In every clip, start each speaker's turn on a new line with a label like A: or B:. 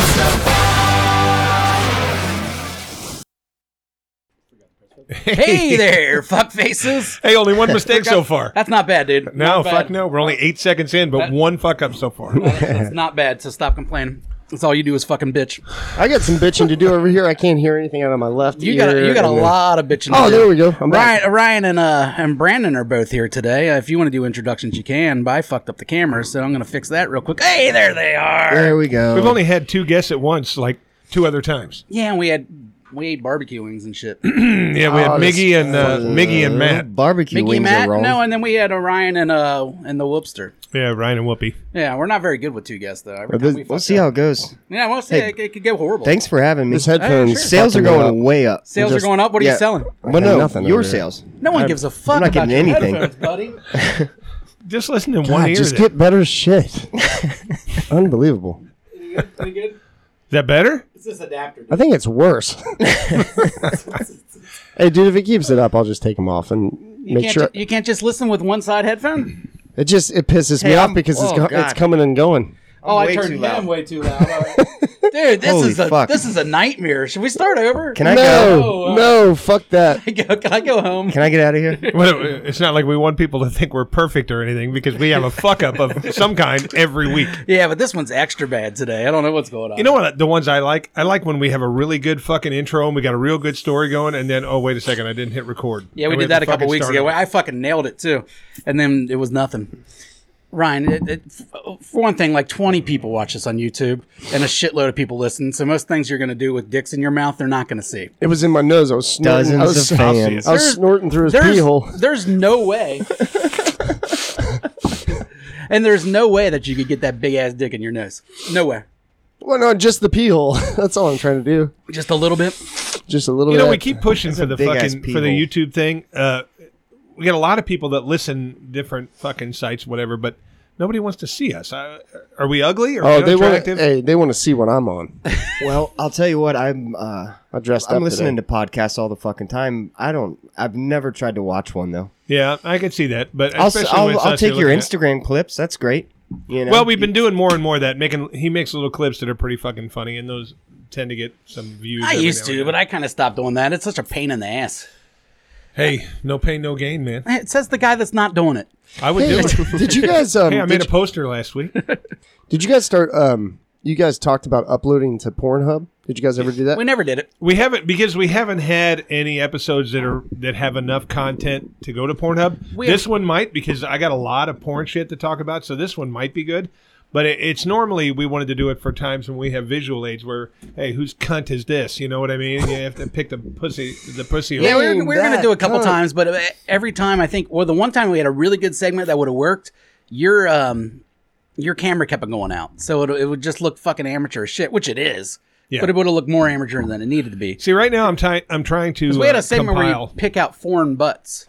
A: Hey there, fuck faces.
B: Hey, only one mistake so far.
A: That's not bad, dude.
B: No,
A: Not bad.
B: fuck no. We're only eight seconds in, but one fuck up so far.
A: That's not bad. So stop complaining. That's all you do is fucking bitch.
C: I got some bitching to do over here. I can't hear anything out of my left
A: You
C: ear.
A: got you got a
C: and then-
A: lot of bitching.
C: Oh,
A: to do.
C: there we go. I'm back.
A: Ryan, Ryan, and uh, and Brandon are both here today. Uh, if you want to do introductions, you can. But I fucked up the camera, so I'm gonna fix that real quick. Hey, there they are.
C: There we go.
B: We've only had two guests at once, like two other times.
A: Yeah, and we had we ate barbecue wings and shit.
B: Yeah, we had
C: Oh, this-
B: Miggy and uh, Miggy and Matt.
C: Barbecue
A: Mickey
C: wings
A: Matt,
C: are wrong.
A: no, and then we had Orion and uh and the Whoopster.
B: Yeah, Ryan and Whoopi.
A: Yeah, we're not very good with two guests though. Every
C: But
A: time
C: this-
A: we
C: we'll
A: fuck
C: see
A: up.
C: how it goes.
A: Yeah, we'll see.
C: Hey.
A: It, it could get horrible.
C: Thanks for having me.
D: His headphones.
A: Hey, sure.
C: Sales are
D: fucking
C: going
D: up.
C: way up.
A: Sales
C: Just-
A: are going up. What are
C: yeah.
A: you selling?
C: Well, no,
D: nothing
C: your
D: over here.
C: sales.
A: No one gives a fuck
C: I'm not
A: about
C: getting
A: your
C: anything.
A: headphones, buddy.
B: Just listen to
D: God,
B: one ear.
D: just
B: then.
D: get better shit. Unbelievable.
A: Pretty good.
B: Is that better?
A: It's this adapter.
D: I think it's worse. hey, dude, if it keeps it up, I'll just take them off and
A: You
D: make
A: can't,
D: sure.
A: ju- you can't just listen with one side headphone.
D: it just it pisses me
C: Hey,
D: off
C: I'm-
D: because it's
C: oh,
D: go- it's
C: God.
D: coming and going.
A: Oh, I
C: way
A: turned
C: too
A: him
C: loud.
A: way too loud. All right. Dude, this
C: Holy
A: is a
C: fuck.
A: this is a nightmare. Should we start over?
C: Can I go?
D: no,
A: uh,
D: no, fuck that.
A: I go? Can I go home?
C: Can I get out of here?
B: Well, it- it's not like we want people to think we're perfect or anything because we have a fuck up of some kind every week.
A: Yeah, but this one's extra bad today. I don't know what's going on.
B: You know what? The ones I like, I like when we have a really good fucking intro and we got a real good story going, and then oh wait a second, I didn't hit record.
A: yeah, we
B: And
A: did
B: have
A: that
B: to
A: a couple
B: fucking
A: weeks
B: start
A: ago.
B: it.
A: I fucking nailed it too, and then it was nothing. Ryan, it, it, f- for one thing, like twenty people watch this on YouTube, and a shitload of people listen. So most things you're going to do with dicks in your mouth, they're not going to see.
D: It was in my nose. I was snorting. I was,
C: Dozens of fans.
D: I was
A: There's-
D: snorting through his
A: there's,
D: pee hole.
A: There's no way. and there's no way that you could get that big ass dick in your nose. No way.
D: Well, no, just the pee hole. That's all I'm trying to do.
A: Just a little bit.
D: Just a little.
B: You
D: bit.
B: know, we keep pushing for the
C: big ass
B: fucking for the
C: peephole.
B: YouTube thing. Uh, we got a lot of people that listen different fucking sites, whatever, but nobody wants to see us. Uh, are we ugly? Are
D: Oh,
B: we
D: they want.
B: unattractive?
D: Hey, they want to see what I'm on.
C: Well, I'll tell you what. I'm uh,
D: I dressed up.
C: I'm listening
D: today.
C: to podcasts all the fucking time. I don't. I've never tried to watch one though.
B: Yeah, I could see that, but
C: I'll,
B: especially when
C: I'll,
B: it's
C: I'll
B: us
C: take
B: you're
C: your
B: looking at.
C: Instagram clips. That's great. You know.
B: Well, we've been doing more and more of that. Making he makes little clips that are pretty fucking funny, and those tend to get some views.
A: I
B: every
A: used
B: now and
A: to, but
B: then.
A: I kind of stopped doing that. It's such a pain in the ass.
B: hey, no pain, no gain, man.
A: It says the guy that's not doing it.
B: I would do it.
D: Did you guys? Um,
B: Hey, I
D: did,
B: made a poster last week.
D: did you guys start? Um, you guys talked about uploading to Pornhub. Did you guys ever do that?
A: We never did it.
B: We haven't because we haven't had any episodes that are that have enough content to go to Pornhub.
A: We-
B: this one might because I got a lot of porn shit to talk about, so this one might be good. But it, it's normally we wanted to do it for times when we have visual aids where, hey, whose cunt is this? You know what I mean? You have to pick the pussy, the pussy.
A: Yeah, we were,
B: hole.
A: we were
D: that
A: going to do a couple
D: cunt.
A: times, but uh, every time I think, well, the one time we had a really good segment that would have worked, your um, your camera kept on going out, so it, it would just look fucking amateur as shit, which it is.
B: Yeah.
A: But it would have looked more amateur than it needed to be.
B: See, right now I'm trying. I'm trying to.
A: we had
B: uh,
A: a segment
B: compile.
A: where you pick out foreign butts.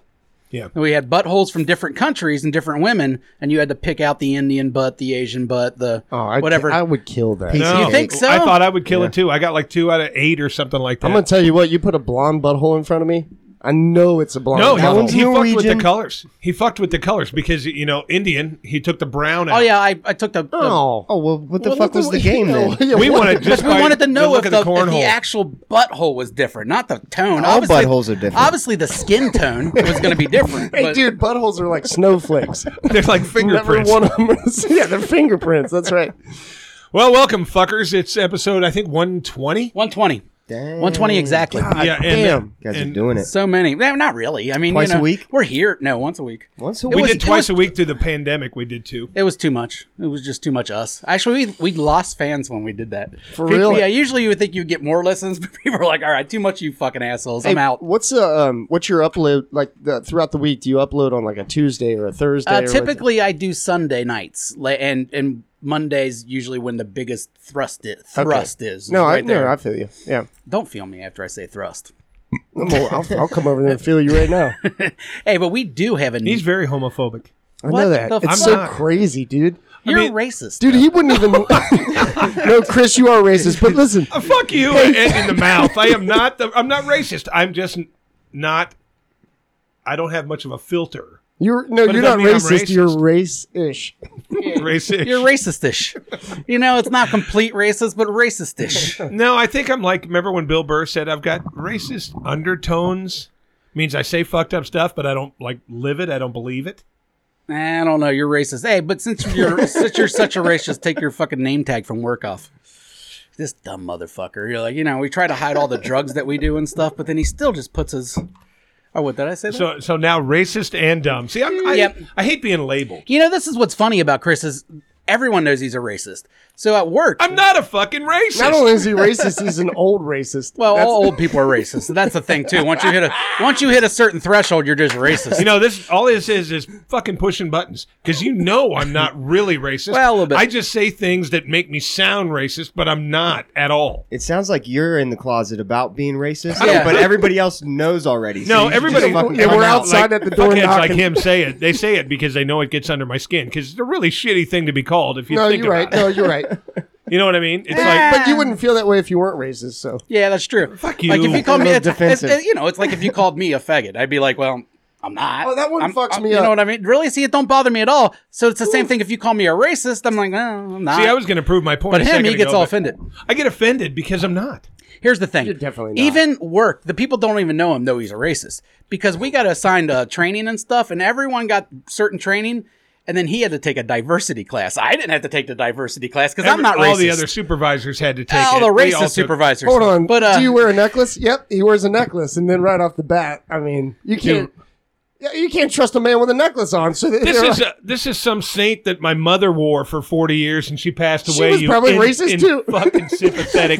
B: Yeah.
A: And we had buttholes from different countries and different women, and you had to pick out the Indian butt, the Asian butt, the
D: Oh, I,
A: whatever.
D: I would kill that.
C: Piece-
B: No,
C: You
A: think so?
B: I thought I would kill it too. I got like two out of eight or something like that.
D: I'm gonna tell you what. You put a blonde butthole in front of me. I know it's a blonde.
B: No,
D: butthole.
B: he, he fucked with the
C: Norwegian.
B: colors. He fucked with the colors because you know Indian. He took the brown out.
A: oh yeah, I, I took the. the-
D: Oh,
C: Oh well, what the
D: Well,
C: fuck
D: what
C: was the game
D: yeah,
C: then?
D: yeah,
B: we
D: what-
B: wanted
A: because
B: just
A: we
B: by
A: wanted to know
B: look
A: if
B: of
A: the, if the
B: cornhole.
A: actual butthole was different, not the tone.
C: All
A: Obviously-
C: buttholes are different.
A: Obviously, the skin tone was going to be different.
D: Hey,
A: but-
D: dude, buttholes are like snowflakes.
B: They're like
D: Never
B: fingerprints.
D: one of them. yeah, they're fingerprints. That's right.
B: Well, welcome, fuckers. It's episode I think one twenty.
A: 120.
C: Damn.
A: 120 exactly.
B: Yeah, and, uh,
D: damn.
C: You guys are
B: and
C: doing it.
A: So many. No, not really. I mean,
C: Twice
A: you know,
C: a week?
A: We're here. No, once a week.
C: Once a
A: It
C: week.
B: we
A: was-
B: did twice
A: was-
B: a week through the pandemic. We did two.
A: It was too much. It was just too much us. Actually, we, we lost fans when we did that. For
D: real?
A: Yeah, usually you would think you'd get more listens, but people are like, all right, too much, you fucking assholes. I'm
D: Hey,
A: out.
D: What's uh, um, what's your upload like the, throughout the week? Do you upload on like a Tuesday or a Thursday?
A: Uh,
D: or
A: typically, I do Sunday nights, la- and and Mondays usually when the biggest thrust is. Thrust is
D: no,
A: right
D: I,
A: there.
D: no, I feel you. Yeah,
A: Don't feel me after I say thrust.
D: I'm all- I'll, I'll come over there and feel you right now.
A: Hey, but we do have a.
B: He's very homophobic.
D: I
A: What
D: know that.
A: the
D: It's
A: fuck?
D: so
B: I'm not.
D: crazy, dude.
A: you're
B: mean-
A: racist,
D: Dude, he wouldn't even. no, Chris, you are racist. But listen,
B: Uh, fuck you in, in the mouth. I am not. The, I'm not racist. I'm just n- not. I don't have much of a filter.
D: you're no,
B: But it
D: you're not
B: doesn't mean I'm
D: racist. You're race-ish.
B: Racist.
A: You're racistish. you know, it's not complete racist, but racistish.
B: No, I think I'm like. Remember when Bill Burr said, "I've got racist undertones." Means I say fucked up stuff, but I don't like live it. I don't believe it.
A: I don't know. You're racist. Hey, but since you're since you're such a racist, take your fucking name tag from work off. This dumb motherfucker. You're like, you know, we try to hide all the drugs that we do and stuff, but then he still just puts his. Oh, what did I say? that?
B: So so now racist and dumb. See, I'm, I,
A: Yep.
B: I hate being labeled.
A: you know, this is what's funny about Chris is everyone knows he's a racist. So at work,
B: I'm not a fucking racist.
D: Not only is he racist, he's an old racist.
A: well,
D: That's-
A: all old people are racist. So that's the thing too. Once you hit a once you hit a certain threshold, you're just racist.
B: You know, this all this is is fucking pushing buttons because you know I'm not really racist.
A: Well, a little bit.
B: I just say things that make me sound racist, but I'm not at all.
C: It sounds like you're in the closet about being racist,
A: Yeah.
C: but everybody else knows already. so
B: No,
C: you should just
B: everybody.
C: fucking
D: Yeah,
C: come
D: we're
C: out.
D: outside
B: like,
D: at the door
B: fuckheads like
D: knocking.
B: him say it. They say it because they know it gets under my skin. Because it's a really shitty thing to be called if you
D: No,
B: think
D: you're right.
B: about
D: No, you're right.
B: it. You know what I mean? It's
A: Eh.
B: like
D: But you wouldn't feel that way if you weren't racist. So
A: Yeah, that's true.
B: Fuck you.
A: Like if you called me,
C: A
A: it's,
C: little
A: it's,
C: defensive.
A: you know, it's like if you called me a faggot, I'd be like, well, I'm not.
D: Oh, that one
A: I'm-
D: fucks
A: I'm-
D: me
A: You
D: up.
A: know what I mean? Really? See, it don't bother me at all. So it's the same thing. If you call me a racist, I'm like, no, I'm not.
B: see, I was going to prove my point.
A: but
B: a
A: him,
B: second
A: he gets
B: ago,
A: all
B: but
A: offended.
B: I get offended because I'm not.
A: Here's the thing.
D: You're definitely not.
A: Even work, the people don't even know him, though he's a racist. Because we got assigned uh, training and stuff, and everyone got certain training, and then he had to take a diversity class. I didn't have to take the diversity class because I'm
B: Every-
A: not racist.
B: All the other supervisors had to take
A: all
B: it.
A: the
B: They all
A: racist
B: took-
A: supervisors.
D: hold on.
A: But uh,
D: do you wear a necklace? Yep, he wears a necklace, and then right off the bat, I mean, you can't. Yeah, you can't trust a man with a necklace on. So
B: This is a, this is some saint that my mother wore for forty years, and she passed away.
D: was
B: you
D: probably
B: in-
D: racist
B: in
D: too.
B: Fucking sympathetic.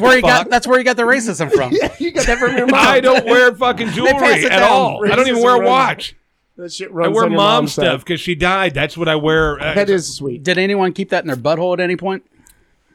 A: where he
B: fuck.
A: got, that's where he got the racism from.
D: you got that from your mom.
B: I don't wear fucking jewelry
D: it
B: at
D: down.
B: all. I don't even
D: Racism
B: wear a
D: runs-
B: watch.
D: That shit
B: I
D: runs
B: wear
D: on your
B: mom
D: mom's side.
B: stuff because she died. That's what I wear. uh,
D: That is sweet.
A: Did anyone keep that in their butthole at any point?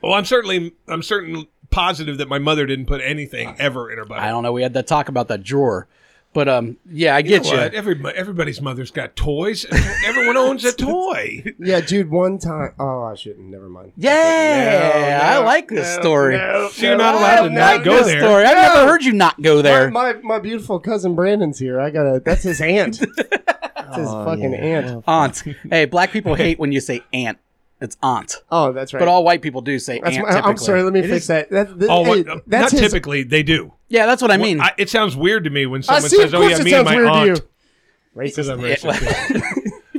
B: Well, I'm certainly I'm certain positive that my mother didn't put anything ever in her
A: I
B: body.
A: don't know. We had that talk about that drawer, but um, yeah, I get you.
B: But every, everybody's mother's got toys. Everyone owns a toy.
D: Yeah, dude. One time. Oh, I shouldn't. Never mind.
A: Yeah, I
D: No,
A: like this
D: no,
A: story.
D: no,
B: So you're
D: no.
B: not
D: I
B: allowed to
D: like
B: not go
A: this
B: there.
A: Story. I've never heard you not go there.
D: My, my my beautiful cousin Brandon's here. I gotta. That's his aunt. that's his
C: Oh,
D: fucking
C: yeah.
D: aunt.
A: aunt. hey, black people hate when you say aunt. It's aunt,
D: Oh, that's right.
A: but all white people do say
D: that's
A: aunt.
D: my, I'm
A: typically.
D: sorry. Let me fix that. that, that
B: Oh,
D: hey,
B: what-
D: that's
B: not
D: his.
B: typically they do.
A: Yeah, that's what I mean.
B: I, it sounds weird to me when
D: I
B: someone
D: see.
B: says,
D: Of
B: "Oh yeah,
D: course, it
B: me and my
D: sounds weird
B: aunt."
D: to you.
B: Because
D: Racist.
B: I'm
A: Yeah,
B: racist.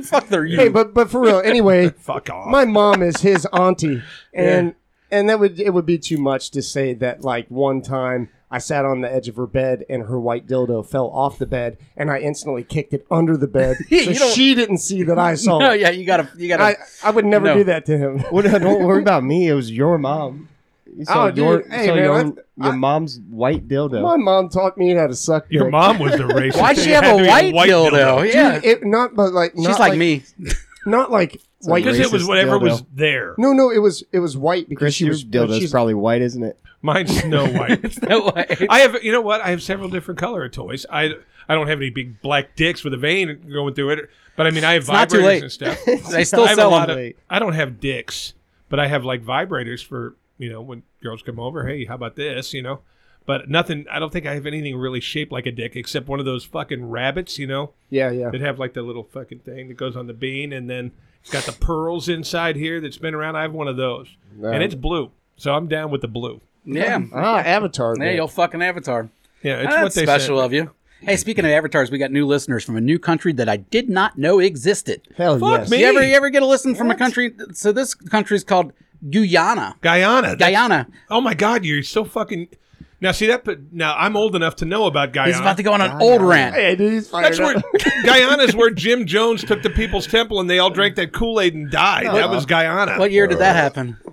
A: Fuck their you.
D: Hey, but but for real. Anyway,
B: Fuck off.
D: my mom is his auntie, and and that would it would be too much to say that like one time I sat on the edge of her bed and her white dildo fell off the bed and I instantly kicked it under the bed, so
A: You don't-
D: she didn't see that I saw.
A: no,
D: it.
A: yeah, you gotta, you gotta.
D: I, I would never
A: No.
D: do that to him.
C: Well, no, don't worry about me. It was your mom. You saw
D: Oh, dude.
C: your,
D: Hey,
C: saw
D: man,
C: your,
D: that's-
C: your
D: I-
C: mom's white dildo.
D: My mom taught me how to suck.
B: Your
D: dick.
B: mom was the racist.
A: Why'd
B: It
A: she
B: had
A: have
B: to
A: a
B: be
A: white dildo? Yeah,
D: Dude, it, not but like not
A: she's like, me.
D: Not like white.
B: Because it was
C: Racist
B: whatever
C: dildo.
B: was there.
D: No, no, it was it was white because
C: Chris,
D: she
C: your
D: was but
C: dildo's
D: she's-
C: probably white, isn't it?
B: Mine's Snow White.
A: No way.
B: I have, you know what? I have several different color toys. I I don't have any big black dicks with a vein going through it, but I mean, I have
A: not too
B: vibrators
A: late.
B: and stuff.
A: They still
B: I have a
A: sell
B: lot
A: them.
B: of. I don't have dicks, but I have like vibrators for you know when girls come over. Hey, how about this? You know, but nothing. I don't think I have anything really shaped like a dick except one of those fucking rabbits. You know,
D: Yeah, yeah.
B: that have like the little fucking thing that goes on the bean, and then it's got the pearls inside here that's been around. I have one of those, and it's blue. So I'm down with the blue.
A: Yeah,
D: Ah, Avatar.
A: yeah,
D: man.
A: you'll fucking avatar.
B: Yeah, it's
A: That's
B: what they
A: special
B: said.
A: of you. Hey, speaking of avatars, we got new listeners from a new country that I did not know existed.
D: Hell
B: Fuck
D: yes.
B: me.
A: You ever you ever get a listen from a country? So this country's called Guyana.
B: Guyana. That's-
A: Guyana.
B: Oh my God, you're so fucking. Now see that. But now I'm old enough to know about Guyana.
A: He's about to go on an old rant.
D: Hey, dude, he's fired
B: That's
D: up.
B: where Guyana's where Jim Jones took the People's Temple and they all drank that Kool Aid and died. that was Guyana.
A: What year did that happen?
B: Uh,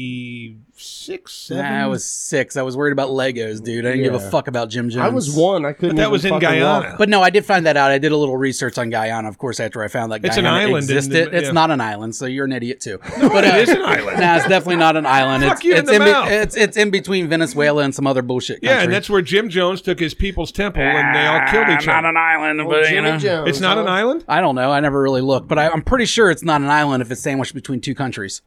B: 1986,
A: Nah,
B: seven.
A: I was six. I was worried about Legos, dude. I didn't give a
D: Yeah.
A: fuck about Jim Jones.
D: I was one. I couldn't.
B: that
D: even
B: was in
D: fucking
B: Guyana.
D: walk.
A: But no, I did find that out. I did a little research on Guyana, of course, after I found that
B: It's an
A: Guyana
B: island in the-
A: existed. it's
B: yeah.
A: not an island, so you're an idiot too. but
B: it is an island.
A: No, it's definitely not an island.
B: Fuck
A: it's,
B: you in
A: it's
B: the
A: be-
B: mouth.
A: it's it's in between Venezuela and some other bullshit.
B: yeah,
A: country.
B: and that's where Jim Jones took his People's Temple and they all killed each other.
A: island, but
D: Jimmy Jones,
B: it's not
D: huh?
B: an island.
A: I don't know. I never really looked, but I, I'm pretty sure it's not an island if it's sandwiched between two countries.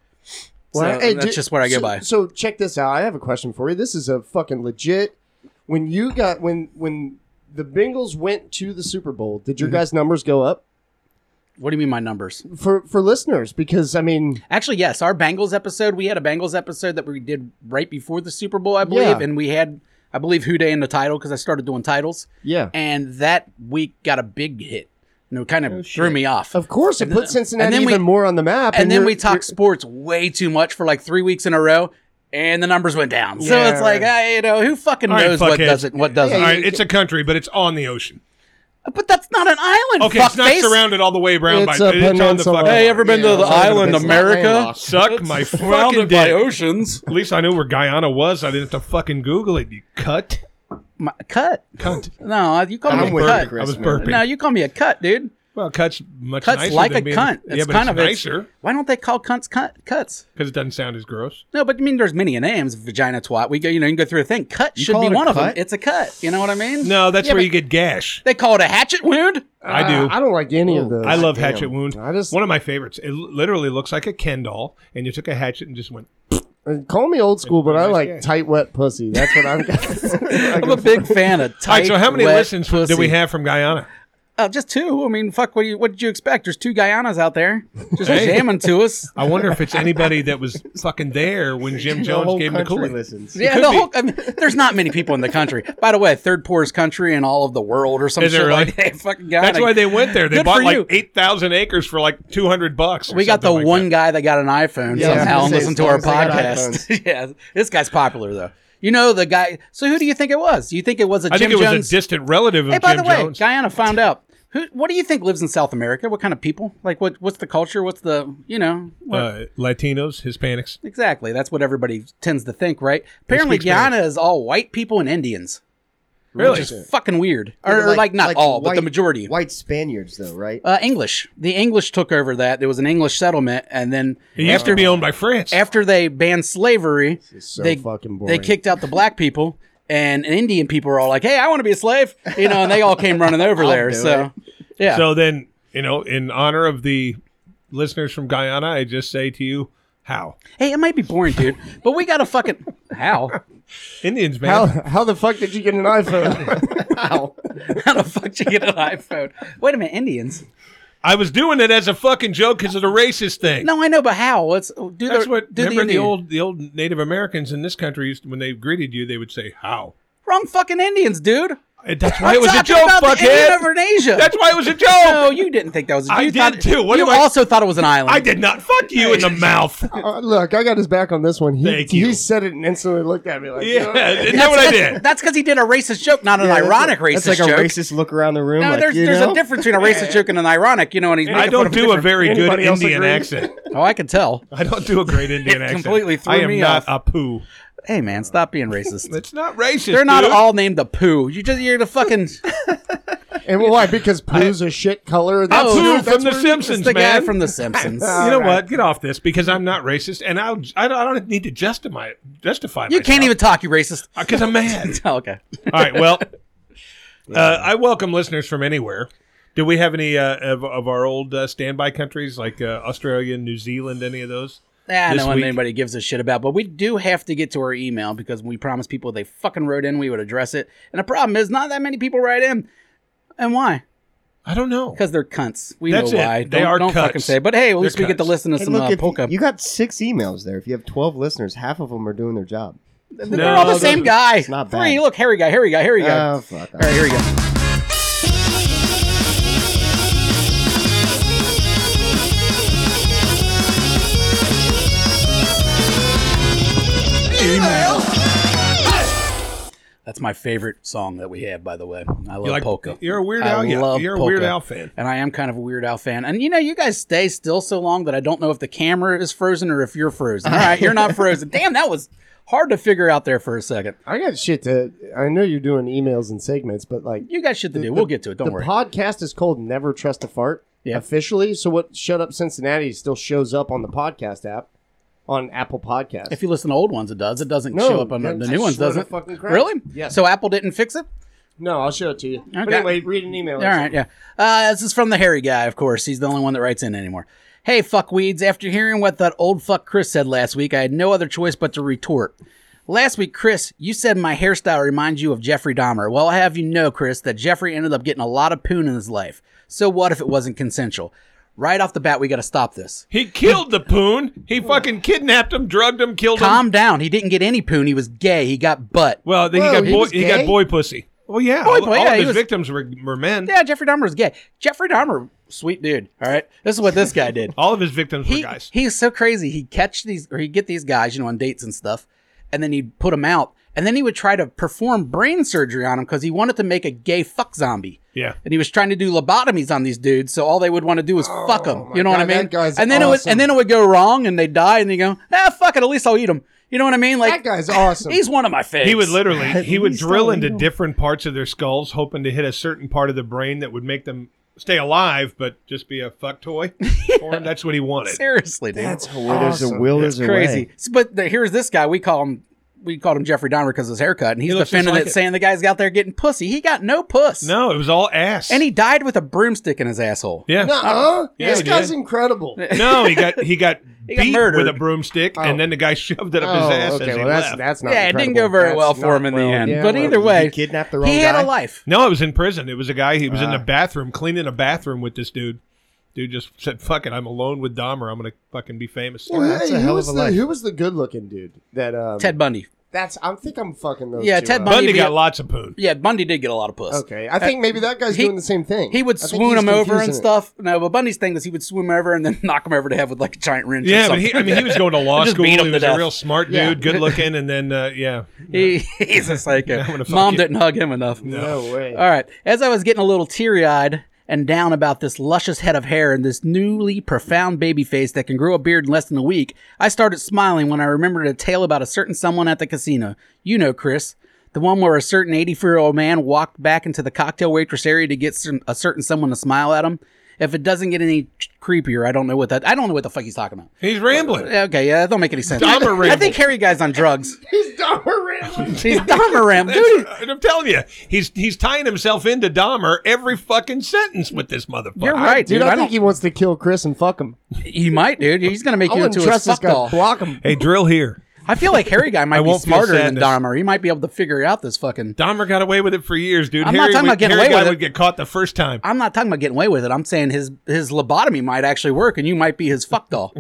D: Well,
A: so
D: hey,
A: that's
D: ju-
A: just what I go
D: so,
A: by.
D: So check this out. I have a question for you. This is a fucking legit. When you got when when the Bengals went to the Super Bowl, did
A: Mm-hmm.
D: your guys' numbers go up
A: What do you mean my numbers?
D: for for listeners? Because I mean,
A: Actually, yes, our Bengals episode. We had a Bengals episode that we did right before the Super Bowl, I believe,
D: Yeah.
A: and we had I believe Who Day in the title because I started doing titles.
C: Yeah.
A: And that week got a big hit. You know, kind of threw me off.
D: Oh, Of course, it put Cincinnati
A: then we-
D: even more on the map.
A: and then
D: you're-
A: we
D: you're-
A: talked sports way too much for like three weeks in a row, and the numbers went down. so
D: Yeah,
A: it's like,
D: right.
A: I, you know, who fucking
B: All right,
A: knows what
B: fuckheads.
A: doesn't, what
B: All
A: doesn't.
B: right, it's a country, but it's on the ocean.
A: But that's not an island.
B: Okay, it's not
A: fuckface.
B: surrounded all the way around
D: It's
B: by.
D: a
B: It's on the
D: peninsula.
B: fucking.
A: Hey, ever been
C: Yeah,
A: to the
C: it's like a
A: island
C: business
A: America?
C: landlocked.
B: Suck my fucking
A: Surrounded by
B: dick.
A: oceans.
B: At least I knew where Guyana was. I didn't have to fucking Google it. You cut,
A: My, cut.
B: cunt.
A: No, you call
C: I'm
A: me
C: with
A: a
C: you,
A: cut.
C: Chris.
B: I was
C: man.
B: burping.
A: No, you call me a cut, dude.
B: Well, cut's much
A: Cut's
B: nicer
A: like a
B: than being,
A: cunt.
B: yeah,
A: It's
B: but
A: kind
B: it's
A: of
B: nicer
A: It's, why don't they call cunts cut, cuts?
B: because it doesn't sound as gross.
A: No, but I mean, there's many names. Vagina twat. We go, you know, you can go through a thing. Cut should
C: call
A: be
C: it a
A: one of them.
C: cut?
A: It's a cut. You know what I mean?
B: No, that's
A: Yeah,
B: where
A: but
B: you get gash.
A: They call it a hatchet wound.
B: I do.
D: Uh, I don't like any of those.
B: I love
C: Damn.
B: hatchet wound.
D: I just-
B: One of my favorites. It l- literally looks like a Ken doll, and you took a hatchet and just went.
D: Uh, Call me old school, but I
B: Nice
D: like
B: guy.
D: tight, wet pussy. That's what I'm. I
A: I'm
D: go
A: a
D: for-
A: big fan of
B: All
A: tight.
B: right, so how many
A: wet
B: listens
A: pussy.
B: did we have from Guyana?
A: Uh, just two. I mean, fuck. What, do you, what did you expect? There's two Guyanas out there just
B: Hey.
A: jamming to us.
B: I wonder if it's anybody that was fucking there when Jim
C: The
B: Jones
C: whole
B: gave him the
C: country
B: coolie.
C: listens.
A: Yeah,
B: could
A: the
B: be.
A: whole, I mean, there's not many people in the country. By the way, third poorest country in all of the world, or some
B: Is it
A: shit
B: really?
A: like that. Fucking Guyana.
B: That's why they went there. They
A: Good
B: bought
A: for
B: like
A: you.
B: eight thousand acres for like two hundred bucks. or
A: We got the
B: something like
A: one
B: that.
A: guy that got an iPhone
C: Yeah, I was
A: somehow
C: gonna
A: and
C: say,
A: listened to
C: as long
A: our
C: as they got
A: podcast. yeah, this guy's popular though. You know the guy. So who do you think it was? You think it was a
B: I
A: Jim
B: think it was
A: Jones?
B: a distant relative of
A: hey, by
B: Jim
A: the way,
B: Jones.
A: Guyana found out. Who? What do you think lives in South America? What kind of people? Like what? What's the culture? What's the you know? What,
B: uh, Latinos, Hispanics.
A: exactly. That's what everybody tends to think, right? Apparently,
B: speak Spanish.
A: Guyana is all white people and Indians.
B: Really?
A: Which is fucking weird. Or, or, like, not
C: like
A: all, but the
C: white-
A: majority.
C: White Spaniards, though, right?
A: Uh, English. The English took over that. There was an English settlement, and then
B: It used to be owned by France.
A: after they banned slavery,
D: so
A: they
D: fucking
A: they
D: boring.
A: kicked out the black people, and Indian people were all like, "Hey, I want to be a slave," you know, and they all came running over there.
C: do
A: So, yeah,
B: so then, you know, in honor of the listeners from Guyana, I just say to you, how
A: hey, it might be boring, dude, but we got to fucking how
B: Indians, man.
D: How, how the fuck did you get an iPhone?
A: how the fuck did you get an iPhone? Wait a minute, Indians?
B: I was doing it as a fucking joke because of the racist thing.
A: No, I know, but how? Let's oh, do
B: That's
A: the,
B: what.
A: do
B: remember the,
A: Indian-
B: old the old Native Americans in this country used when they greeted you, they would say how.
A: wrong fucking Indians, dude.
B: And That's why it was a
A: Talking
B: joke,
A: about the Indian
B: fuckhead.
A: over in Asia.
B: That's why it was a joke.
A: no, you didn't think that was. A,
B: I
A: you
B: did
A: thought-
B: too. What
A: you
B: am I-
A: also thought it was an island.
B: I did not fuck you in the mouth.
D: Uh, look, I got his back on this one. He,
B: Thank you.
D: he said it and instantly looked at me like,
B: Yeah, isn't
A: That's
B: that what I
A: that's-
B: did?
A: That's because he did a racist joke, not an
C: Yeah, that's
A: ironic
C: like-
A: racist
C: That's
A: joke.
C: like a racist look around the room.
A: No,
C: like,
A: there's
C: you
A: there's
C: know?
A: a difference between a racist joke and an ironic. You know, and he's making
B: I
A: fun
B: don't
A: of
B: do a
A: different-
B: very good
D: Anybody else
B: Indian
D: agree?
B: accent.
A: Oh, I can tell.
B: I don't do a great Indian accent.
A: completely threw
B: I am
A: me
B: not
A: off.
B: a poo.
A: Hey, man, stop being racist.
B: It's not racist.
A: They're not
B: dude.
A: all named the poo. You just you're the fucking
D: and well, why? Because poo's a shit color. That's,
A: Oh,
B: poo
D: that's
B: from The
D: where-
B: Simpsons,
A: it's the
B: man.
A: guy from The Simpsons.
B: You know
D: All right.
B: what? Get off this because I'm not racist, and I'll, I don't, I don't need to justify it. Justify
A: You can't even talk, you racist.
B: because I'm mad.
A: Oh, okay.
B: All right. Well, uh, I welcome listeners from anywhere. Do we have any uh, of, of our old uh, standby countries like uh, Australia, New Zealand, any of those?
A: Yeah,
B: This
A: no one
B: week-
A: anybody gives a shit about, but we do have to get to our email because we promised people they fucking wrote in, we would address it. And the problem is, not that many people write in. And why?
B: I don't know.
A: Because they're cunts. We
B: That's
A: know
B: it.
A: why.
B: They
A: don't
B: are
A: don't
B: cunts.
A: fucking say. But hey, at least we get to
B: cunts.
A: listen to
C: Hey,
A: some
C: look,
A: uh,
C: if
A: polka.
C: you got six emails there. If you have 12 listeners, half of them are doing their job.
A: They're all the
B: those
A: same
B: are-
A: guy. Uh,
C: it's not
A: Three.
C: bad.
A: Look, hairy guy, hairy guy, hairy guy.
C: Oh, fuck.
A: all right, here we go. That's my favorite song that we have, by the way. I love
B: You like
A: polka.
B: You're a Weird
A: I
B: Al. Yeah,
A: love
B: you're a
A: polka.
B: Weird Al fan.
A: And I am kind of a Weird Al fan. And you know, you guys stay still so long that I don't know if the camera is frozen or if you're frozen. All right, you're not frozen. Damn, that was hard to figure out there for a second.
D: I got shit to. I know you're doing emails and segments, but like,
A: You got shit to do. we'll get to it. Don't
D: the
A: worry.
D: podcast is called Never Trust a Fart
A: Yeah.
D: officially. So what Shut Up Cincinnati still shows up on the podcast app on Apple Podcasts.
A: if you listen to old ones, it does. It doesn't
D: No,
A: show up on the,
D: that-
A: the
D: I
A: new ones,
D: swear
A: does
D: to
A: it?
D: fucking crap.
A: Really?
D: Yes.
A: So Apple didn't fix it?
D: no, I'll show it to you. But
A: Okay.
D: anyway, read an email.
A: All right, yeah. Uh, this is from the hairy guy, of course. He's the only one that writes in anymore. Hey, fuckweeds. After hearing what that old fuck Chris said last week, I had no other choice but to retort. Last week, Chris, you said my hairstyle reminds you of Jeffrey Dahmer. Well, I have you know, Chris, that Jeffrey ended up getting a lot of poon in his life. So what if it wasn't consensual? right off the bat, we got to stop this.
B: He killed the poon. He fucking kidnapped him, drugged him, killed him.
A: Calm down. He didn't get any poon. He was gay. He got butt.
B: Well, then he
D: Whoa,
B: got
D: he
B: boy.
D: was
B: He, got
D: gay?
B: boy pussy. Well, yeah,
A: Boy
B: all,
A: boy, yeah,
B: all of
A: he
B: his
A: was-
B: victims were, were men.
A: Yeah, Jeffrey Dahmer was gay. Jeffrey Dahmer, sweet dude. All right, this is what this guy did.
B: All of his victims
A: he
B: were guys.
A: he's so crazy. He'd catch these or he'd get these guys, you know, on dates and stuff, and then he'd put them out, and then he would try to perform brain surgery on them because he wanted to make a gay fuck zombie.
B: Yeah.
A: and he was trying to do lobotomies on these dudes, so all they would want to do is fuck 'em. fuck them. You know
D: Oh
A: what
D: God,
A: I mean?
D: that guy's
A: and then it would
D: awesome.
A: and then it would go wrong, and they die, and they go, ah, fuck it, at least I'll eat them. You know what I mean? Like
D: That guy's awesome.
A: he's one of my faves.
B: He would literally he would
C: least
B: drill
C: I'll
B: into
C: eat 'em.
B: different parts of their skulls, hoping to hit a certain part of the brain that would make them stay alive, but just be a fuck toy. for him. That's what he wanted.
A: seriously, dude.
D: That's
C: Where there's a
D: awesome.
C: will, there's a
A: crazy.
C: way.
A: S- But the, here's this guy. We call him. We called him Jeffrey Dahmer because his haircut, and he's
B: He looks just
A: defending
B: like
A: it,
B: it.
A: saying the guy's out there getting pussy. He got no puss.
B: No, it was all ass.
A: and he died with a broomstick in his asshole.
B: yeah.
D: Nuh-uh.
B: Yeah,
D: this
B: he
D: guy's
B: did.
D: incredible.
B: No, he got he got
A: got
B: beat
A: murdered. Oh.
B: with a broomstick, and then the guy shoved it up his ass as he
D: Oh, that's
B: left.
D: that's not.
A: yeah, it didn't go
D: incredible.
A: very
D: That's
A: well for
D: not
A: him in the
D: well-
A: end.
D: yeah,
A: but
D: well,
A: either way,
C: He kidnapped the wrong
A: he had
C: guy.
A: a life.
B: No, it was in prison. It was a guy. He was in the bathroom cleaning a bathroom with this dude. Dude just said, "Fuck it, I'm alone with Dahmer. I'm gonna fucking be famous."
D: Well,
C: That's
D: hey,
C: a
D: who
C: hell
D: was
C: of a
D: the-
C: life.
D: Who was the good-looking dude? That um,
A: Ted Bundy.
D: That's. I think I'm fucking those.
A: Yeah,
D: two
A: Ted
D: up.
A: Bundy
B: Bundy got
A: be-
B: lots of poon.
A: Yeah, Bundy did get a lot of puss.
D: Okay, I think maybe that guy's
A: he-
D: doing the same thing.
A: He would
D: I think
A: swoon
D: he's
A: him over and
D: confusing it.
A: stuff. No, but Bundy's thing is he would swoon him over and then knock him over to head with like a giant wrench. or
B: Yeah, but
A: something.
B: he, I mean, he was going to law
A: Just
B: school.
A: beat him
B: He
A: to
B: was
A: death.
B: a real smart dude,
D: Yeah.
B: good looking, and then uh, yeah,
A: He- he's a psycho.
B: gonna fuck
A: Mom
B: you.
A: didn't hug him enough.
D: No way.
A: All right. As I was getting a little teary eyed and down about this luscious head of hair and this newly profound baby face that can grow a beard in less than a week, I started smiling when I remembered a tale about a certain someone at the casino. You know, Chris. The one where a certain 84 year old man walked back into the cocktail waitress area to get some, a certain someone to smile at him. If it doesn't get any creepier, I don't know what that. I don't know what the fuck he's talking about.
B: he's rambling.
A: Okay, yeah, that don't make any sense.
B: Dahmer
A: I
B: ramble.
A: think Harry guy's on drugs.
D: He's Dahmer Ramsey.
A: He's Dahmer ramble. Dude,
B: And I'm telling you, he's he's tying himself into Dahmer every fucking sentence with this motherfucker.
A: you're right, dude.
D: Dude, I,
A: I
D: think
A: don't.
D: he wants to kill Chris and fuck him.
A: He might, dude. He's gonna make
D: I
A: you
D: wouldn't
A: into a
D: trust this
A: fuck
D: guy.
A: doll.
D: Block him.
B: Hey, drill here.
A: I feel like Harry guy might be
B: won't feel
A: smarter than
B: sadness.
A: Dahmer. He might be able to figure out this fucking.
B: Dahmer got away with it for years, dude.
A: I'm not
B: Harry,
A: talking
B: would-
A: about getting
B: Harry
A: away
B: guy
A: with it.
B: would get caught the first time.
A: I'm not talking about getting away with it. I'm saying his his lobotomy might actually work, and you might be his fuck doll,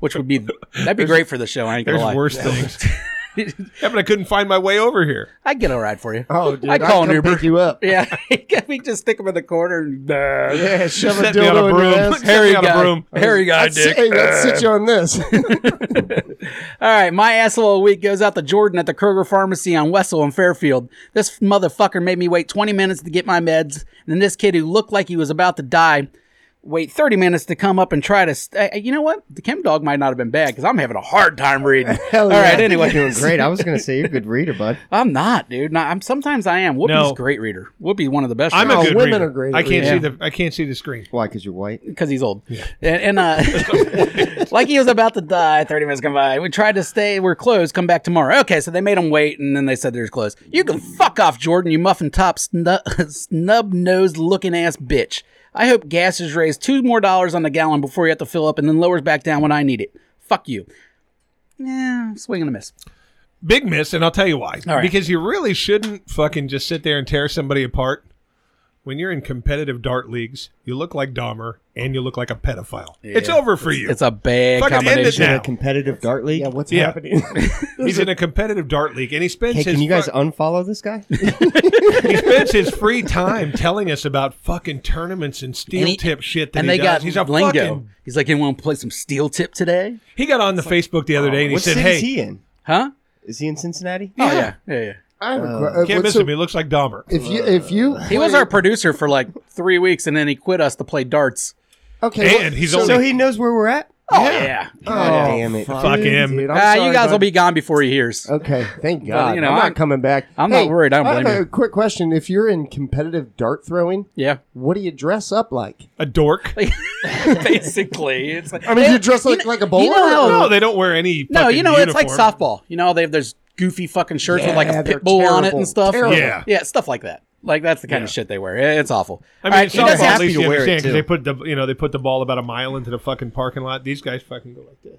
A: which would be that'd be great for the show. I ain't gonna
B: There's
A: lie.
B: worse things. yeah, but I couldn't find my way over here.
A: I'd get a ride for you.
D: Oh, dude,
A: I call
D: I'd
A: an
D: come
A: Uber.
D: pick you up.
A: Yeah, we just stick him in the corner. And,
D: Yeah, shove a
B: Set me on
D: dildo
B: a
D: in your
B: broom.
D: ass.
B: Harry
A: Harry
B: got
A: guy.
B: a broom.
A: Harry guy,
D: I'd say,
A: dick.
D: hey, let's sit you on this.
A: All right, my asshole of the week goes out to Jordan at the Kroger Pharmacy on Wessel in Fairfield. This motherfucker made me wait 20 minutes to get my meds, and then this kid who looked like he was about to die wait 30 minutes to come up and try to. St- uh, you know what? The Chem Dog might not have been bad because I'm having a hard time reading. All
D: yeah.
A: right,
C: You're doing
A: anyway,
C: great. I was gonna say you're a good reader, bud.
A: I'm not, dude. Not, I'm sometimes I am. Whoopi's
B: No.
A: a great reader. Whoopi's one of the best.
B: I'm
D: No,
B: a good
D: women
B: reader.
D: are great
B: I
D: at
B: can't
A: reading.
B: see the I can't see the screen.
C: Why? Because you're white.
A: because he's old. And, and uh, like he was about to die, 30 minutes come by. We tried to stay. We're closed. Come back tomorrow. Okay, so they made him wait, and then they said they're closed. You can fuck off, Jordan, you muffin top, snu- snub nosed looking ass bitch. I hope gas is raised two more dollars on the gallon before you have to fill up and then lowers back down when I need it. Fuck you. Yeah, swing and a miss.
B: Big miss, and I'll tell you why.
A: All right.
B: Because you really shouldn't fucking just sit there and tear somebody apart. When you're in competitive dart leagues, you look like Dahmer and you look like a pedophile. it's over for you.
A: It's a bad
B: Fucking end it
A: combination.
B: now.
C: A competitive dart league.
D: yeah, what's
B: Yeah.
D: happening?
B: He's in a competitive dart league, and he spends
C: Hey,
B: his
C: can you guys
B: fuck-
C: unfollow this guy?
B: he spends his free time telling us about fucking tournaments and steel
A: And he-
B: tip shit that
A: and
B: he
A: they
B: does.
A: got
B: He's a
A: lingo.
B: fucking.
A: He's like, anyone play some steel tip today?
B: He got on the Facebook the other day and he
C: what
B: said,
C: city
B: "Hey,
C: is he in?
A: Huh?
C: Is he in Cincinnati?
A: Oh, yeah. Yeah, yeah.
D: I have a question.
B: can't miss him. He looks like Dahmer."
D: Uh, If you, if you,
A: He was our producer for like three weeks, and then he quit us to play darts.
D: okay.
B: And he's
D: so-
B: only-
C: So he knows where we're at.
A: Oh yeah,
D: Oh,
C: Damn it.
B: Fuck him.
D: Dude, I'm
A: Ah,
D: sorry,
A: you guys
D: bud.
A: will be gone before he hears.
D: Okay, thank God.
A: you know,
D: I'm not
A: I'm-
D: coming back.
A: I'm
D: Hey,
A: not worried. I don't
D: have
A: blame
D: a
A: you.
D: quick question. If you're in competitive dart throwing,
A: Yeah,
D: what do you dress up like?
B: A dork.
A: basically, it's like
D: I mean, do you dress like, like a bowler?
A: you know how-
B: No, they don't wear any.
A: no,
B: fucking
A: you know, it's like
B: uniform.
A: softball. You know, they have those goofy fucking shirts with like
D: Yeah,
A: a
D: they're
A: pit bull on it
D: terrible.
A: and stuff.
D: Terrible.
B: Yeah.
A: yeah, stuff like that. Like that's the kind of shit they wear. Yeah, It's awful.
B: I
A: All
B: mean,
A: right, he
B: softball
A: doesn't have
B: at
A: to-
B: least
C: to
B: you
C: wear it,
B: understand because
C: too.
B: they put the you know they put the ball about a mile into the fucking parking lot. These guys fucking go like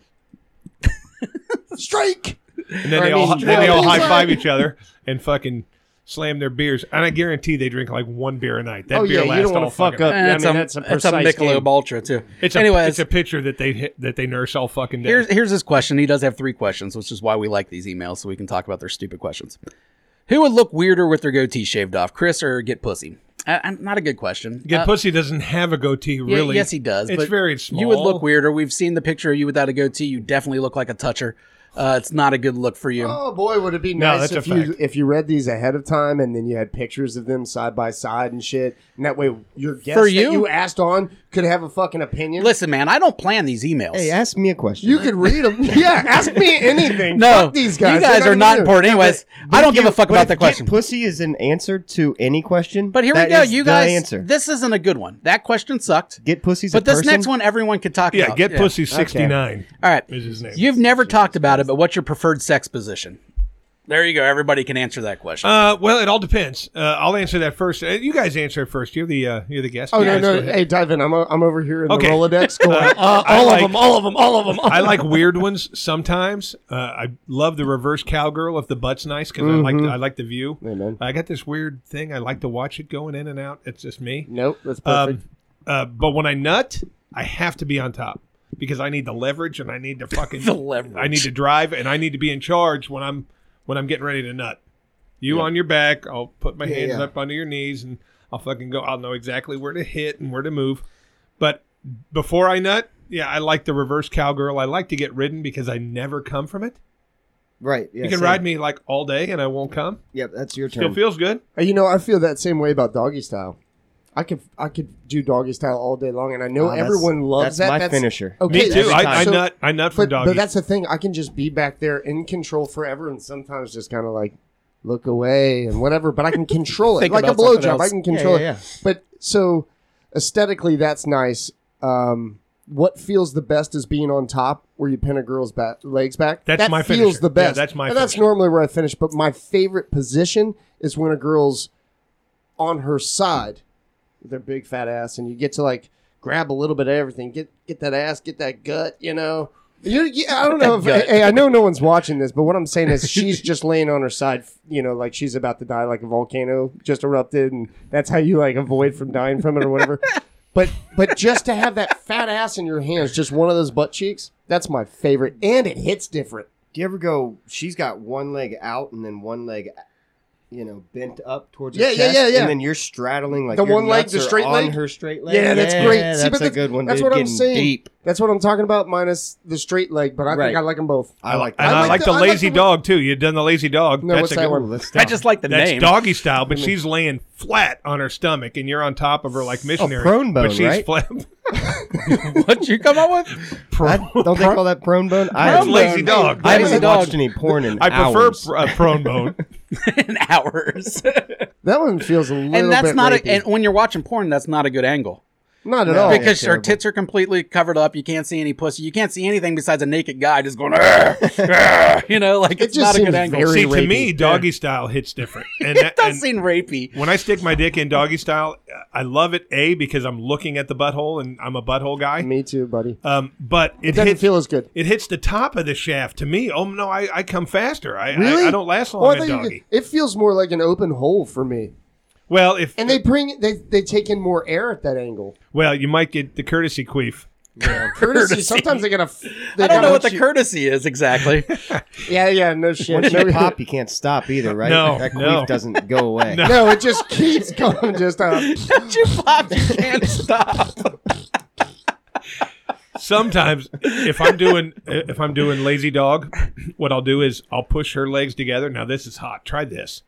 B: this,
D: Strike.
B: and then
D: Or, I
B: they all
D: mean,
B: then they all
D: drill.
B: high five each other and fucking slam their beers, and I guarantee they drink like one beer a night. That
D: Oh,
B: beer
D: yeah, you
B: lasts
D: don't wanna
B: all
D: fuck
B: fucking-
D: up.
A: And
D: I
A: it's
D: mean,
A: a,
D: that's a
A: it's a
D: precise
A: Michelob
D: game.
A: Ultra too.
B: It's a,
A: Anyways,
B: it's a pitcher that they hit, that they nurse all fucking day.
A: Here's here's his question. He does have three questions, which is why we like these emails, so we can talk about their stupid questions. Who would look weirder with their goatee shaved off, Chris or Get Pussy? Uh, uh, not a good question.
B: Get
A: Uh,
B: pussy doesn't have a goatee,
A: yeah,
B: really.
A: yes, he does.
B: It's
A: but
B: very small.
A: You would look weirder. We've seen the picture of you without a goatee. You definitely look like a toucher. Uh, it's not a good look for you.
D: Oh boy, would it be
B: No, that's
D: nice
B: a
D: if you
B: fact.
D: if you read these ahead of time and then you had pictures of them side by side and shit, and that way your guest
A: For
D: that
A: you?
D: you asked on could have a fucking opinion.
A: Listen, man, I don't plan these emails.
C: Hey, ask me a question.
D: You could read them. yeah, ask me anything.
A: no,
D: Fuck these guys.
A: you
D: They're
A: guys are
D: gonna
A: not
D: do it.
A: important. Anyways, I don't give a fuck
C: But
A: about
C: if
A: that
C: get
A: question.
C: Pussy is an answer to any question.
A: But here
C: that
A: we go.
C: is
A: You
C: the
A: guys,
C: answer.
A: this isn't a good one. That question sucked.
C: get pussy's a
A: but this
C: person?
A: next one, everyone could talk
B: Yeah,
A: about.
B: get pussy sixty nine.
A: All right.
B: Is his name.
A: You've never talked about it, but what's your preferred sex position? There you go. Everybody can answer that question.
B: Uh, well, it all depends. Uh, I'll answer that first. Uh, you guys answer it first. You're the uh, you're the guest.
D: Oh
B: You guys
D: no,
B: go
D: no.
B: ahead.
D: Hey, dive in. I'm, o- I'm over here in
B: Okay.
D: the Rolodex going.
B: Uh,
D: Uh,
B: I
D: all
B: like-
D: of them. All of them. All of them.
B: I like weird ones sometimes. Uh, I love the reverse cowgirl if the butt's nice because I
D: Mm-hmm.
B: like I like the view.
D: Amen.
B: I got this weird thing. I like to watch it going in and out. It's just me.
D: Nope, that's perfect.
B: Um, uh, but when I nut, I have to be on top because I need the leverage and I need to fucking
A: The leverage.
B: I need to drive and I need to be in charge when I'm when I'm getting ready to nut. You on your back. I'll put my hands
D: yeah.
B: up under your knees and I'll fucking go. I'll know exactly where to hit and where to move. But before I nut, yeah, I like the reverse cowgirl. I like to get ridden because I never come from it.
C: Right. Yeah,
B: You can
C: same.
B: ride me like all day and I won't come.
C: Yep, that's your
B: Still
C: turn.
B: feels good.
D: Uh, you know, I feel that same way about doggy style. I could I could do doggy style all day long, and I know
C: Ah, that's-
D: everyone loves
C: that's Oh,
D: that.
C: my finisher.
B: Me too.
C: every
B: I, I
C: time.
D: so-
B: nut. I nut from
D: But,
B: doggy.
D: but that's the thing. I can just be back there in control forever, and sometimes just kind of like look away and whatever. But I can control it,
A: Think
D: like a
A: about something
D: blowjob. I
A: else.
D: can control
C: yeah, yeah.
D: it. But so aesthetically, that's nice. Um, what feels the best is being on top, where you pin a girl's back, legs back.
B: That's
D: that
B: my
D: feels
B: finisher.
D: the
B: Yeah,
D: best.
B: that's my
D: And that's
B: finisher.
D: normally where I finish. But my favorite position is when a girl's on her side with their big fat ass, and you get to like grab a little bit of everything. Get get that ass, get that gut, you know. You, you, I don't know. If,
A: gut.
D: hey, I know no one's watching this, but what I'm saying is she's just laying on her side, you know, like she's about to die, like a volcano just erupted, and that's how you like avoid from dying from it or whatever. But but just to have that fat ass in your hands, just one of those butt cheeks, that's my favorite, and it hits different.
C: Do you ever go? She's got one leg out and then one leg, you know, bent up towards.
D: Yeah,
C: her
D: yeah,
C: chest,
D: yeah, yeah.
C: And then you're straddling like
D: The
C: your
D: one leg,
C: nuts
D: the
C: are
D: straight
C: on
D: leg?
C: her straight leg.
D: Yeah, that's great. See, but
C: that's a
D: that's-
C: good one.
D: that's
C: dude.
D: what I'm
C: Getting
D: saying.
C: Deep.
D: That's what I'm talking about, minus the straight leg. But I
C: Right.
D: think I like them both.
C: I like
B: and
C: that.
B: I like, the,
D: I like
B: lazy
D: the-
B: dog too. You've done the lazy dog.
D: No,
B: that's
D: what's
B: a
D: that
B: good
D: one?
C: Ooh, let's
A: I
C: go.
A: just like the
B: That's
A: name.
B: doggy style, but she's laying flat on her stomach, and you're on top of her
D: Oh,
B: like missionary.
C: prone
B: but
C: bone,
B: she's
C: right?
B: flat.
A: what you come up with?
C: I,
B: prone.
C: don't they call that prone bone? I
A: Prone
C: haven't-
A: bone.
B: lazy dog.
C: I haven't
A: Lazy dog.
C: watched any porn in
B: I prefer
C: hours.
B: pr- uh, prone bone.
A: In hours,
D: That one feels a little
A: and that's
D: bit
A: not.
D: rapey. Oh,
A: A, and when you're watching porn, that's not a good angle
D: not at
C: No.
D: all.
C: Yeah,
A: because her
C: terrible.
A: tits are completely covered up. You can't see any pussy. You can't see anything besides a naked guy just going. "Arr, arr," you know, like it's
D: just
A: not a
D: seems
A: good angle.
D: very-
B: See, to
D: rapey.
B: me, doggy style hits different. And,
A: it
B: that,
A: does
B: and
A: seem rapey.
B: when I stick my dick in doggy style, I love it. A because I'm looking at the butthole, and I'm a butthole guy.
D: Me too, buddy.
B: Um, but it,
D: Doesn't
B: hits.
D: feel as good.
B: it hits the top of the shaft to me. Oh no, I, I come faster. I, I I don't last long
D: Well, I
B: in
D: thought you
B: doggy.
D: could- it feels more like an open hole for me.
B: Well, if
D: And they bring they they take in more air at that angle.
B: well, you might get the courtesy queef.
D: Courtesy. Sometimes they gotta. They
A: I don't know what the courtesy is exactly.
D: Yeah, yeah, no shit.
C: Once
D: No,
C: you pop, you can't stop either, right?
B: No,
C: that queef
B: no.
C: doesn't go away.
D: no, it just keeps going. Just uh,
A: you pop, you can't stop.
B: sometimes if I'm doing if I'm doing lazy dog, what I'll do is I'll push her legs together. Now this is hot. Try this.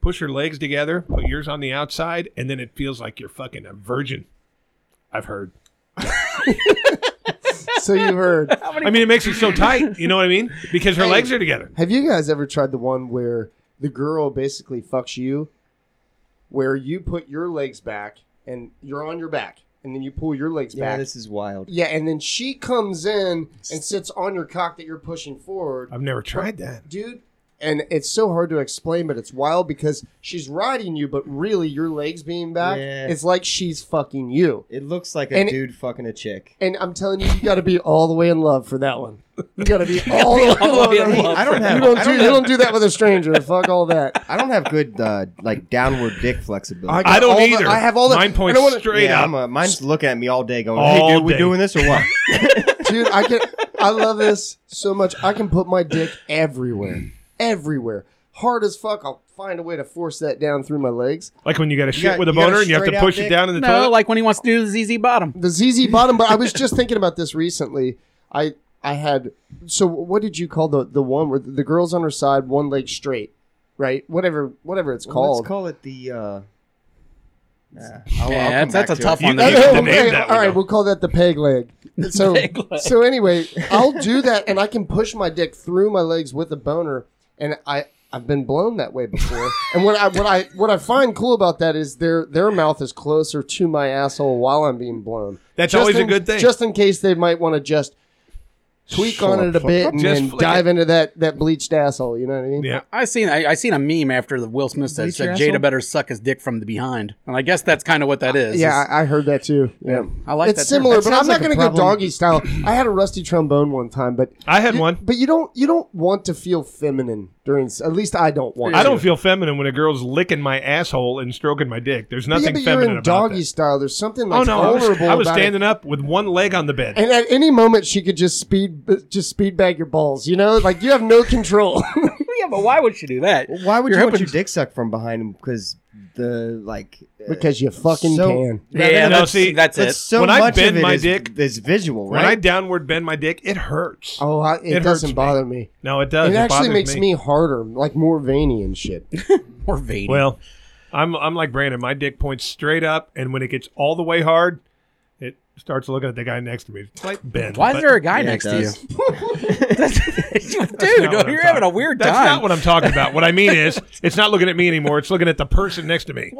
B: Push her legs together, put yours on the outside, and then it feels like you're fucking a virgin. I've heard.
D: so you heard.
B: I mean, it makes it so tight. You know what I mean? Because her legs are together.
D: Have you guys ever tried the one where the girl basically fucks you, where you put your legs back and you're on your back, and then you pull your legs
C: Yeah,
D: back.
C: this is wild.
D: yeah, and then she comes in and sits on your cock that you're pushing forward.
B: I've never tried that.
D: dude. and it's so hard to explain, but it's wild because she's riding you, but really your legs being back,
C: Yeah.
D: it's like she's fucking you.
C: It looks like a
D: And-
C: dude fucking a chick.
D: And I'm telling you, you got to be all the way in love for that one. You got to be all the way
A: all the way
D: in
A: in
D: love.
A: love
C: I don't
A: for
C: have.
D: You don't
C: I
D: do
C: don't
D: you
C: have-
D: don't do that with a stranger. Fuck all that.
C: I don't have good uh, like downward dick flexibility.
D: I got
B: I
D: all
B: don't
D: the-
B: either.
D: I have all the-
B: Mine
D: I
B: points
D: don't wanna-
B: straight
C: yeah,
B: up.
C: I'm a, mine's looking at me all day, going,
B: All
C: "Hey, dude, we
B: day.
C: doing this or what?"
D: dude i can i love this so much i can put my dick everywhere everywhere hard as fuck i'll find a way to force that down through my legs
B: Like when you got a shit
C: got-
B: with a
C: you got a
B: boner and you have to
C: straight out
B: push it
C: dick?
B: down in the
A: No,
B: toilet.
A: like when he wants to do the ZZ bottom.
D: the zz bottom but i was just thinking about this recently i i had so what did you call the the one where the girl's on her side one leg straight right whatever whatever it's
C: Well,
D: called
C: Let's call it the. Uh, nah, I'll- I'll
A: Yeah,
C: come
A: that's, that's
C: back
A: a
C: to
A: tough
C: it.
A: one.
B: You-
A: to
B: you
A: do.
B: can
D: Oh,
B: name
D: okay,
B: that
D: all
B: one,
D: right,
B: though.
D: we'll call that the peg leg. So,
A: peg leg.
D: so anyway, I'll do that, and I can push my dick through my legs with a boner, and I I've been blown that way before. and what I what I what I find cool about that is their their mouth is closer to my asshole while I'm being blown.
B: That's
D: Just
B: always a
D: in-
B: good thing.
D: just in case they might want to just tweak on it a bit and
B: Just
D: then
B: flick
D: dive into that that bleached asshole. You know what I mean?
B: yeah.
A: I seen I, I seen a meme after the Will Smith said,
C: Bleach
A: said
C: your
A: Jada
C: asshole?
A: better suck his dick from the behind, and I guess that's kind of what that is.
D: Yeah,
A: It's-
D: I, I heard that too. Yeah,
A: I like
D: it's
A: that term.
D: similar,
C: That
D: but I'm
C: sounds
D: not
C: like a
D: going to go
C: problem.
D: doggy style. I had a rusty trombone one time, but
B: I had
D: you-
B: one.
D: But you don't you don't want to feel feminine during. s- At least I don't want.
B: I
D: to.
B: don't feel feminine when a girl's licking my asshole and stroking my dick. There's
D: But yeah,
B: nothing
D: but you're
B: feminine
D: in
B: about
D: doggy
B: that.
D: style. There's something
B: Oh
D: like
B: no, I was,
D: vulnerable.
B: I was
D: about it.
B: standing up with one leg on the bed.
D: And at any moment, she could just speed, just speed bag your balls. You know, like you have no control.
A: yeah, but why would she do that?
C: Why would
A: You're
C: you want
A: hoping-
C: your dick sucked from behind? Because the like. uh,
D: because you fucking
C: So-
D: can.
A: Yeah,
B: no,
A: that's,
B: see,
A: that's
C: but
A: it.
C: so
B: When I
C: much
B: bend
C: of it
B: my
C: is-
B: dick-
C: is visual,
B: When I
C: right?
B: downward bend my dick, it hurts.
D: Oh, I, it,
B: It hurts
D: doesn't
B: me.
D: bother me.
B: No, it does.
D: it actually
B: bothers
D: makes me. harder, like more veiny and shit.
A: Or Vader.
B: Well, I'm I'm like Brandon. My dick points straight up, and when it gets all the way hard, it starts looking at the guy next to me. It's like Ben.
A: why is
B: but
A: there a guy
C: Yeah, it
A: next to you?
C: does.
A: That's-
B: that's
A: dude,
B: not what I'm
A: you're having a
B: talking-
A: weird
B: That's
A: time.
B: not what I'm talking about. What I mean is, it's not looking at me anymore. It's looking at the person next to me.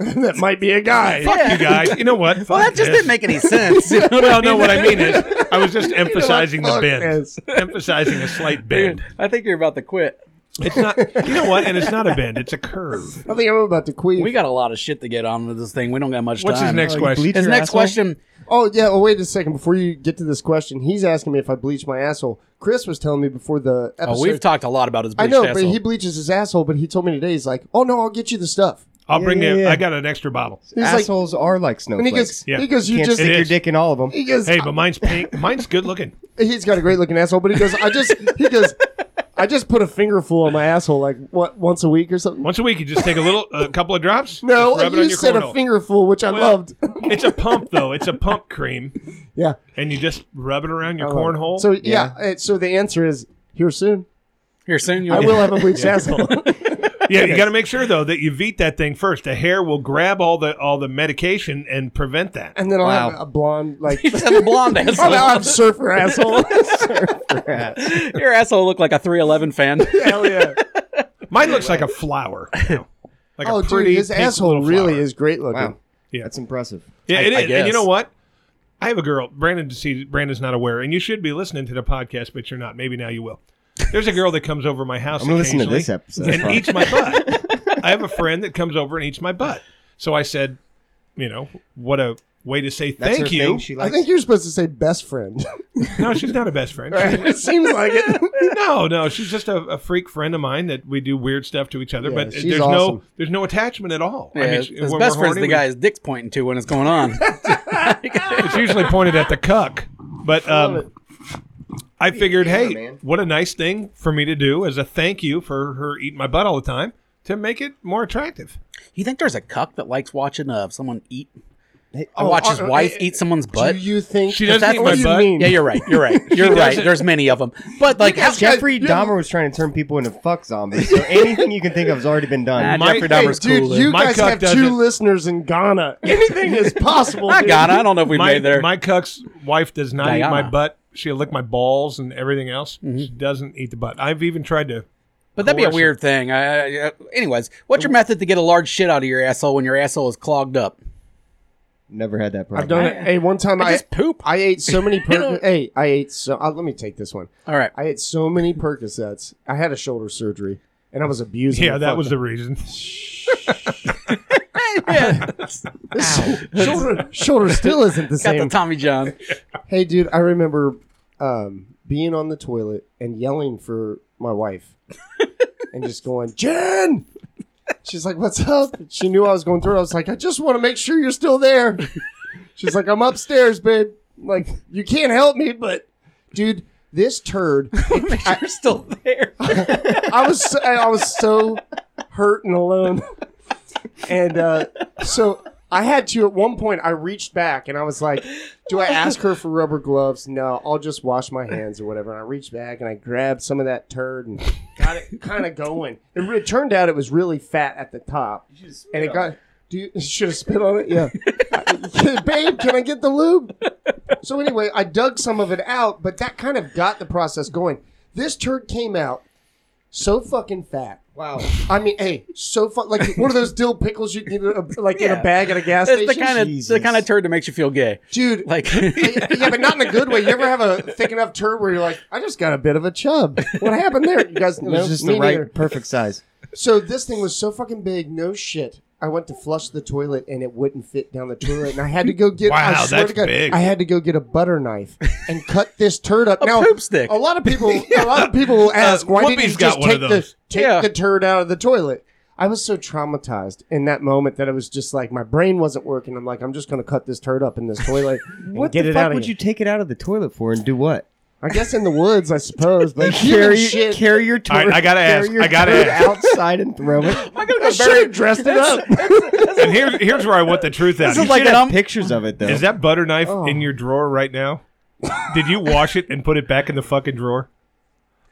D: that might be a guy.
B: Fuck you guys. You know what?
A: uh, well, that just didn't make any sense. You know what
B: Well,
A: I
B: no.
A: mean?
B: What I mean is, I was just emphasizing the
D: Fuck
B: bend,
D: this.
B: emphasizing a slight
A: Dude,
B: bend.
A: I think you're about to quit.
B: It's not. You know what? And it's not a bend. It's a curve.
D: I think I'm about to queef.
A: We got a lot of shit to get on with this thing. We don't got much
B: What's his
A: time.
B: next question?
C: bleach
A: His
C: Oh, your
A: next
C: asshole?
A: question.
D: Oh yeah. Well, wait a second. Before you get to this question, he's asking me if I bleach my asshole. Chris was telling me before the episode.
A: Oh, we've talked a lot about his.
D: I
A: bleached
D: know, but
A: asshole.
D: he bleaches his asshole. But he told me today he's like, "Oh no, I'll get you the stuff."
B: I'll bring
C: yeah,
B: it.
C: yeah.
B: I got an extra bottle.
D: He's like,
C: Assholes are like
D: and he
C: snowflakes.
D: goes,
B: Yeah.
D: he goes,
C: You
D: you
C: can't
D: just,
C: stick
B: It
C: your
B: is.
C: dick in all of them.
D: he goes,
B: Hey, but mine's pink. Mine's good looking.
D: he's got a great looking asshole. But he goes, I just, he goes, I just put a fingerful on my asshole like what once a week or something.
B: Once a week, you just take a little, a couple of drops.
D: No,
B: just rub it on
D: you
B: your
D: said a
B: cornhole.
D: fingerful, which I
B: Well,
D: loved.
B: it's a pump though. It's a pump cream,
D: yeah,
B: and you just rub it around your
D: I love it.
B: cornhole.
D: So yeah, uh, so the answer is here soon.
A: here soon.
D: I will have a bleached asshole.
B: yeah, you got to make sure though that you eat that thing first. The hair will grab all the all the medication and prevent that.
D: And then I'll
C: Wow.
D: have a blonde, like,
A: He's a blonde
D: oh, now
A: asshole.
D: I'm surfer asshole.
A: Your asshole looked like a 311 fan.
D: Hell yeah.
B: Mine looks like a flower. you know, Like
D: Oh,
B: a pretty
D: dude, his
B: pink
D: asshole
B: little
D: really
B: flower.
D: is great looking.
C: Wow,
B: Yeah.
C: that's impressive.
B: Yeah, it
A: I- I
B: is. and you
A: guess.
B: know what? I have a girl. Brandon see Brandon's not aware, and you should be listening to the podcast, but you're not. Maybe now you will. There's a girl that comes over my house.
C: I'm gonna listen to
B: occasionally
C: this episode.
B: and eats my butt. I have a friend that comes over and eats my butt. So I said, you know, what a way to say
C: That's
B: thank
C: her
B: you.
C: Thing she
D: I
C: likes.
D: think you're supposed to say best friend.
B: No, she's not a best friend.
D: it seems like it.
B: No, no, she's just a, a freak friend of mine that we do weird stuff to each other.
D: Yeah,
B: but
D: she's
B: there's no
D: awesome.
B: there's no attachment at all.
A: Yeah,
B: mean, when
A: his
B: we're
A: best friend's
B: horny,
A: the
B: we-
A: guy his dick's pointing to when it's going on.
B: It's usually pointed at the cuck. But um, I figured,
C: Yeah,
B: hey,
C: man.
B: what a nice thing for me to do as a thank you for her eating my butt all the time to make it more attractive.
A: you think there's a cuck that likes watching uh, someone eat?
C: Hey,
A: I watch his
D: uh, uh,
A: wife
D: uh,
A: eat someone's butt.
D: Do you think
B: She doesn't
A: that's
B: eat
A: what
B: my
A: you
B: butt.
D: mean.
A: yeah, you're right. You're right. You're right.
B: doesn't-
A: There's many of them. But like, how-
C: Jeffrey Dahmer was trying to turn people into fuck zombies, so anything you can think of has already been
A: Nah,
C: done.
B: My-
A: Jeffrey
D: Hey,
A: Dahmer's
D: dude,
A: cooler.
D: you
B: My
D: guys
B: cuck
D: have
B: doesn't-
D: two listeners in Ghana. Anything is possible.
A: I
D: dude.
A: got. I don't know if we
B: My,
A: made there.
B: my cuck's wife does not eat my
A: Diana. Mm-hmm.
B: butt. She'll lick my balls and everything else. She doesn't eat the butt. I've even tried to.
A: but that'd be a
B: coercion.
A: weird thing. I, I- I- anyways, what's your method to get a large shit out of your asshole when your asshole is clogged up?
C: Never had that problem.
D: I've done it. Hey, one time
A: I
D: I,
A: just poop.
D: I ate so many
A: You know-
D: Percocets. hey, I ate so. Uh, let me take this one.
A: All right.
D: I ate so many Percocets. I had a shoulder surgery, and I was abusing.
B: Yeah,
D: the
B: that
D: fuck
B: was the reason.
A: Yeah.
D: shoulder shoulder still isn't the
A: Got the
D: same.
A: Tommy John.
D: hey, dude, I remember um, being on the toilet and yelling for my wife, and just going, Jen. She's like, "What's up?" She knew I was going through. it. I was like, "I just want to make sure you're still there." She's like, "I'm upstairs, babe. Like, you can't help me, but, dude." This turd,
A: You're still there.
D: I was so, I was so hurt and alone, and uh, so I had to at one point. I reached back and I was like, "Do I ask her for rubber gloves? No, I'll just wash my hands or whatever." And I reached back and I grabbed some of that turd and got it kind of going. It, re- it turned out it was really fat at the top, and it got. Do you, should have spit on it? Yeah. I- babe, can I get the lube? So anyway, I dug some of it out, but that kind of got the process going. This turd came out so fucking fat.
C: Wow.
D: I mean, hey, so fun. Like one of those dill pickles you get in a, like in
A: Yeah.
D: a bag at a gas
A: That's
D: station.
A: the kind of the
C: Jesus.
A: kind of turd that makes you feel gay.
D: dude.
A: Like
D: yeah, but not in a good way. You ever have a thick enough turd where you're like, I just got a bit of a chub. What happened there? You guys
C: It
D: know.
C: was just the
D: Me
C: right,
D: neither.
C: perfect size.
D: So this thing was so fucking big. No shit. I went to flush the toilet and it wouldn't fit down the toilet, and I had to go get.
B: Wow,
D: I swear
B: that's
D: to God,
B: big.
D: I had to go get a butter knife and cut this turd up. now,
A: poop stick.
D: a lot of people, a lot of people will ask, why didn't
B: Uh, Whoopi's
D: you
B: got
D: just
B: one
D: take
B: of
D: the
B: those."
D: take
A: Yeah.
D: the turd out of the toilet? I was so traumatized in that moment that it was just like my brain wasn't working. I'm like, I'm just gonna cut this turd up in this toilet and
C: What
D: get
C: the
D: it
C: fuck
D: out of
C: would
D: here.
C: you take it out of the toilet for and do what?
D: I guess in the woods, I suppose. But carry
C: Carry,
D: shit.
C: carry your
B: All
C: toilet.
B: right, I gotta
C: carry
B: ask,
C: your
B: I gotta
C: turd
B: ask.
C: outside and throw it.
A: I gotta
D: I
A: go
D: should
A: bury.
D: have dressed it up.
B: and here's here's where I want the truth out.
A: This
B: You
A: is like
B: should
A: an
B: have-
A: um,
C: Pictures of it though.
B: is that butter knife
D: Oh.
B: in your drawer right now? Did you wash it and put it back in the fucking drawer?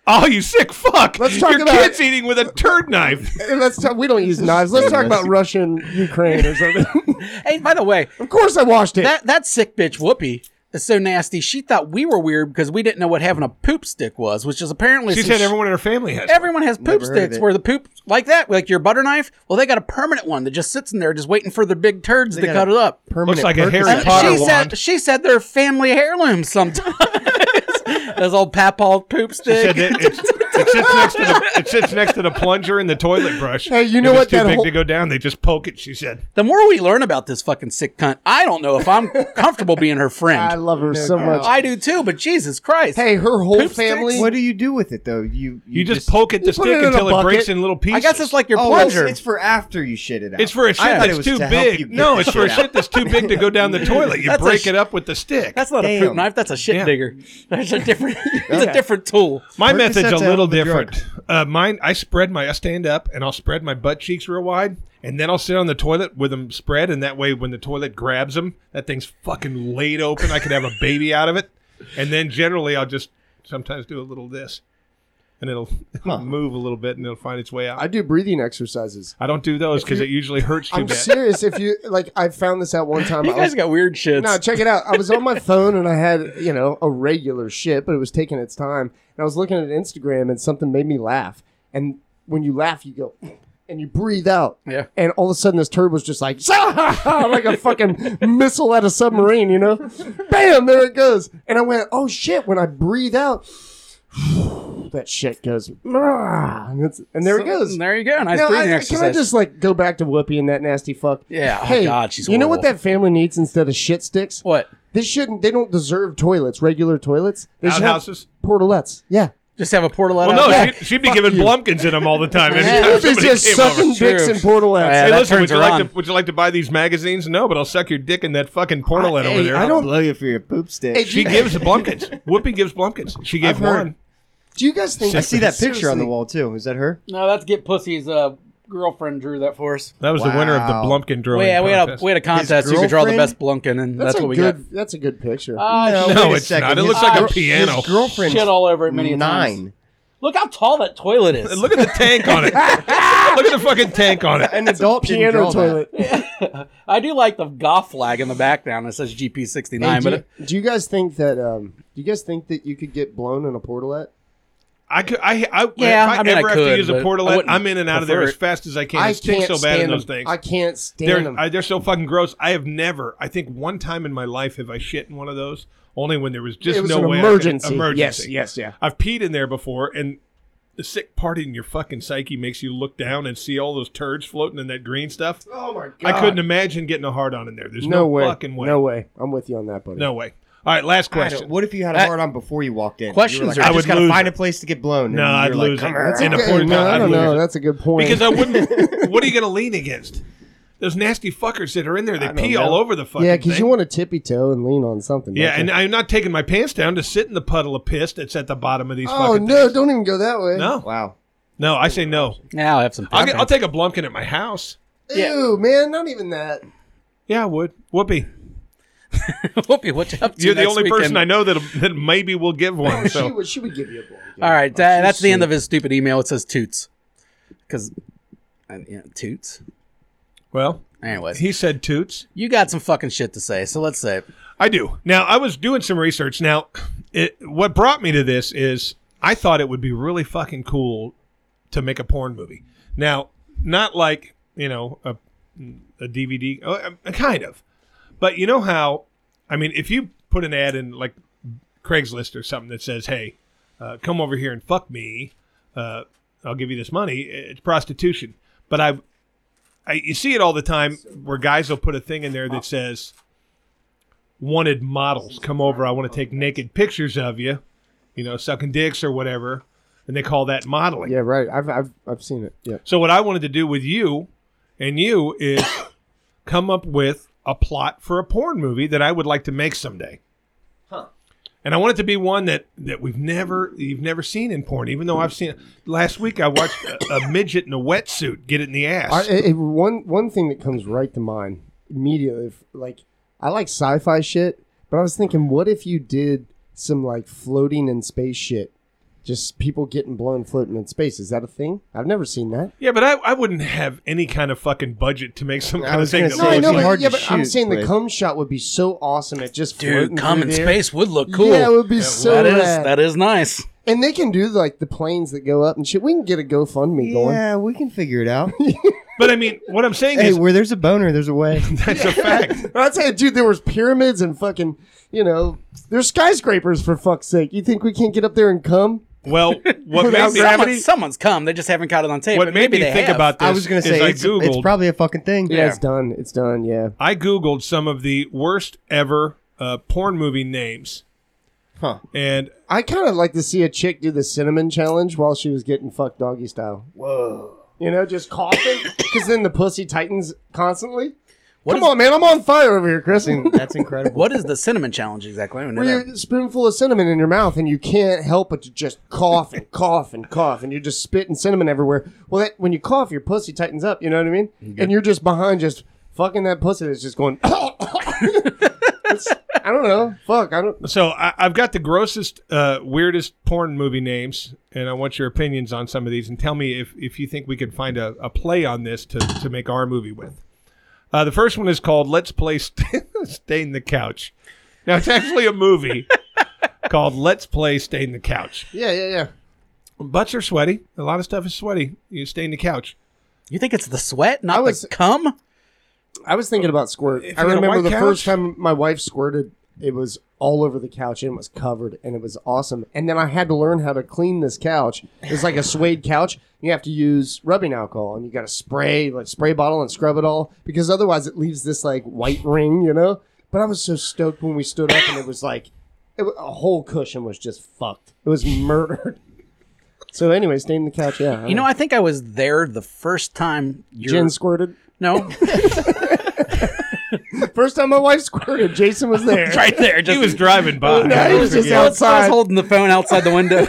B: Oh, you sick fuck!
D: Let's talk
B: your
D: about-
B: kid's eating with a turd knife.
D: And Let's talk, we don't use knives. Let's talk about Russian Ukraine or something.
A: Hey, by the way,
D: of course, I washed it.
A: that that sick bitch Whoopi is so nasty. She thought we were weird because we didn't know what having a poop stick was, which is apparently
B: She
A: some
B: said
A: sh-
B: everyone in her family has.
A: Everyone has poop
C: Never heard of
A: sticks
C: it.
A: where the poop like that, like your butter knife. Well, they got a permanent one that just sits in there, just waiting for the big turds to
C: got
A: cut
C: a
A: it up.
B: Looks
C: Permanent
B: like a
C: Percocet.
B: Harry
A: And
B: Potter
A: she
B: wand.
A: said she said they're family heirlooms sometimes. Those old papal poop
B: She said
A: stick.
B: that it's, it sits next to the it sits next to the plunger and the toilet brush.
D: Hey, you
B: If
D: know
B: it's
D: what,
B: Too
D: that
B: big
D: whole-
B: to go down. They just poke it. She said.
A: the more we learn about this fucking sick cunt, I don't know if I'm comfortable being her
D: I
A: friend.
D: love her so much.
A: I do too, but Jesus Christ.
D: hey, her whole
A: Poop sticks?
D: family.
C: What do you do with it though? You
B: You just, poke at the
D: put
B: stick
D: it in a
B: until it
D: bucket.
B: breaks in little pieces.
A: I guess it's like your
C: Oh, it's,
A: plunger.
C: it's for after you shit it out.
B: It's for a shit
C: I thought
B: that's
C: it was
B: too
C: to help you
B: big.
C: get
B: No,
C: the
B: it's for a
C: shit
B: shit that's too big to go down the toilet. You
A: That's a
B: break
A: sh-
B: it up with the stick.
A: that's not a poop
C: Damn.
A: knife. That's a shit
B: Yeah.
A: digger. That's a different. It's a
C: Okay.
A: different tool.
B: my
C: Percocets
B: method's a
C: out
B: little
C: of the drug.
B: different. Uh, mine, I spread my, I stand up and I'll spread my butt cheeks real wide, and then I'll sit on the toilet with them spread, and that way when the toilet grabs them, that thing's fucking laid open. I could have a baby out of it, and then generally I'll just sometimes do a little this, and it'll, it'll move a little bit and it'll find its way out.
D: I
B: I,
D: do breathing exercises.
B: don't do those because it usually hurts too
D: I'm
B: bad.
D: serious. If you like, I found this out one time.
A: You
D: I
A: guys
D: was,
A: got weird shits.
D: no, check it out. I was on my phone and I had you know a regular shit, but it was taking its time. And I was looking at Instagram and something made me laugh. And when you laugh, you go and you breathe out.
A: Yeah.
D: And all of a sudden, this turd was just like like a fucking missile at a submarine. You know, bam, there it goes. And I went, oh shit! When I breathe out. That shit goes, and, it's, and there it goes.
A: There you go. Nice
D: Now,
A: breathing
D: I-
A: exercise.
D: Can I just like go back to Whoopi and that nasty fuck?
A: Yeah. Oh,
D: hey,
A: God, she's
D: you know what
A: horrible.
D: that family needs instead of shit sticks?
A: what?
D: This shouldn't. They don't deserve toilets. Regular toilets. They should have
B: Outhouses.
D: Portalettes. Yeah.
A: Just have a portal
B: Well, no,
D: Yeah.
B: she, she'd be giving blumpkins in them all the time. Anytime
D: Whoopi's
B: somebody
D: just
B: came over.
D: sucking dicks
A: True.
D: and portalettes.
A: Yeah,
B: Hey,
A: that
B: listen,
A: turns
B: would you
A: her
B: like
A: on.
B: to would you like to buy these magazines? No, but I'll suck your dick in that fucking portal ad over
C: Hey,
B: there.
C: I don't blow you for your poop stick.
D: Hey,
B: She gives the blumpkins. Whoopi gives blumpkins. She gave
C: I've heard.
B: one.
D: Do you guys think?
C: I see that picture on
D: Seriously.
C: the wall too. Is that her?
A: No, that's get pussy's uh, girlfriend drew that for us.
B: That was the winner of the
C: Wow.
B: blumpkin drawing.
A: Well, yeah, we had a
B: contest.
A: we had a contest. You could draw the
C: girlfriend?
A: best Blunkin, and that's,
D: That's, a
A: what we
D: good.
A: got.
D: That's a good picture.
A: Ah,
B: No,
C: wait a
B: it's
C: second.
B: not. It
C: His
B: looks like a
C: gir-
B: piano.
C: His girlfriend's
A: shit all over it many times.
C: nine,
A: Look how tall that toilet is.
B: Look at the tank on it. Look at the fucking tank on it.
C: an adult didn't
D: Piano
C: draw that.
D: toilet.
A: I do like the goth flag in the background that says GP sixty
D: Hey,
A: nine,
D: do,
A: but
D: you, do you guys think that? Um, do you guys think that you could get blown in a portalette?
B: I could. I. I
A: Yeah,
B: If I,
A: I mean, I
B: ever have to
A: could,
B: use a
A: but I
B: portalet,
A: wouldn't
B: I'm in and out of there
A: prefer
B: as
A: it.
B: fast as I can.
D: I
B: it stinks
D: can't
B: so bad
D: stand
B: in those
D: them.
B: things.
D: I can't stand
B: they're,
D: them.
B: I, they're so fucking gross. I have never. I think one time in my life have I shit in one of those. Only when there was just
D: it was
B: no
D: an
B: way. I could-
D: emergency.
B: emergency.
D: Yes, yes, yeah.
B: I've peed in there before, and the sick part in your fucking psyche makes you look down and see all those turds floating in that green stuff.
D: Oh my
B: I couldn't imagine getting a hard on in there. There's no,
D: No way.
B: fucking way.
D: No way. I'm with you on that, buddy.
B: No way. All right, last question.
C: What if you had a
A: That-
C: hard on before you walked in?
A: Questions
C: you were like,
A: are
C: I
A: just-
C: just gotta
B: lose
C: find
B: it.
C: a place to get blown.
B: No,
C: and
B: I'd
C: you're like,
B: lose
C: "Come
B: it.
C: here."
B: That's
D: Okay,
B: In a porta
D: no,
B: potty,
D: I
B: I'd
D: don't
B: lose
D: know.
B: it.
D: That's a good point.
B: Because I wouldn't. what are you going to lean against? Those nasty fuckers that are in there. They pee all over the fucking
D: yeah,
B: because
D: because you want to tippy toe and lean on something.
B: Yeah,
D: don't
B: and
D: you?
B: I'm not taking my pants down to sit in the puddle of piss that's at the bottom of these
D: oh
B: fucking
D: no,
B: things.
D: don't even go that way.
B: No,
C: Wow.
B: no, I say no.
A: Yeah, I'll have some.
B: I'll, get, I'll
A: pepper.
B: take a Blumpkin at my house.
D: Ew, man, not even that.
B: Yeah, I would. Whoopee.
A: Whoopi, what you up to?
B: You're the
A: next
B: only
A: weekend?
B: person I know that that maybe will give one.
D: She
B: So
D: would, she would give you a blow.
A: All right, that, that's the end of his stupid email. It says toots, because yeah, toots.
B: well,
A: Anyways,
B: he said toots.
A: you got some fucking shit to say, so let's say it.
B: I do. Now I was doing some research. Now, it, what brought me to this is I thought it would be really fucking cool to make a porn movie. Now, not like you know a, a DVD, oh, uh, kind of, but you know how I mean, if you put an ad in like Craigslist or something that says, "Hey, uh, come over here and fuck me," uh, I'll give you this money. It's prostitution, but I've I, you see it all the time where guys will put a thing in there that says wanted models come over i want to take naked pictures of you you know sucking dicks or whatever and they call that modeling
D: Yeah, right. I've I've I've seen it. Yeah.
B: so what I wanted to do with you and you is come up with a plot for a porn movie that I would like to make someday. And I want it to be one that that we've never you've never seen in porn, even though I've seen it. Last week I watched a, a midget in a wetsuit get it in the ass.
D: I, it, it- one one thing that comes right to mind immediately, if, like I like sci-fi shit, but I was thinking, what if you did some like floating in space shit? Just people getting blown floating in space. Is that a thing? I've never seen that.
B: yeah, but I, I wouldn't have any kind of fucking budget to make some
C: I
B: kind of
C: was
B: thing.
C: gonna
B: That
C: say,
D: I
C: it'd
B: looks
C: be
D: know,
B: like-
D: but,
C: hard
D: yeah,
C: to
D: but I'm
C: shoot
D: saying the
C: with.
D: cum shot would be so awesome at just floating
A: Dude, come
D: through
A: in
D: the air.
A: space would look cool.
D: Yeah, it would be so
A: that is
D: rad.
A: that is nice.
D: And they can do like the planes that go up and shit. We can get a GoFundMe going.
C: Yeah, we can figure it out.
B: but I mean, what I'm saying
C: hey,
B: is
C: where there's a boner, there's a way.
B: that's a fact.
D: I'd say, dude, there was pyramids and fucking, you know, there's skyscrapers for fuck's sake. You think we can't get up there and come?
B: Well, what made
D: Without
B: me
A: Someone, someone's come. They just haven't caught it on tape.
B: what
A: but
B: made
A: maybe
B: me
A: they
B: think
A: have.
B: about this
C: I was gonna
B: is
C: say
B: I
C: it's, it's
B: googled
C: probably a fucking thing.
D: Yeah, it's done. It's done. Yeah.
B: I googled some of the worst ever uh, porn movie names,
C: Huh.
B: and
D: I kind of like to see a chick do the cinnamon challenge while she was getting fucked doggy style.
C: Whoa.
D: You know, just coughing because then the pussy tightens constantly.
A: What
D: come
A: is-
D: on, man, I'm on fire over here, Chris.
C: That's incredible.
A: What is the cinnamon challenge exactly? I don't know
D: Where
A: that.
D: you spoonful of cinnamon in your mouth and you can't help but to just cough and cough and cough and you're just spitting cinnamon everywhere. Well, that when you cough, your pussy tightens up. You know what I mean? And you're just behind, just fucking that pussy that's just going. It's- I don't know. Fuck. I don't.
B: so I, I've got the grossest, uh, weirdest porn movie names, and I want your opinions on some of these, and tell me if, if you think we could find a, a play on this to, to make our movie with. Uh, the first one is called "Let's Play St- Stain the Couch." Now it's actually a movie called "Let's Play Stain the Couch."
D: Yeah, yeah, yeah.
B: Butts are sweaty. A lot of stuff is sweaty. You stain the couch.
A: You think it's the sweat, not
D: I was-
A: the cum?
D: I was thinking about squirt.
B: If
D: I
B: you had a
D: remember
B: white
D: the
B: couch-
D: first time my wife squirted, it was all over the couch and it was covered and it was awesome. And then I had to learn how to clean this couch. It's like a suede couch. You have to use rubbing alcohol and you got to spray like spray bottle and scrub it all because otherwise it leaves this like white ring, you know. But I was so stoked when we stood up and it was like it, wa- a whole cushion was just fucked. It was murdered. So anyway, staying the couch. Yeah,
A: You know, I think I was there the first time. Your,
D: Jen squirted.
A: no,
D: First time my wife squirted, Jason was there.
A: right there. Just
B: He was driving by.
D: No, he was just
A: I was- I was
D: outside.
A: holding the phone outside the window.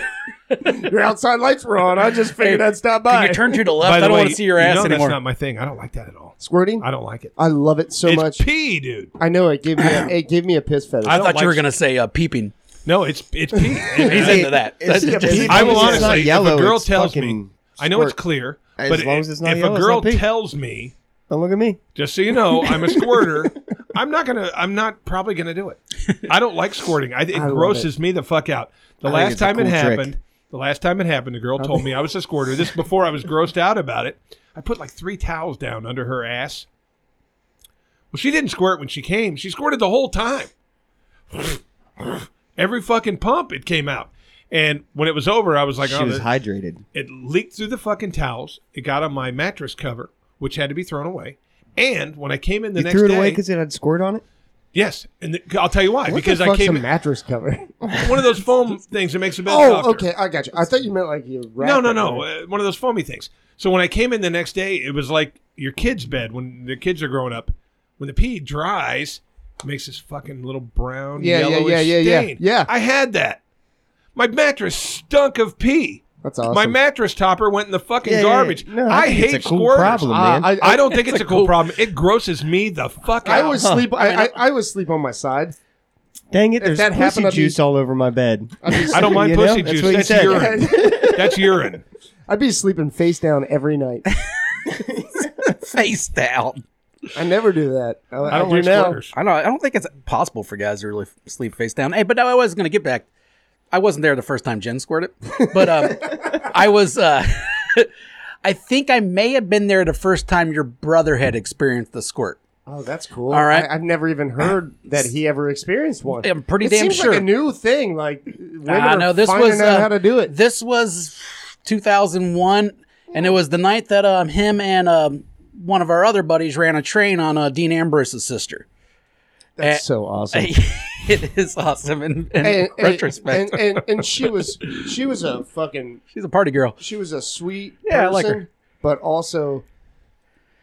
D: Your outside lights were on. I just figured I'd stop by.
A: Can you turn to the left? I don't want to see your
B: you
A: ass
B: know
A: anymore.
B: That's not my thing. I don't like that at all.
D: Squirting?
B: I don't like it.
D: I love it so
B: it's
D: much.
B: pee, dude.
D: I know it gave me a, it gave me a piss fetish.
A: I
B: don't
A: thought
B: like-
A: you were gonna say uh, peeping.
B: No, it's it's pee.
A: He's into that. That's
C: it's-
A: just-
C: it's-
B: I
C: As
B: will
C: long as it's not
B: honestly. if
C: yellow,
B: a girl
C: it's
B: tells me,
C: fucking
B: I know it's
C: squirt.
B: clear,
C: As
B: but
C: long as it's not
B: if
C: yellow,
B: a
C: it's
B: girl
C: not pee.
B: tells me,
C: Don't look at me.
B: just so you know, I'm a squirter. I'm not gonna. I'm not probably gonna do it. I don't like squirting. I, it
D: love
B: grosses me the fuck out. The last
C: it's a
B: time it
C: cool trick.
B: happened, The last time it happened, the girl told me I was a squirter. This is before I was grossed out about it. I put like three towels down under her ass. Well, she didn't squirt when she came. She squirted the whole time. Every fucking pump it came out. And when it was over, I was like,
C: she
B: oh,
C: was
B: this-
C: hydrated.
B: it leaked through the fucking towels. It got on my mattress cover, which had to be thrown away. And when I came in the
C: You
B: next
C: threw it
B: day,
C: away because it had squirt on it.
B: yes, and the, I'll tell you why.
D: What
B: because
D: the
B: I
D: fuck's
B: came
D: a mattress cover?
B: one of those foam things that makes a bed.
D: oh,
B: softer.
D: okay, I got you. I thought you meant like you. wrap
B: No, no,
D: it
B: no.
D: or-
B: Uh, one of those foamy things. So when I came in the next day, it was like your kid's bed when the kids are growing up. When the pee dries, it makes this fucking little brown
D: Yeah, yeah,
B: yellowish
D: yeah, yeah, yeah,
B: stain.
D: yeah.
B: I had that. My mattress stunk of pee.
D: That's awesome.
B: My mattress topper went in the fucking
C: Yeah, yeah, yeah.
B: garbage.
C: No, I
B: I,
C: think it's
B: hate
C: a cool
B: squirters.
C: problem.
D: Ah,
C: man.
D: I,
B: Uh, I don't think it's a cool, problem. It grosses me the fuck
D: I
B: out.
D: was sleep. I, I, I was sleep on my side.
C: Dang it! There's
D: that
C: pussy
D: happened, I'd be-
C: juice all over my bed.
B: I don't mind
C: You know?
B: pussy
C: That's
B: juice.
C: what you
B: That's,
C: said.
B: urine. That's urine.
D: I'd be sleeping face down every night.
A: Face down.
D: I never do that. I,
B: I don't
D: do
B: like
D: now.
B: squirters.
A: I don't. I don't think it's possible for guys to really sleep face down. Hey, but no, I was gonna get back. I wasn't there the first time Jen squirted, but um, I was. Uh, I think I may have been there the first time your brother had experienced the squirt.
D: Oh, that's cool.
A: All right.
D: I, I've never even heard that he ever experienced one.
A: I'm pretty
D: it
A: damn
D: seems
A: sure.
D: Like a new thing. Like women
A: I
D: are
A: know this
D: finding
A: was
D: out
A: uh,
D: how to do it.
A: This was 2001, and it was the night that um him and um one of our other buddies ran a train on uh, Dean Ambrose's sister.
D: That's
A: eh,
D: so awesome.
A: it is awesome in, in
D: And, and-
A: retrospect.
D: and, and, and she was she was a fucking
A: She's a party girl.
D: she was a sweet
A: Yeah, I like
D: person, but also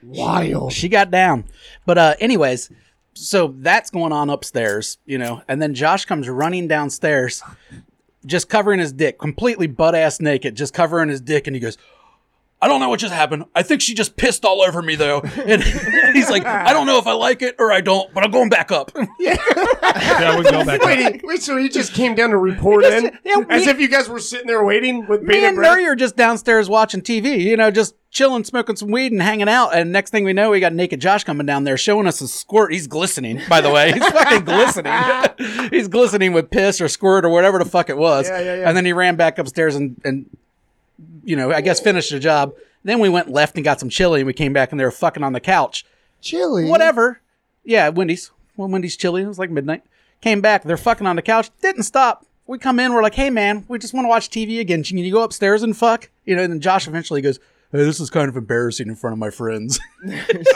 D: wild.
A: She got down. But uh anyways, so that's going on upstairs, you know, and then Josh comes running downstairs, just covering his dick, completely butt ass naked, just covering his dick, and he goes, I don't know what just happened. I think she just pissed all over me though. And he's like, I don't know if I like it or I don't, but I'm going back up.
B: Yeah, I would go back.
D: Wait, he- wait, so he just came down to report in,
A: yeah, we-
D: as if you guys were sitting there waiting with
A: me
D: bated
A: and
D: breath.
A: Murray are just downstairs watching TV, you know, just chilling, smoking some weed and hanging out. And next thing we know, we got naked Josh coming down there showing us a squirt. He's glistening, by the way. He's fucking glistening. He's glistening with piss or squirt or whatever the fuck it was.
D: Yeah, yeah, yeah.
A: And then he ran back upstairs and, and you know, I guess finished the job. Then we went left and got some chili and we came back and they were fucking on the couch.
D: Chili,
A: Whatever. Yeah, Wendy's. Well, Wendy's chili. It was like midnight. Came back. They're fucking on the couch. Didn't stop. We come in. We're like, hey, man, we just want to watch TV again. Can you go upstairs and fuck? You know, and then Josh eventually goes, hey, this is kind of embarrassing in front of my friends.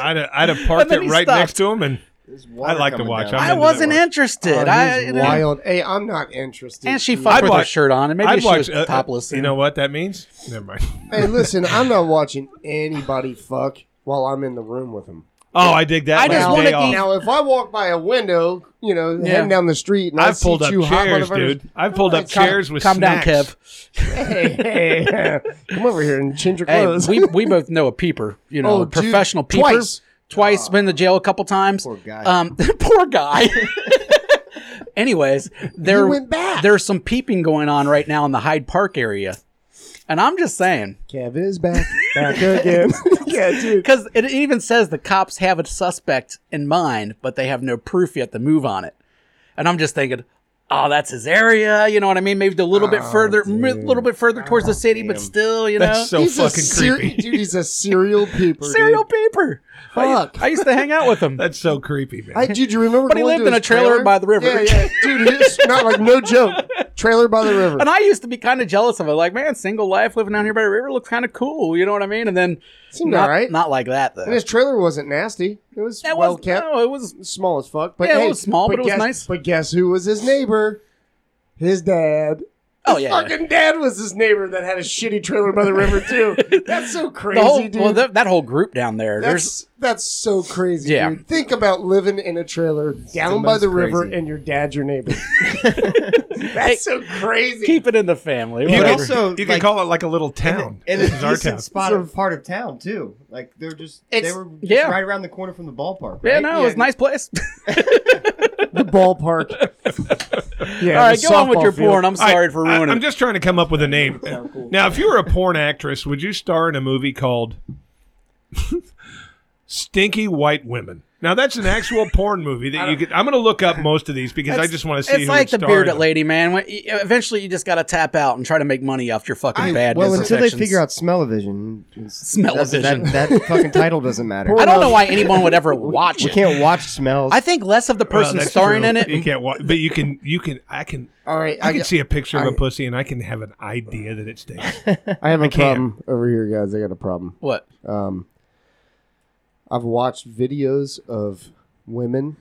B: I'd have, I'd have parked
A: And then
B: it
A: he
B: right
A: stopped.
B: next to him and
C: There's
B: I
C: water
B: like to
C: coming
B: watch.
C: down.
B: I'm
A: I
B: into that
A: wasn't
B: one.
A: interested.
D: Oh,
A: I
D: he's
A: you know,
D: wild. Hey, I'm not interested.
A: And she
D: dude.
A: fucked with her
B: watch-
A: shirt on, and maybe
B: I'd
A: she
B: watch,
A: was
B: uh,
A: topless.
B: You know what that means? Never mind.
D: Hey, listen, I'm not watching anybody fuck while I'm in the room with them.
B: Oh, I dig that.
A: I
B: like
A: just
B: a
A: wanna
B: day off.
A: eat-
D: Now, if I walk by a window, you know, heading down the street, and I
B: I've
D: see
B: pulled up
D: two hot
B: chairs,
D: motherfuckers-
B: dude. I've pulled up
D: Calm-
B: chairs with
A: calm
B: snacks.
A: down, Kev.
D: Hey, hey, come over here and change your
A: Hey,
D: clothes.
A: we, we both know a peeper, you know,
D: Oh,
A: a
D: dude,
A: professional peeper.
D: twice.
A: Twice, been to jail a couple times. Poor
C: guy.
A: Um, poor guy. Anyways, there
D: went back.
A: there's some peeping going on right now in the Hyde Park area, and I'm just saying
D: Kev is back, back again. yeah, dude.
A: because it even says the cops have a suspect in mind, but they have no proof yet to move on it. And I'm just thinking, oh, that's his area. You know what I mean? Maybe a little
D: Oh,
A: bit further, a little bit further towards the city, but still, you know,
B: That's so
D: he's a
B: fucking
D: ser-
B: creepy.
D: dude. He's a serial peeper.
A: serial
D: Dude.
A: peeper.
D: Fuck.
A: I used to hang out with him.
B: That's so creepy, man.
D: I, dude, you remember?
A: But he
D: going
A: lived
D: to
A: in a
D: his
A: trailer by the river.
D: Yeah, yeah, dude. It's not like no joke. Trailer by the river.
A: And I used to be kind of jealous of it, like, man, single life living down here by the river looks kind of cool. You know what I mean? And then
D: Seemed
A: not,
D: all right.
A: not like that though.
D: and his trailer wasn't nasty. It was
A: That
D: well
A: was
D: kept.
A: no, it was
D: small as fuck. But
A: Yeah, it
D: hey,
A: was small, but it was
D: guess,
A: nice.
D: But guess who was his neighbor? His dad.
A: oh yeah. yeah.
D: Fucking dad was his neighbor that had a shitty trailer by the river too. That's so crazy,
A: The whole
D: dude.
A: well, th- that whole group down there. There's
D: that's that's so crazy.
A: Yeah.
D: dude. think about living in a trailer down by
C: most
D: the river
C: crazy.
D: and your dad's your neighbor. that's so crazy.
A: keep it in the family.
B: you
A: whatever.
B: can,
C: also,
B: you can
C: like-
B: call it like a little town.
C: And
B: this
C: it's
B: is our
C: decent
B: town.
C: spot
D: So-
C: of part of town too. Like they're just they
D: It's-
C: were just
A: yeah.
C: right around the corner from the ballpark.
A: yeah,
C: right?
A: no, it was a nice place.
D: the ballpark. yeah.
A: All right,
D: the
A: go on with your
D: softball field.
A: porn. I'm
B: I-
A: sorry for
B: I-
A: ruining
B: I'm
A: it.
B: just trying to come up with a name. now, if you were a porn actress, would you star in a movie called Stinky White Women? Now that's an actual porn movie that you could. I'm going to look up most of these because I
A: That's-
B: just want to see.
A: It's
B: who
A: like the
B: starred in
A: bearded
B: them.
A: lady, man. When- e- Eventually, you just got to tap out and try to make money off your fucking bad.
C: well,
A: business
C: until they
A: actions.
C: figure out smell-o-vision.
A: Smell-o-vision.
C: That, that fucking title doesn't matter.
A: I don't know why anyone would ever watch
C: We
A: it.
C: can't watch smells.
A: I think less of the
B: Well,
A: person
B: that's
A: starring
B: true.
A: in it.
B: You can't watch, but you can. You can. I can.
C: All right,
B: I, can
C: got-
B: see a picture of a
C: I-
B: pussy and I can have an idea that it's Dave.
D: I have a
B: can't.
D: problem over here, guys. I got a problem.
A: What?
D: Um, I've watched videos of women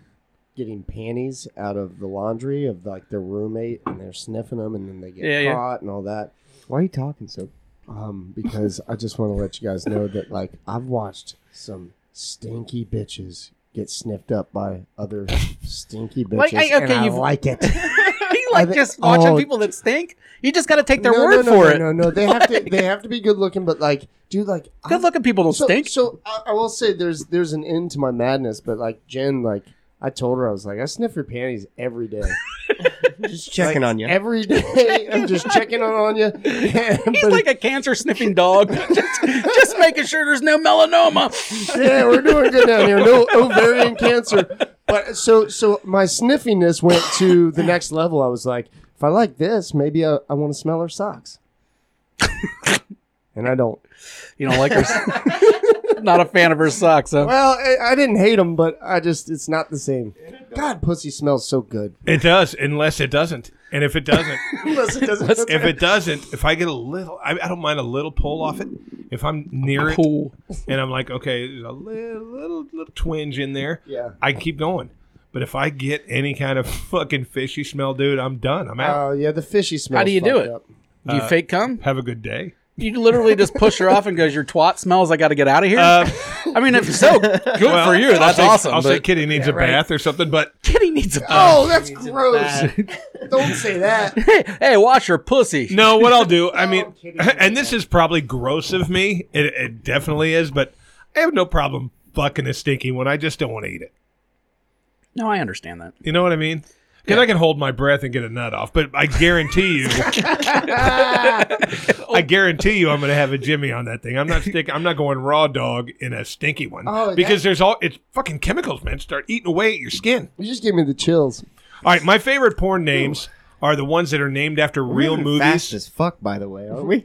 D: getting panties out of the laundry of like their roommate, and they're sniffing them, and then they get
A: Yeah, yeah.
D: caught and all that.
C: Why are you talking so?
D: Um, because I just want to let you guys know that like I've watched some stinky bitches get sniffed up by other stinky bitches,
A: Like, I-
D: and
A: okay,
D: I
A: you've-
D: like it.
A: you like
D: they-
A: just watching
D: oh.
A: people that stink? You just got to take their
D: no,
A: word
D: no, no,
A: for
D: no,
A: it.
D: No, no, they have to. They have to be good looking, but like, dude, like
A: Good
D: I-
A: looking people don't
D: so,
A: stink.
D: So I, I will say there's there's an end to my madness, but like Jen, like I told her I was like I sniff your panties every day,
C: Just checking on you.
D: every day. I'm just checking on on you. And-
A: He's
D: but-
A: like a cancer sniffing dog, just, just making sure there's no melanoma.
D: yeah, we're doing good down here. No ovarian cancer. But so so my sniffiness went to the next level. I was like, if I like this, maybe I, I want to smell her socks. and I don't.
A: You don't like her? Not a fan of her socks. So.
D: Well, I, I didn't hate them, but I just it's not the same. God, pussy smells so good.
B: it does, unless it doesn't. And if it doesn't,
D: Unless it doesn't.
B: if it doesn't, if I get a little, I, I don't mind a little pull off it. If I'm near it
A: Cool.
B: and I'm like, okay, there's a little little, little twinge in there.
D: Yeah.
B: I can keep going. But if I get any kind of fucking fishy smell, dude, I'm done. I'm out.
D: Oh yeah, the fishy smell.
A: How do you do it? Do you
B: Uh,
A: fake cum?
B: have a good day.
A: You literally just push her off and goes, "Your twat smells. I got to get out of here."
B: Uh,
A: I mean, if so, good
B: Well,
A: for you.
B: I'll
A: That's
B: say-
A: awesome.
B: I'll say
A: But
B: Kitty needs a bath or something, but um,
A: Kitty needs a.
D: Oh, that's gross. Don't say that.
A: hey, hey, wash her pussy.
B: No, what I'll do, I mean,
D: kidding.
B: and this is probably gross of me. It, it definitely is, but I have no problem fucking a stinky one. I just don't want to eat it.
A: No, I understand that.
B: You know what I mean? Because I can hold my breath and get a nut off, but I guarantee you, I guarantee you, I'm going to have a Jimmy on that thing. I'm not stick. I'm not going raw dog in a stinky one
D: Oh,
B: because there's all it's fucking chemicals, man. Start eating away at your skin.
D: You just gave me the chills.
B: All right, my favorite porn names are the ones that are named after real
C: Moving
B: movies.
C: Fast as fuck, by the way, aren't we?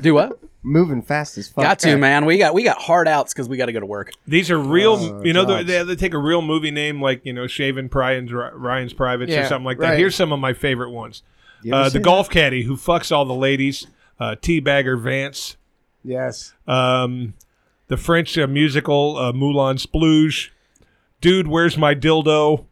A: Do what?
C: Moving fast as fuck.
A: Got to man. We got we got hard outs because we got to go to work.
B: These are real,
D: Oh,
B: you know, they,
D: God.
B: they they take a real movie name like, you know, Shaven Ryan's, Ryan's Privates or
A: Yeah,
B: something like that.
D: right.
B: Here's some of my favorite ones
C: You ever
B: uh, The
C: seen
B: Golf Caddy, who fucks all the ladies, uh, Teabagger Vance,
D: Yes.
A: Uh,
B: um, the French uh, musical uh, Moulin Splouge, Dude, Where's My Dildo,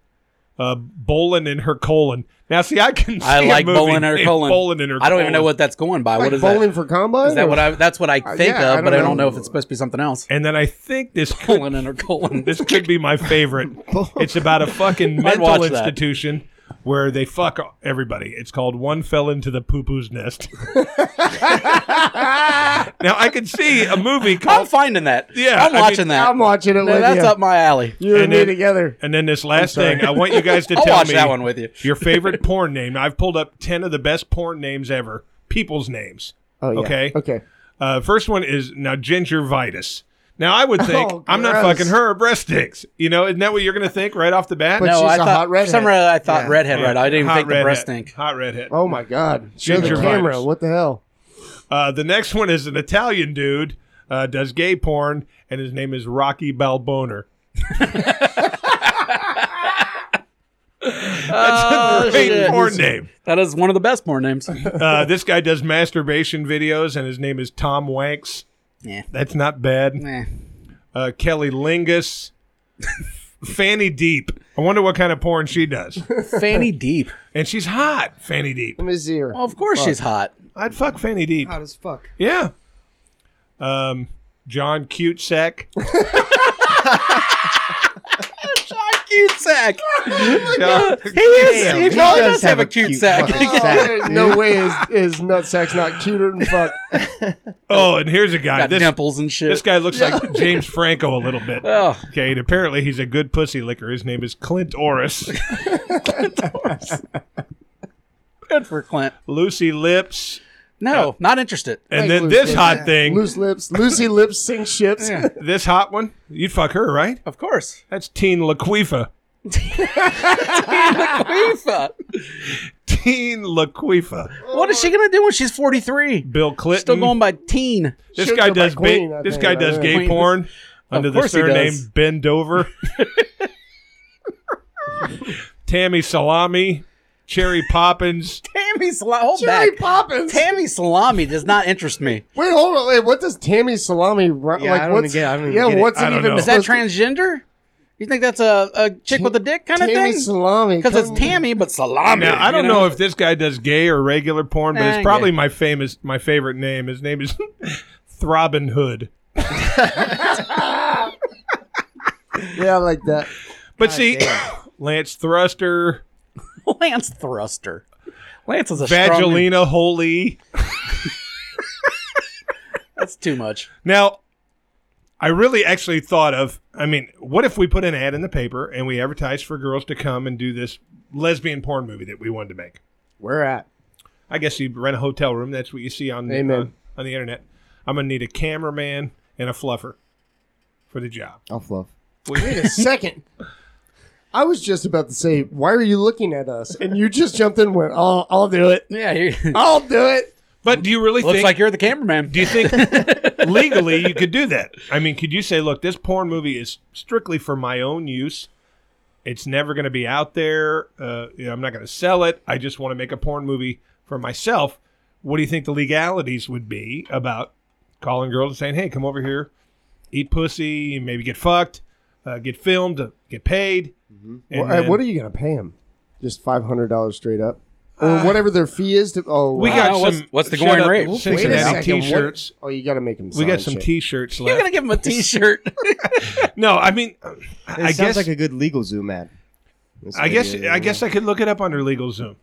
B: uh, Bolin and Her Colon. Now, see, I can see
A: I
B: a
A: like
B: movie
A: bowling or
B: named
A: colon.
B: Bolin and Her
A: I don't even
B: Colon.
A: know what that's going by. what
D: Like
A: is
D: bowling
A: that?
D: for combine?
A: Is that what I? That's what I
D: Uh,
A: think
D: yeah,
A: of,
D: I
A: but
D: don't
A: I don't
D: know.
A: know if it's supposed to be something else.
B: And then I think this could
A: Colon and her colon.
B: This could be my favorite. it's about a fucking
A: watch
B: mental
A: that.
B: institution where they fuck everybody. It's called One Fell Into the Poo Poo's Nest. now, I could see a movie
A: I'm
B: called.
A: finding that.
B: Yeah, I
A: I'm
B: mean,
A: watching that.
D: I'm watching it
A: No,
D: with
A: that's
D: you.
A: up my alley.
D: you and,
B: And
D: me
B: then-
D: together.
B: And then this last thing, I want you guys to
A: I'll
B: tell
A: watch
B: me
A: that one with you.
B: your favorite porn name. Now, I've pulled up 10 of the best porn names ever, people's names.
D: Oh, yeah.
B: Okay.
D: Okay.
B: Uh, first one is now gingivitis. Now, I would think
D: Oh,
B: I'm not
D: gross.
B: fucking her or breast sticks. You know, isn't that what you're going to think right off the bat?
D: But-
A: no,
D: she's
A: I
D: a
A: thought
D: hot redhead.
A: for some reason I thought
D: Yeah.
A: redhead right. I didn't
B: Hot
A: think the
B: redhead.
A: breast stink.
B: Hot redhead.
D: Oh my God. Show the
B: Ginger
D: camera.
B: vibes.
D: What the hell?
B: Uh, the next one is an Italian dude, uh, does gay porn, and his name is Rocky Balboner.
A: Oh,
B: Great
A: shit.
B: porn name.
A: That is one of the best porn names.
B: Uh, this guy does masturbation videos, and his name is Tom Wanks.
A: Yeah.
B: That's not bad.
A: Eh.
B: Uh, Kelly Lingus. Fanny Deep. I wonder what kind of porn she does.
A: Fanny Deep.
B: And she's hot, Fanny Deep.
D: Let me see her.
A: Well, of course she's hot.
B: I'd fuck Fanny Deep.
C: Hot as fuck.
B: Yeah. Um, John Cutesack.
A: John cute sack.
B: John-
A: He is.
C: Damn,
A: he probably does, have, a
C: cute
A: cute sack.
C: fucking
D: Oh,
C: sack,
D: there's
C: dude.
D: no way is, is nut sack's not cuter than fuck.
B: oh, and here's a guy.
A: Got
B: This,
A: dimples and
B: this
A: shit.
B: guy looks like James Franco a little bit.
A: Oh,
B: Okay, and apparently he's a good pussy licker. His name is Clint Orris.
A: good for Clint.
B: Lucy Lips.
A: No, not interested.
B: And
D: Like
B: then
D: loose
B: this
D: lips.
B: hot
D: Yeah.
B: thing,
D: Loose lips, Lucy lips sink ships.
A: Yeah,
B: this hot one, you'd fuck her, right?
A: of course.
B: That's Teen Laquifa.
A: FIFA.
B: Teen Laquifa.
A: What is she gonna do when she's forty three?
B: Bill Clinton.
A: Still going by teen.
B: this
D: Should
B: guy
D: go by
B: does ba-
D: Queen, I
B: this
D: think,
B: guy
D: right?
B: does gay
A: Queen.
B: porn under the
A: course he
B: surname
A: does.
B: Bendover. Tammy Salami, Cherry Poppins.
A: Tammy Salami. Hold
D: Mary
A: back.
D: Poppins.
A: Tammy Salami does not interest me.
D: Wait, hold on. Wait, what does Tammy Salami run?
C: Yeah,
D: like,
C: I don't
D: what's,
C: get- I don't even
D: yeah,
C: get it.
D: what's
B: I
D: it
B: don't
D: even?
B: know.
A: Is that
D: supposed to-
A: transgender? You think that's a, a chick with a dick kind of
D: Tammy
A: thing?
D: Salami.
A: Because it's
D: come-
A: Tammy, but Salami.
B: Now I
A: you
B: don't know? if this guy does gay or regular porn, but
A: Nah,
B: it's probably
A: gay.
B: my famous, my favorite name. His name is Throbbing Hood.
D: Yeah, I like that.
B: But see, Lance Thruster,
A: Lance Thruster. Lance is a strong. man.
B: Vagelina Holy.
A: That's too much.
B: Now, I really actually thought of, I mean, what if we put an ad in the paper and we advertised for girls to come and do this lesbian porn movie that we wanted to make?
D: Where at?
B: I guess you rent a hotel room. That's what you see on the,
D: Amen.
B: on- on the internet. I'm going to need a cameraman and a fluffer for the job.
C: I'll fluff.
D: Wait a second. I was just about to say, why are you looking at us? And you just jumped in and went, oh, I'll do it.
A: Yeah, you-
D: I'll do it.
B: But do you really
A: looks
B: think
A: like you're the cameraman.
B: do you think legally you could do that? I mean, could you say, look, this porn movie is strictly for my own use. It's never going to be out there. Uh, you know, I'm not going to sell it. I just want to make a porn movie for myself. What do you think the legalities would be about calling girls and saying, hey, come over here, eat pussy, maybe get fucked, uh, get filmed, uh, get paid? and
D: Wha-
B: then-
D: what are you going to pay him? Just $500 straight up? Or whatever their fee is to. Oh,
B: we
D: wow.
A: I
B: got
A: don't
B: some.
A: know, what's- what's the
B: shut
A: going
B: up,
A: rate?
D: Wait a
B: Cincinnati
D: second, what-
B: t-shirts.
D: Oh, you got to make him.
B: We got
D: sign
B: some
D: shit.
B: t-shirts
A: You're
B: left.
A: gonna give him a T-shirt.
B: No, I mean,
C: It
B: I
C: sounds
B: guess
C: like a good legal zoom ad. That's
B: I guess
C: maybe a-
B: I guess I could look it up under LegalZoom.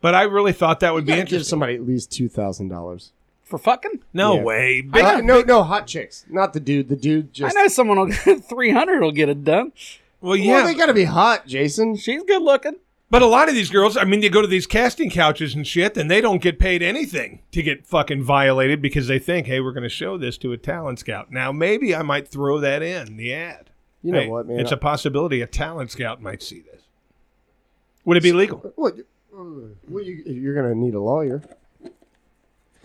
B: But I really thought that would be
D: You gotta give
B: interesting.
D: somebody at least two thousand dollars.
A: For fucking?
B: No
D: Yeah.
B: way. Big-
D: No, no, hot chicks, not the dude. The dude just.
A: I know someone will get 300 will get it done.
B: well,
D: Well,
B: yeah.
D: they gotta be hot, Jason.
A: She's good looking.
B: but a lot of these girls, I mean, they go to these casting couches and shit, and they don't get paid anything to get fucking violated because they think, hey, we're going to show this to a talent scout. Now, maybe I might throw that in the ad.
D: You know
B: Hey,
D: what, man?
B: It's a possibility a talent scout might see this. Would it be legal?
D: What? Well, you, you're gonna need a lawyer.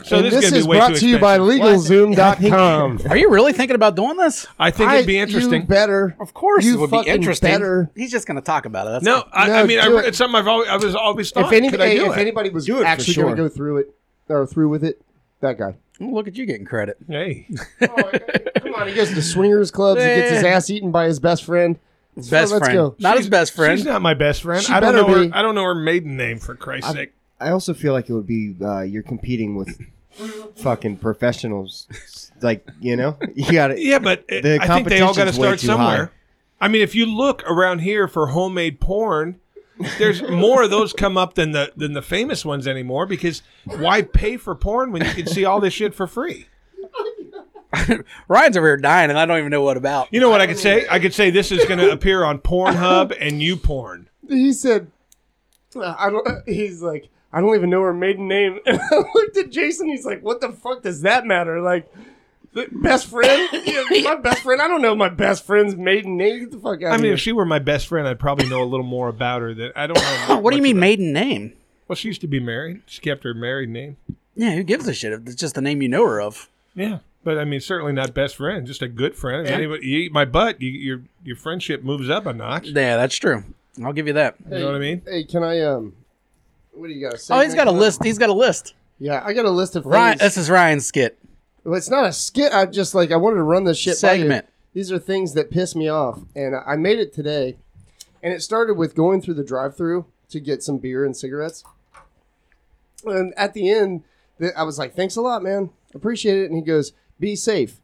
B: So
D: and
B: this, is,
D: this
B: going
D: is
B: to be way
D: brought
B: too
D: to you by
B: expensive.
D: LegalZoom.com.
A: Are you really thinking about doing this?
B: I think
D: I-
B: it'd be interesting.
D: You better.
A: Of course,
D: You
A: it would be
D: fucking
A: interesting.
D: better.
A: He's just gonna talk about it. That's
B: no, I, I
D: No,
B: mean, I,
D: do
B: re-
D: it.
B: it's something I've always, I was always thought.
D: If, any,
B: could I
D: hey,
B: do
D: if
B: it?
D: anybody was
C: Do it for
D: actually
C: sure.
D: gonna go through it or through with it, that guy.
A: Well, look at you getting credit.
B: Hey.
D: Come on, he goes to swingers clubs. He gets his ass eaten by his best friend.
A: His best
D: let's
A: friend,
D: go.
A: not his best friend.
B: She's not my best friend.
D: She
B: I don't
D: better
B: know her.
D: be.
B: I don't know her maiden name for Christ's sake.
C: I also feel like it would be uh, you're competing with fucking professionals. Like you know, you got to
B: Yeah, but it-
C: The
B: I think they all got to
C: competition's way
B: start
C: too
B: somewhere.
C: high.
B: I mean, if you look around here for homemade porn, there's more of those come up than the than the famous ones anymore. Because why pay for porn when you can see all this shit for free?
A: Ryan's over here dying, and I don't even know what about.
B: You know what I could say? I could say this is going to appear on Pornhub and YouPorn.
D: He said, "Uh, "I don't." He's like, "I don't even know her maiden name." And I looked at Jason. He's like, "What the fuck does that matter?" Like. the Best friend, Yeah, my best friend. I don't know my best friend's maiden name. Get the fuck out
B: I
D: of
B: mean,
D: here.
B: if she were my best friend, I'd probably know a little more about her. That I don't know.
A: What do you
B: much
A: mean
B: about-
A: maiden name?
B: Well, she used to be married. She kept her married name.
A: Yeah, who gives a shit? If it's just the name you know her of.
B: Yeah, but I mean, certainly not best friend, just a good friend. If anybody, you eat my butt, you, your your friendship moves up a notch. You
A: Yeah, that's true. I'll give you that.
B: know what I mean?
D: Hey, can I um? What do you got?
A: Oh, he's got a list. He's got a list.
D: Yeah, I got a list of things.
A: Ryan, this is Ryan's skit.
D: Well, it's not a skit. I just like I wanted to run this shit. by you.
A: Segment.
D: These are things that piss me off, and I made it today. And it started with going through the drive-through to get some beer and cigarettes. And at the end, th- I was like, "Thanks a lot, man. Appreciate it." And he goes, "Be safe."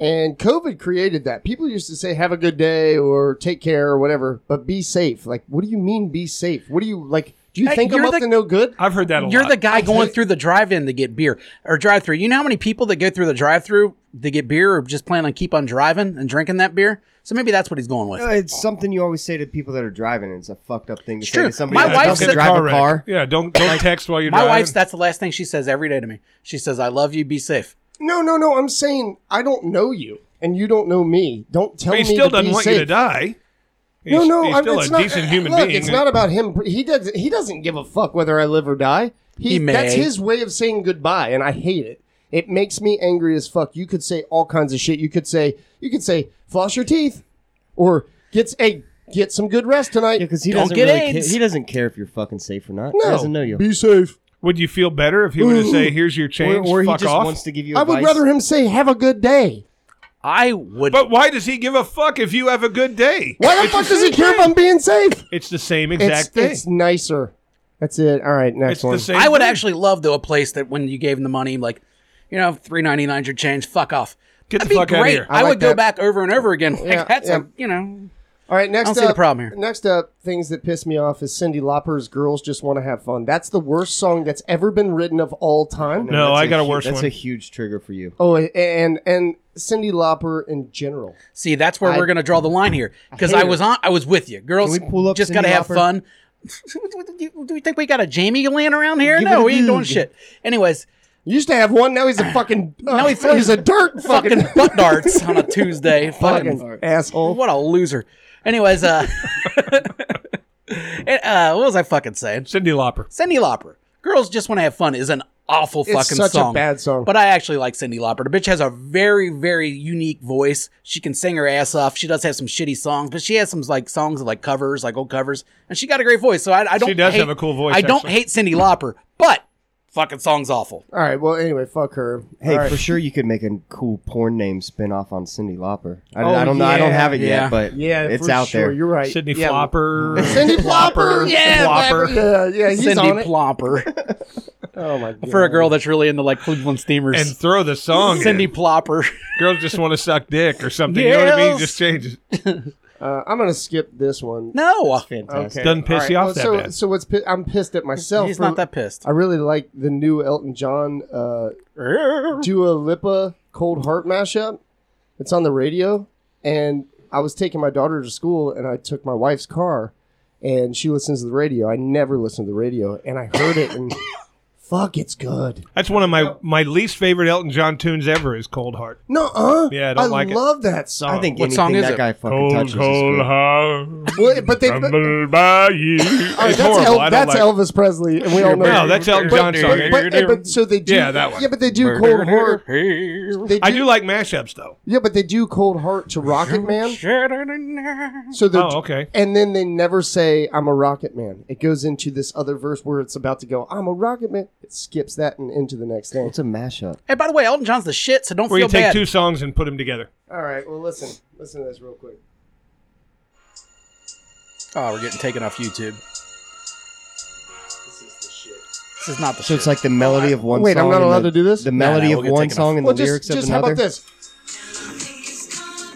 D: And COVID created that. People used to say, have a good day or take care or whatever, but be safe. Like, what do you mean be safe? What do you like? Do you
A: Hey,
D: think I'm
A: you're
D: up
A: the-
D: to no good?
B: I've heard that a
A: You're
B: lot.
A: the guy going through the drive-in to get beer or drive-through. You know how many people that go through the drive-through to get beer or just plan on keep on driving and drinking that beer? So maybe that's what he's going with.
C: Uh, It's something you always say to people that are driving. It's a fucked up thing to
A: It's
C: say
A: true.
C: to somebody
A: My
C: that
A: wife
C: doesn't
A: said-
C: drive a
B: wreck.
C: car.
B: Yeah, don't don't text while you're
A: My
B: driving.
A: wife's that's the last thing she says every day to me. She says, "I love you. Be safe."
D: No, no, no. I'm saying I don't know you, and you don't know me. Don't tell
B: But he
D: me.
B: still
D: to
B: doesn't
D: be
B: want
D: safe.
B: you to die. He's,
D: No, no,
B: he's
D: I'm,
B: still
D: it's
B: a
D: not,
B: decent human
D: look,
B: being.
D: It's not about him. He does. He doesn't give a fuck whether I live or die. He,
A: He may.
D: That's his way of saying goodbye, and I hate it. It makes me angry as fuck. You could say all kinds of shit. You could say you could say floss your teeth, or get hey get some good rest tonight.
C: Yeah, because he
A: Don't
C: doesn't
A: get
C: really
A: AIDS.
C: Care. he doesn't care if you're fucking safe or not.
D: no,
C: He doesn't know you.
D: Be safe.
B: Would you feel better if he were to say, "Here's your
C: Or,
B: change,
C: or he
B: fuck
C: just
B: off"?
C: wants to give you
D: I
C: advice.
D: would rather him say have a good day.
A: I would.
B: But why does he give a fuck if you have a good day?
D: Why the fuck does he care if I'm being safe?
B: It's the same
D: It's,
B: exact thing.
D: it's nicer. That's it. All right, next
B: It's
D: one.
B: the same.
A: I would
B: thing.
A: actually love though a place that when you gave him the money, like, you know, three ninety nine your change. Fuck off.
B: Get the
A: That'd be
B: fuck outta
A: great.
B: here.
A: I,
D: I like
A: would go
D: that.
A: back over and over again. Like,
D: Yeah,
A: that's
D: yeah.
A: a you know.
D: All right, next
A: I don't
D: up,
A: see the problem here.
D: Next up, things that piss me off is Cindy Lauper's "Girls Just Want to Have Fun." That's the worst song that's ever been written of all time.
B: No,
C: That's
B: I
C: a
B: got a
C: hu-
B: worse
C: That's
B: one.
C: a huge trigger for you.
D: Oh, and and Cindy Lauper in general.
A: See, that's where
D: I-
A: we're gonna draw the line here because
D: hate
A: I, was on. I was with you, girls.
C: Can we pull up
A: just
C: Cyndi
A: gotta have
C: Lauper?
A: fun. Do we think we got a Jamie laying around here?
C: Give it
A: no,
C: a
A: we ain't doing
C: dude.
A: shit. Anyways,
D: You used to have one. Now he's a fucking. now
A: he
D: he's, he's a dirt
A: fucking
D: fucking
A: butt darts on a Tuesday. fucking
D: fucking asshole.
A: Oh, what a loser. Anyways, uh, and, uh, what was I fucking saying?
B: Cindy Lauper.
A: Cindy Lauper. Girls Just Want to Have Fun is an awful fucking
D: such a
A: song.
D: bad song.
A: But I actually like Cindy Lauper. The bitch has a very, very unique voice. She can sing her ass off. She does have some shitty songs, but she has some like songs of like covers, like old covers, and she got a great voice. So I, I don't.
B: does
A: hate-
B: have a cool voice,
A: I don't
B: actually.
A: hate Cindy Lauper, but fucking song's awful.
D: All right. Well, anyway, fuck her.
C: Hey,
D: All right.
C: for sure you could make a cool porn name spin off on Cindy Lauper. I,
D: Oh,
C: I don't know. I don't
D: yeah,
C: have it
A: yeah.
C: yet, but
D: yeah,
C: it's
D: for
C: out
D: sure.
C: there.
D: You're right.
B: Cindy
D: yeah.
B: Flopper.
D: Cindy Lauper. Yeah,
B: Flopper.
D: Yeah, yeah. He's
A: Cindy
D: on it.
A: Plopper
D: Oh my god.
A: for a girl that's really into like Cleveland Steamers.
B: And throw the song.
A: Cindy
B: Cindy
A: Plopper.
B: girls just want to suck dick or something. You know what I mean?
A: Yes.
B: Just change it.
D: Uh, I'm gonna skip this one.
A: No,
C: Fantastic.
B: Doesn't piss
D: All
B: you off
D: well,
B: that
D: so,
B: bad.
D: So what's pi- I'm pissed at myself.
A: he's
D: for-
A: not that pissed.
D: I really like the new Elton John uh, Dua Lipa Cold Heart mashup. It's on the radio, and I was taking my daughter to school, and I took my wife's car, and she listens to the radio. I never listen to the radio, and I heard it, and fuck, it's good.
B: That's one of my my least favorite Elton John tunes ever. Is Cold Heart.
D: No, uh,
B: Yeah, I don't like it.
D: love that song.
C: I think
A: What
C: anything
A: song is
C: that
A: it?
C: guy fucking touches is good.
B: heart,
D: Well, but they. but-
B: humble by you.
D: all right,
B: It's
D: Oh, that's
B: horrible.
D: El-
B: I don't
D: that's
B: like it.
D: Elvis Presley, and we all know.
B: No, that's Elton John
D: But,
B: song.
D: but, but, but so they do.
B: Yeah, that one.
D: Yeah, but they do Cold Heart. They
B: I do like mashups though.
D: Yeah, but they do Cold Heart to Rocket Man. So they're,
B: Oh, okay.
D: and then they never say I'm a Rocket Man. It goes into this other verse where it's about to go I'm a Rocket Man. It skips that and into the next thing.
C: It's a mashup.
A: Hey, by the way, Elton John's the shit, so don't
B: Where you
A: feel
B: take
A: bad.
B: two songs and put them together.
D: All right, well listen, listen to this real quick.
A: Oh, we're getting taken off YouTube. This is not the
C: So
A: shit.
C: it's like the melody of one
D: Wait, I'm
C: song.
D: not
C: and
D: allowed
C: the,
D: to do this?
C: The
D: Nah,
C: melody
A: nah, we'll
C: of
A: get
C: one
A: taken
C: song and
D: Well,
C: the lyrics
D: just just
C: of
D: how
C: another.
D: about this?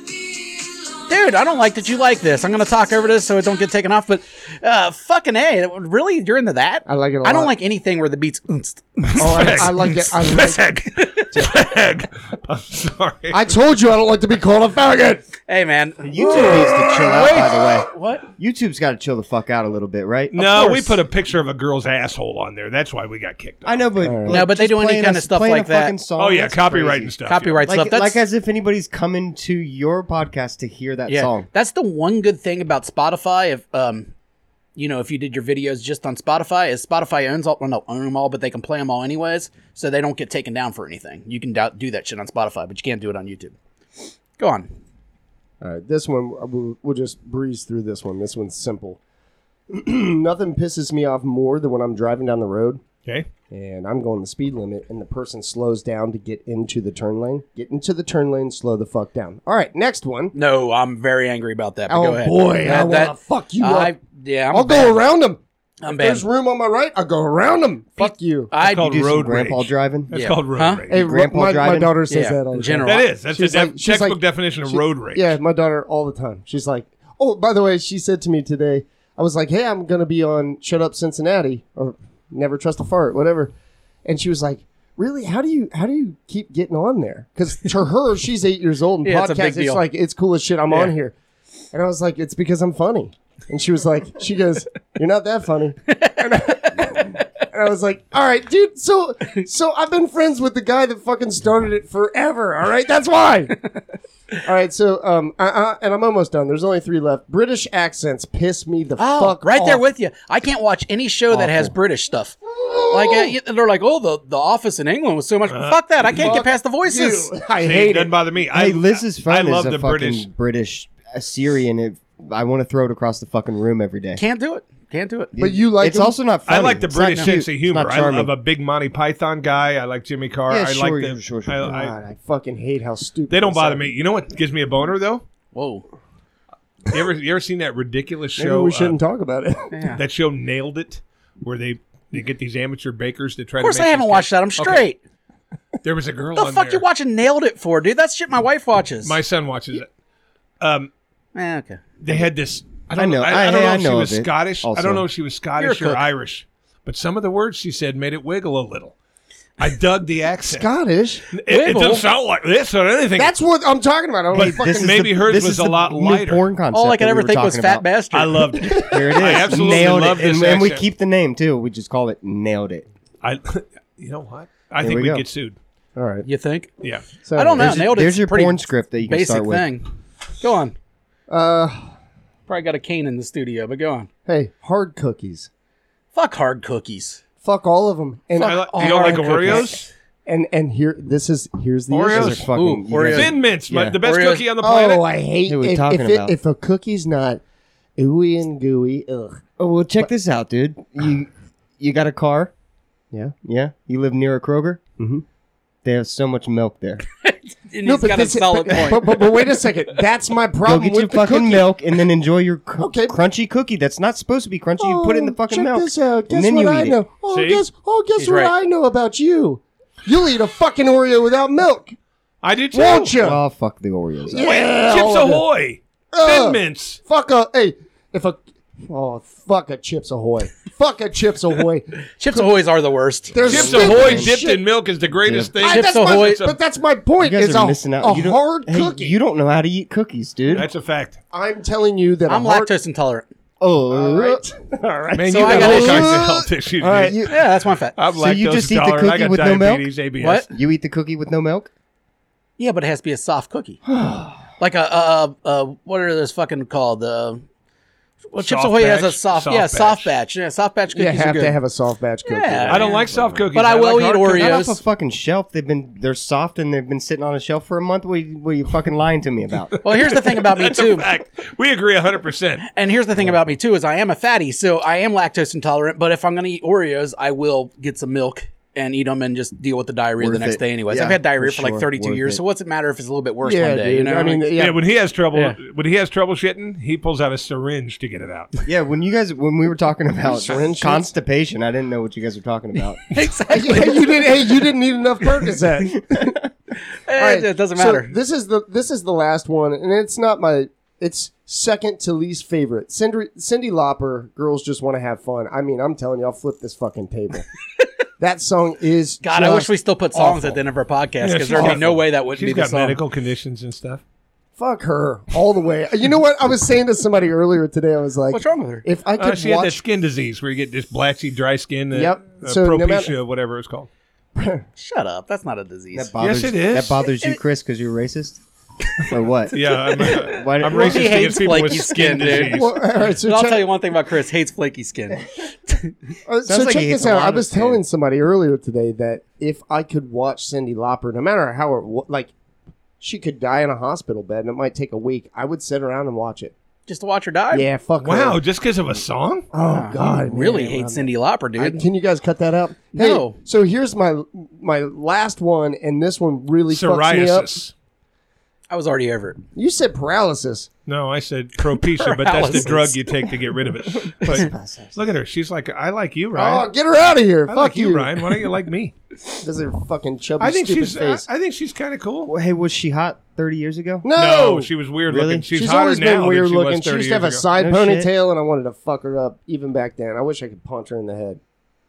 A: dude, I don't like that you like this. I'm gonna talk over this so it don't get taken off. But uh, fucking a, really, you're into that?
D: I like it. I
A: I don't like anything where the beats.
D: Oh, I, I like it. I, like it.
B: I'm sorry.
D: I told you I don't like to be called a faggot.
A: hey, man,
C: YouTube needs to chill out, by the way.
A: what?
C: YouTube's got to chill the fuck out a little bit, right?
B: no, we
A: course.
B: put a picture of a girl's asshole on there. That's why we got kicked. Off.
C: I know, but
A: No, but they
C: just
A: do any
C: playing
A: kinda
C: a-
A: stuff
C: playing
A: like
C: a
A: that.
C: fucking Song,
B: Oh yeah,
C: that's
B: copyright
C: crazy.
B: and stuff. yeah.
A: Copyright
C: Like,
A: stuff. That's
C: like as if anybody's coming to your podcast to hear that
A: yeah,
C: song.
A: that's the one good thing about Spotify. If um, you know, if you did your videos just on Spotify, is Spotify owns all, well, no, own them all, but they can play them all anyways, so they don't get taken down for anything. You can do, do that shit on Spotify, but you can't do it on YouTube. Go on.
D: All right, this one uh, we'll, we'll just breeze through this one. This one's simple. Nothing pisses me off more than when I'm driving down the road
B: Okay.
D: and I'm going the speed limit, and the person slows down to get into the turn lane. Get into the turn lane, slow the fuck down. All right, next one.
A: No, I'm very angry about that. But
D: Oh
A: go ahead.
D: boy,
A: That-
D: I want to
A: that-
D: fuck you
A: I
D: up.
A: yeah, I'm
D: I'll
A: bad.
D: go around him.
A: I'm uh,
D: If
A: bad.
D: There's room on my right. I'll go around him. Fuck you.
A: I
B: called
C: Do some
B: road
C: grandpa
B: rage.
C: driving.
B: That's
A: Yeah.
B: called road
A: Huh?
B: rage.
D: Hey,
C: grandpa
D: my, my
C: driving?
D: daughter says
A: Yeah,
D: that all
A: in
D: the
A: general.
B: That is. That's the
D: She's
B: def-
D: like- she's
B: textbook
D: like-
B: definition of road
D: time.
B: rage.
D: Yeah, my daughter all the time. She's like, oh, by the way, she said to me today, I was like, hey, I'm gonna be on Shut Up Cincinnati or Never Trust a Fart, whatever. And she was like, really? How do you how do you keep getting on there? Because to her, she's eight years old and
A: Yeah, it's
D: podcast.
A: a big
D: It's,
A: deal.
D: like it's cool as shit. I'm
A: Yeah.
D: on here, and I was like, it's because I'm funny. And she was like, she goes, you're not that funny. And I was like, all right, dude, so so I've been friends with the guy that fucking started it forever. All right, that's why. all right, so um, I, I, and I'm almost done. There's only three left. British accents piss me the
A: Oh,
D: fuck
A: right there
D: off.
A: with you. I can't watch any show that has British stuff. Like uh, y- they're like, oh, the the Office in England was so much.
D: Uh,
A: fuck that! I can't get past the voices.
D: Dude, I
B: See,
D: hate
B: doesn't
D: it.
B: bother me. I,
C: Hey, Liz's
B: I
C: friend
B: love
C: is a
B: the
C: fucking
B: British.
C: British, Assyrian. It, I want to throw it across the fucking room every day.
A: Can't do it. Can't do it.
D: But you like
C: it's
D: him?
C: also not.
B: I
C: Funny.
B: like the
C: It's not
B: British
C: cute.
B: sense of
C: It's
B: humor.
C: not
B: I love
C: charming.
B: a big Monty Python guy. I like Jimmy Carr.
C: Yeah,
B: I
C: sure,
B: like the.
C: sure, sure.
B: I- I-
D: God, I fucking hate how stupid.
B: they don't
D: this
B: bother
D: is.
B: me. You know what gives me a boner though?
A: Whoa.
B: You ever you ever seen that ridiculous
D: Maybe
B: show?
D: we
B: uh,
D: shouldn't talk about it.
A: Yeah.
B: that show nailed it, where they they get these amateur bakers to try.
A: Of course,
B: to
A: I
B: make
A: haven't
B: these
A: watched
B: cakes.
A: that. I'm
B: Okay.
A: straight.
B: There was a girl.
A: The
B: on
A: fuck
B: there.
A: you watching? Nailed it for dude. That's shit my wife watches.
B: My son watches it. Um,
A: Eh, okay.
B: they had this. I don't
C: I know.
B: know. I,
C: I-
B: don't
C: hey,
B: know
C: I
B: if she
C: know
B: was
C: of it
B: Scottish. I
C: also.
B: don't know if she was Scottish or
A: cook.
B: Irish, but some of the words she said made it wiggle a little. I dug the accent.
D: Scottish.
B: it, it
A: Wiggle?
B: doesn't sound like this or anything.
D: That's what I'm talking about. I don't
B: But
D: like fucking
B: this is maybe
C: the-
B: hers
C: this
B: was
C: is
B: a
C: the
B: lot
C: new
B: lighter.
C: porn concept.
A: All I could
C: that we
A: ever
C: were
A: think was
C: talking
A: Fat
C: about.
A: Bastard.
B: I loved it.
C: Here it is.
B: I absolutely
C: nailed
B: love
C: it. And-
B: this
C: and, we
B: accent.
C: keep the name too. We just call it nailed it.
B: I, you know what? I
C: Here
B: think
C: we
B: we
C: go.
B: get sued.
D: All right.
A: You think?
B: Yeah.
D: So
A: I don't know.
C: There's your-
A: Nailed it.
C: there's
A: It's
C: your
A: a pretty
C: porn script that you can
A: basic
C: start with.
A: thing. Go on.
D: Uh,
A: Probably got a cane in the studio, but go on.
D: hey, hard cookies.
A: Fuck hard cookies.
D: Fuck all of them. And
B: I like- you don't like
D: Hard
B: Oreos?
D: And and here, this is here's the
B: Oreos?
D: issue.
C: Those are fucking.
A: Ooh,
C: you guys-
A: Oreos.
B: Thin mints, my-
C: Yeah.
B: the best
A: Oreos.
B: cookie on the planet.
D: Oh, I hate
C: Who we
D: if,
C: talking
D: if, it-
C: about?
D: if a cookie's not ooey and gooey. Ugh.
C: Oh well, check this out, dude. You you got a car?
D: Yeah.
C: Yeah. You live near a Kroger?
D: Mhm.
C: They have so much milk there.
A: And he's got a
D: this-
A: solid
D: but,
A: point.
D: But, but, but wait a second. That's my
C: Go
D: problem
C: get
D: with
C: your
D: the
C: fucking
D: cookie.
C: milk and then enjoy your cu-
D: Okay.
C: crunchy cookie. That's not supposed to be crunchy. you put it in the
D: Oh,
C: fucking
D: check
C: milk.
D: this out. Guess
C: and then
D: what
C: you
D: I
C: eat
D: know.
C: it.
D: Oh,
B: See?
D: guess oh, guess
A: He's
D: what
A: right.
D: I know about you. You'll eat a fucking Oreo without milk,
B: I did too.
D: won't you?
C: Well, Oh, fuck the Oreos.
D: Yeah,
B: Wait, Chips
D: all of it.
B: Ahoy.
D: Ugh.
B: Thin mints.
D: Fuck a hey, if a oh fuck a Chips Ahoy, fuck a Chips Ahoy.
A: Chips Ahoy's are the worst.
D: There's
B: Chips
D: Stupid
B: Ahoy
D: as
B: dipped
D: shit.
B: in milk is the greatest
A: I-
D: I,
B: thing.
A: Chips
D: that's my-
A: Ahoy-
D: but that's my point.
C: You guys
D: is
C: are
D: a,
C: missing out.
D: a
C: you don't,
D: hard
C: hey,
D: cookie.
C: You don't know how to eat cookies, dude.
B: That's a fact.
D: I'm telling you that
A: I'm
D: a hard,
A: lactose intolerant.
C: oh,
D: All right, all right.
B: Man,
A: So
B: you
A: I
B: got
A: got
B: all
A: issues.
B: kinds of health issues.
C: All right.
B: dude.
C: You,
A: Yeah, that's my fat.
B: I'm
C: So you
B: lactose
C: just eat the
B: intolerant. I
C: cookie
B: got
C: with no milk?
B: diabetes, ABS.
A: What?
C: you eat the cookie with no milk?
A: Yeah, but it has to be a soft cookie. like a, a, a, a what are those fucking called? Uh, well, Chips
B: Soft
A: Ahoy has a
B: batch?
A: soft,
B: Soft
A: yeah,
B: batch.
A: soft batch. Yeah, soft batch cookies
D: You
A: are
D: have
A: good.
D: to have a soft batch cookie.
A: Yeah.
B: I don't like soft cookies.
A: But I will
B: like
A: eat
B: hard
A: Oreo.
B: cookies.
C: Not
A: Yes.
C: off a fucking shelf. They've been they're soft and they've been sitting on a shelf for a month. What are you, what are you fucking lying to me about?
A: well, here's the thing about me
B: That's a
A: too,
B: fact. We agree 100%.
A: and here's the thing about me too is I am a fatty, so I am lactose intolerant. But if I'm gonna eat Oreos, I will get some milk and eat them and just deal with the diarrhea the
C: Worth
A: next
C: it.
A: day. Anyways,
C: Yeah,
A: I've had diarrhea
C: for
A: for, like
C: sure.
A: 32
C: Worth
A: years,
C: it.
A: so what's it matter if it's a little bit worse
D: Yeah,
A: one day?
D: dude.
A: You know,
D: I mean,
B: Yeah.
D: yeah.
B: when he has trouble,
A: Yeah.
B: when he has trouble shitting, he pulls out a syringe to get it out.
C: yeah, when you guys when we were talking about
D: Syringe shits?
C: constipation, I didn't know what you guys were talking about.
A: exactly.
D: Hey, you didn't. Hey, you didn't eat enough Percocet. All
A: It,
D: right,
A: doesn't
D: so
A: matter.
D: this is the this is the last one, and it's not my it's second to least favorite. Cindy Cindy Lauper, girls just want to have fun. I mean, I'm telling you, I'll flip this fucking table. that song is
A: God, I wish we still put songs at the end of our podcast
B: Yeah,
A: because
B: she's
A: there'd be
B: awful.
A: no way that wouldn't
B: She's
A: be the
B: got
A: song.
B: medical conditions and stuff.
D: fuck her all the way. You know what? I was saying to somebody earlier today. I was like,
A: What's wrong with her?
D: If I
B: Uh,
D: could
B: she had that
D: watch
B: skin disease where you get this blatchy, dry skin. Uh,
D: Yep.
B: uh,
D: So no
B: propecia,
D: matter-
B: whatever it's called.
A: Shut up. That's not a disease.
C: That bothers,
B: it is.
C: That bothers you, Chris, because you're racist, or what?
B: Yeah, I'm, uh,
C: Why-
B: I'm
C: Well,
B: racist
A: he hates
B: against people with
A: flaky
B: skin,
A: skin, dude.
B: disease.
D: Well, all right, so
A: But I'll
D: check-
A: tell you one thing about Chris. Hates flaky skin.
D: Uh, so
C: Sounds like
D: check
C: he
D: this
C: hits a
D: out.
C: lot
D: I
C: of
D: was
C: the same.
D: telling somebody earlier today that if I could watch Cindy Lauper, no matter how it, wa- like, she could die in a hospital bed and it might take a week, I would sit around and watch it.
A: Just to watch her die?
D: Yeah, fuck.
B: Wow,
D: her.
B: just because of a song?
D: Oh
A: I
D: God, man.
A: really hate Cindy Lauper,
D: I-
A: dude.
D: can you guys cut that out?
A: No.
D: Hey, so here's my my last one, and this one really fucks me up.
B: Psoriasis.
A: I was already over it.
D: You said paralysis.
B: No, I said Propecia, but that's the
A: Paralysis.
B: drug you take to get rid of it. But look at her. She's like, I like you, Ryan.
D: Oh, get her out of here!
B: I
D: Fuck
B: like
D: you,
B: you, Ryan. Why don't you like me?
D: Does her fucking chubby
B: I think
D: stupid
B: she's. uh, I,
D: face?
B: I think she's kind of cool.
C: Well, hey, was she hot 30 years ago?
D: no,
B: she was weird
C: Really?
B: looking. She's,
D: she's
B: hotter
D: always
B: now
D: been weird
B: than she
D: looking.
B: Was
D: She
B: 30
D: used to have a
B: years ago.
D: side
C: No
D: ponytail,
C: shit.
D: and I wanted to fuck her up even back then. I wish I could punch her in the head.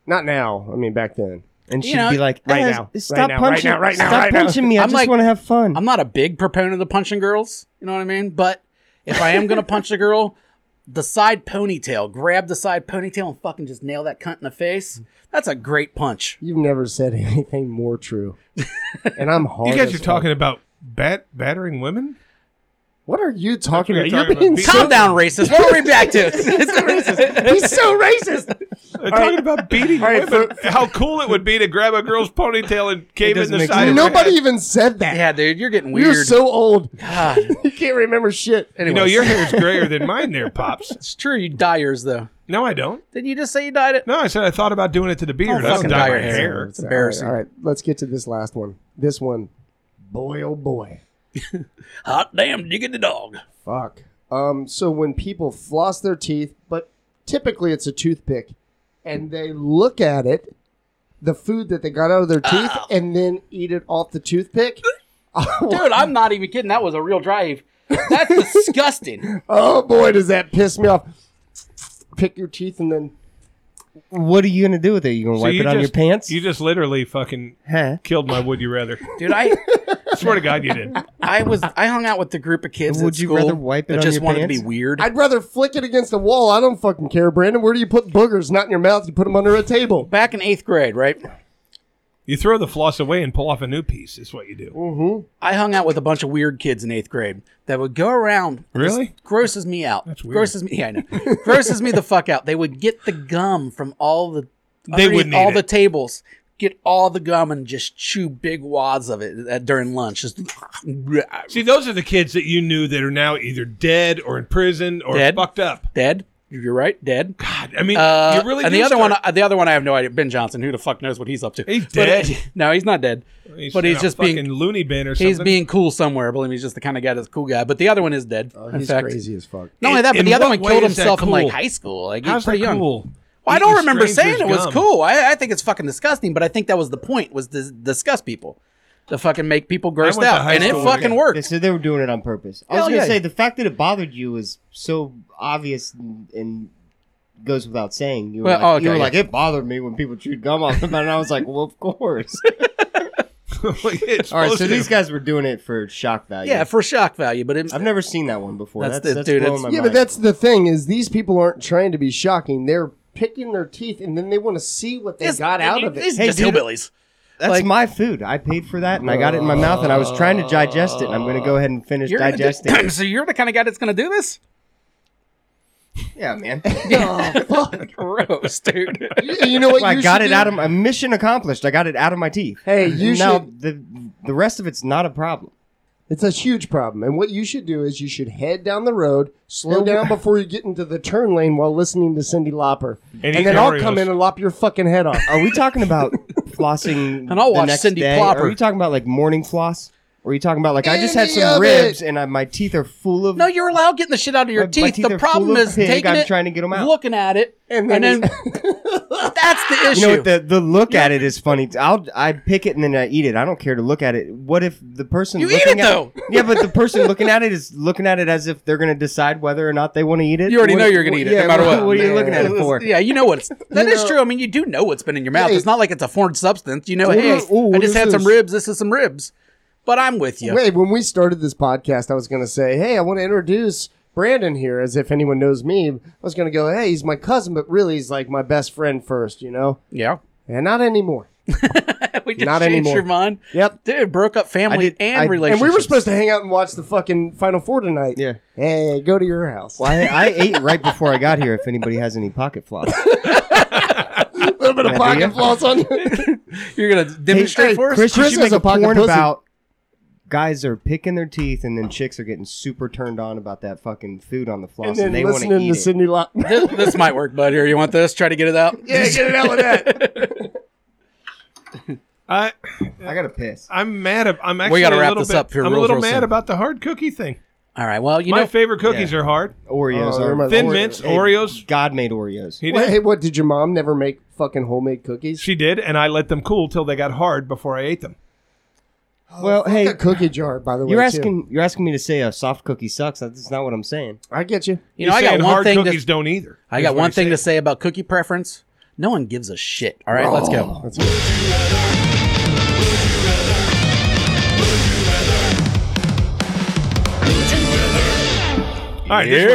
D: Not now. I mean, back then.
C: And
A: You
C: she'd
A: know,
C: be like,
D: right
C: eh,
D: now, right
C: stop
D: now, right
C: punching,
D: now, right now,
C: stop
D: right now."
C: punching me. I
A: I'm
C: just
A: like-
C: want to have fun.
A: I'm not a big proponent of the punching girls. You know what I mean? But if I am gonna punch a girl, the side ponytail, grab the side ponytail and fucking just nail that cunt in the face. That's a great punch.
D: You've never said anything more true. and I'm hard.
B: You guys
D: as
B: are
D: fuck.
B: talking about bat battering women.
D: What are you talking
B: That's
D: about?
B: what
D: You're
B: you're
D: being
B: talking
D: so,
A: Calm down, racist. What are we back to?
D: he's so racist.
B: They're talking about beating
D: right,
B: women. How cool it would be to grab a girl's ponytail and cave in
C: doesn't
B: the
C: make
B: side.
C: sense.
B: of her
D: Nobody
B: head.
D: even said that.
A: yeah, dude, you're getting weird.
D: You're so old.
A: God.
D: You can't remember shit.
B: You
A: Anyways,
B: know your hair's grayer than mine, there, pops.
A: it's true. You dye yours though.
B: No, I don't.
A: Did you just say you dyed it?
B: No, I said I thought about doing it to the
D: Oh,
B: beard.
A: Don't
B: I don't
A: fucking
B: dye
A: dye
B: my
A: your hair.
B: hair.
A: It's embarrassing.
D: All right, all right, let's get to this last one. This one, boy, oh boy,
A: Hot damn! Did you get the dog?
D: fuck. Um, so when people floss their teeth, but typically it's a toothpick, and they look at it, the food that they got out of their teeth, and then eat it off the toothpick.
A: Dude, I'm not even kidding. That was a real drive. That's disgusting.
D: Oh boy, does that piss me off. Pick your teeth and then
C: what are you going to do with it? You going to
B: So
C: wipe
B: you
C: it on your
B: just-
C: pants?
B: You just literally fucking
C: Huh?
B: killed my would you rather.
A: Dude, I
B: Swear to God, you did.
A: I was I hung out with the group of kids.
C: Would
A: at
C: you
A: school
C: rather wipe it
A: that
C: on
A: just
C: your
A: wanted to
C: pants?
A: be weird.
D: I'd rather flick it against the wall. I don't fucking care, Brandon. Where do you put boogers? Not in your mouth. You put them under a table.
A: Back in eighth grade, right?
B: You throw the floss away and pull off a new piece. Is what you do.
A: I hung out with a bunch of weird kids in eighth grade that would go around.
B: Really?
A: This grosses me out.
B: That's weird.
A: Grosses me. Yeah, I know. grosses me the fuck out. They would get the gum from all the
B: They
A: underneath
B: wouldn't eat
A: all the
B: it.
A: tables. Get all the gum and just chew big wads of it uh, during lunch. Just
B: See, those are the kids that you knew that are now either dead or in prison or
A: Dead?
B: fucked up.
A: dead. You're right. Dead.
B: God, I mean,
A: Uh,
B: you really.
A: and
B: do
A: the other
B: start-
A: one, uh, the other one, I have no idea. Ben Johnson, who the fuck knows what he's up to?
B: He's
A: But,
B: dead.
A: uh, no, he's not dead. but
B: in
A: he's
B: a
A: just
B: fucking
A: being
B: loony bin or something.
A: he's being cool somewhere. Believe me, he's just the kind of guy that's a cool guy. But the other one is dead. in
D: Oh, He's
A: fact.
D: crazy as fuck.
A: Not only
B: In-
A: that, but
B: in
A: the other
B: what
A: one
B: way
A: killed
B: is that
A: himself in
B: cool?
A: like high school. Like he's
B: How's that
A: pretty young.
B: cool?
A: Well, I don't
B: Eating
A: remember saying
B: strangers'
A: it was
B: gum.
A: cool. I, I think it's fucking disgusting, but I think that was the point was to disgust people, to fucking make people
B: went
A: grossed
B: to
A: out,
B: high
A: and it
B: school
A: fucking
B: with-
C: They
A: worked.
C: said they were doing it on purpose. I
A: Hell
C: was going to
A: yeah.
C: say, the fact that it bothered you is so obvious and, and goes without saying. You were,
A: Well,
C: like,
A: oh, okay,
C: you were
A: yeah.
C: like, it bothered me when people chewed gum off the mouth. And I was like, well, of course.
B: Like, it's
C: All right, so
B: supposed
C: these
B: to.
C: guys were doing it for shock value.
A: Yeah, for shock value, but it,
C: I've never seen that one before.
A: That's
C: That's,
A: the-
C: that's,
A: dude,
C: blowing
A: that's-
C: my
D: Yeah, but
C: mind.
D: that's the thing is these people aren't trying to be shocking. They're picking their teeth and then they want to see what they
A: it's-
D: got out of it.
A: It's
C: Hey,
A: just
C: dude.
A: hillbillies.
C: That's
A: Like-
C: my food. I paid for that, and I got it in my mouth, and I was trying to digest it. And I'm going to go ahead and finish
A: You're gonna do-
C: digesting. it.
A: so you're the kind of guy that's gonna do this?
C: yeah, man. Oh,
A: Gross, dude.
D: You, you know what?
C: I
D: you
C: got
D: should
C: it
D: do?
C: out of my mission accomplished. I got it out of my teeth.
D: Hey, you
C: now
D: should-
C: the the rest of it's not a problem.
D: It's a huge problem. And what you should do is you should head down the road, slow down before you get into the turn lane while listening to Cindy Lauper. And,
B: eat
D: then I'll
B: Oreos.
D: come in and lop your fucking head off.
C: Are we talking about flossing?
A: And I'll
C: the
A: watch
C: next
A: Cindy
C: day?
A: Plopper.
C: Are we talking about like morning floss? Or are you talking about like I just had
D: Any
C: some
D: of
C: ribs
D: it.
C: and I, my teeth are full of
A: No, you're allowed getting the shit out of your
C: My- my
A: teeth.
C: teeth
A: The
C: are
A: problem
C: full of
A: is
C: pig.
A: taking
C: I'm
A: it,
C: trying to get 'em out.
A: looking at it, and
D: And
A: then,
D: then
A: that's the issue.
C: You know what? The the look at it is funny. I'll I pick it and then I eat it. I don't care to look at it. What if the person
A: You eat
C: looking
A: it,
C: at,
A: though.
C: Yeah, but the person looking at it is looking at it as if they're going to decide whether or not they want to eat it.
A: you already
C: What-
A: know you're gonna eat it,
C: yeah,
A: no matter what.
C: What are you
D: Man.
C: looking at it for?
A: Yeah, you know what's that
D: You
A: is
D: know-
A: true. I mean, you do know what's been in your mouth.
D: Yeah.
A: It's not like it's a foreign substance. You know,
D: What
A: hey,
D: is- ooh,
A: I
D: what
A: just
D: is
A: had some
D: this?
A: ribs. This is some ribs. But I'm with you.
D: Wait, when we started this podcast, I was going to say, hey, I want to introduce Brandon here as if anyone knows me. I was going to go, hey, he's my cousin, but really he's like my best friend first, you know?
A: Yeah,
D: And not anymore.
A: we just
D: Not
A: changed
D: anymore.
A: your mind.
D: Yep.
A: dude, broke up family
C: did-
A: and
C: I- and we were
A: relationships.
D: And we were supposed to hang out and watch the fucking Final Four tonight.
C: Yeah.
D: Hey, go to your house.
C: Well, I, I ate right before I got here. If anybody has any pocket floss,
D: A little bit of
C: Yeah, do
D: pocket
C: you?
D: floss on you.
A: You're gonna demonstrate
D: hey,
A: for us.
C: Chris, you
D: Chris
C: should
D: has
C: make
D: a
C: a
D: pocket
C: porn
D: pussy.
C: about guys are picking their teeth and then chicks are getting super turned on about that fucking food on the
D: and
C: floss and,
D: then
C: they want to
D: listening
C: eat
D: to
C: it.
D: Cindy Lock. yeah,
A: this, this might work, bud. Here, you want this? Try to get it out.
D: get it out with that.
B: I
C: I gotta piss.
B: I'm mad. Ab- I'm actually
A: gotta
B: a
A: wrap
B: little
A: this
B: bit-
A: up here
B: I'm a
A: real-
B: little
A: real
B: mad
A: soon.
B: about the hard cookie thing.
A: All right. Well, you
B: My
A: know,
B: favorite cookies are hard.
C: Oreos
D: Oh, they're my-
C: are
B: Thin
D: Ore-
B: mints, Oreos.
C: God made Oreos.
B: He
D: What,
B: did.
D: hey, what did your mom never make fucking homemade cookies?
B: She did, and I let them cool till they got hard before I ate them.
C: well,
D: hey,
C: hey,
D: cookie jar, by the way.
C: you're
D: too.
C: asking you're asking me to say a soft cookie sucks. That's not what I'm saying.
D: I get you.
A: you know, I
B: He's
A: got
B: saying
A: one
B: hard
A: thing.
B: cookies
A: To,
B: don't either.
A: I
B: is
A: got
B: what
A: one
B: he's
A: thing to
B: saying.
A: say about cookie preference. No one gives a shit. All right, let's go.
B: All right, this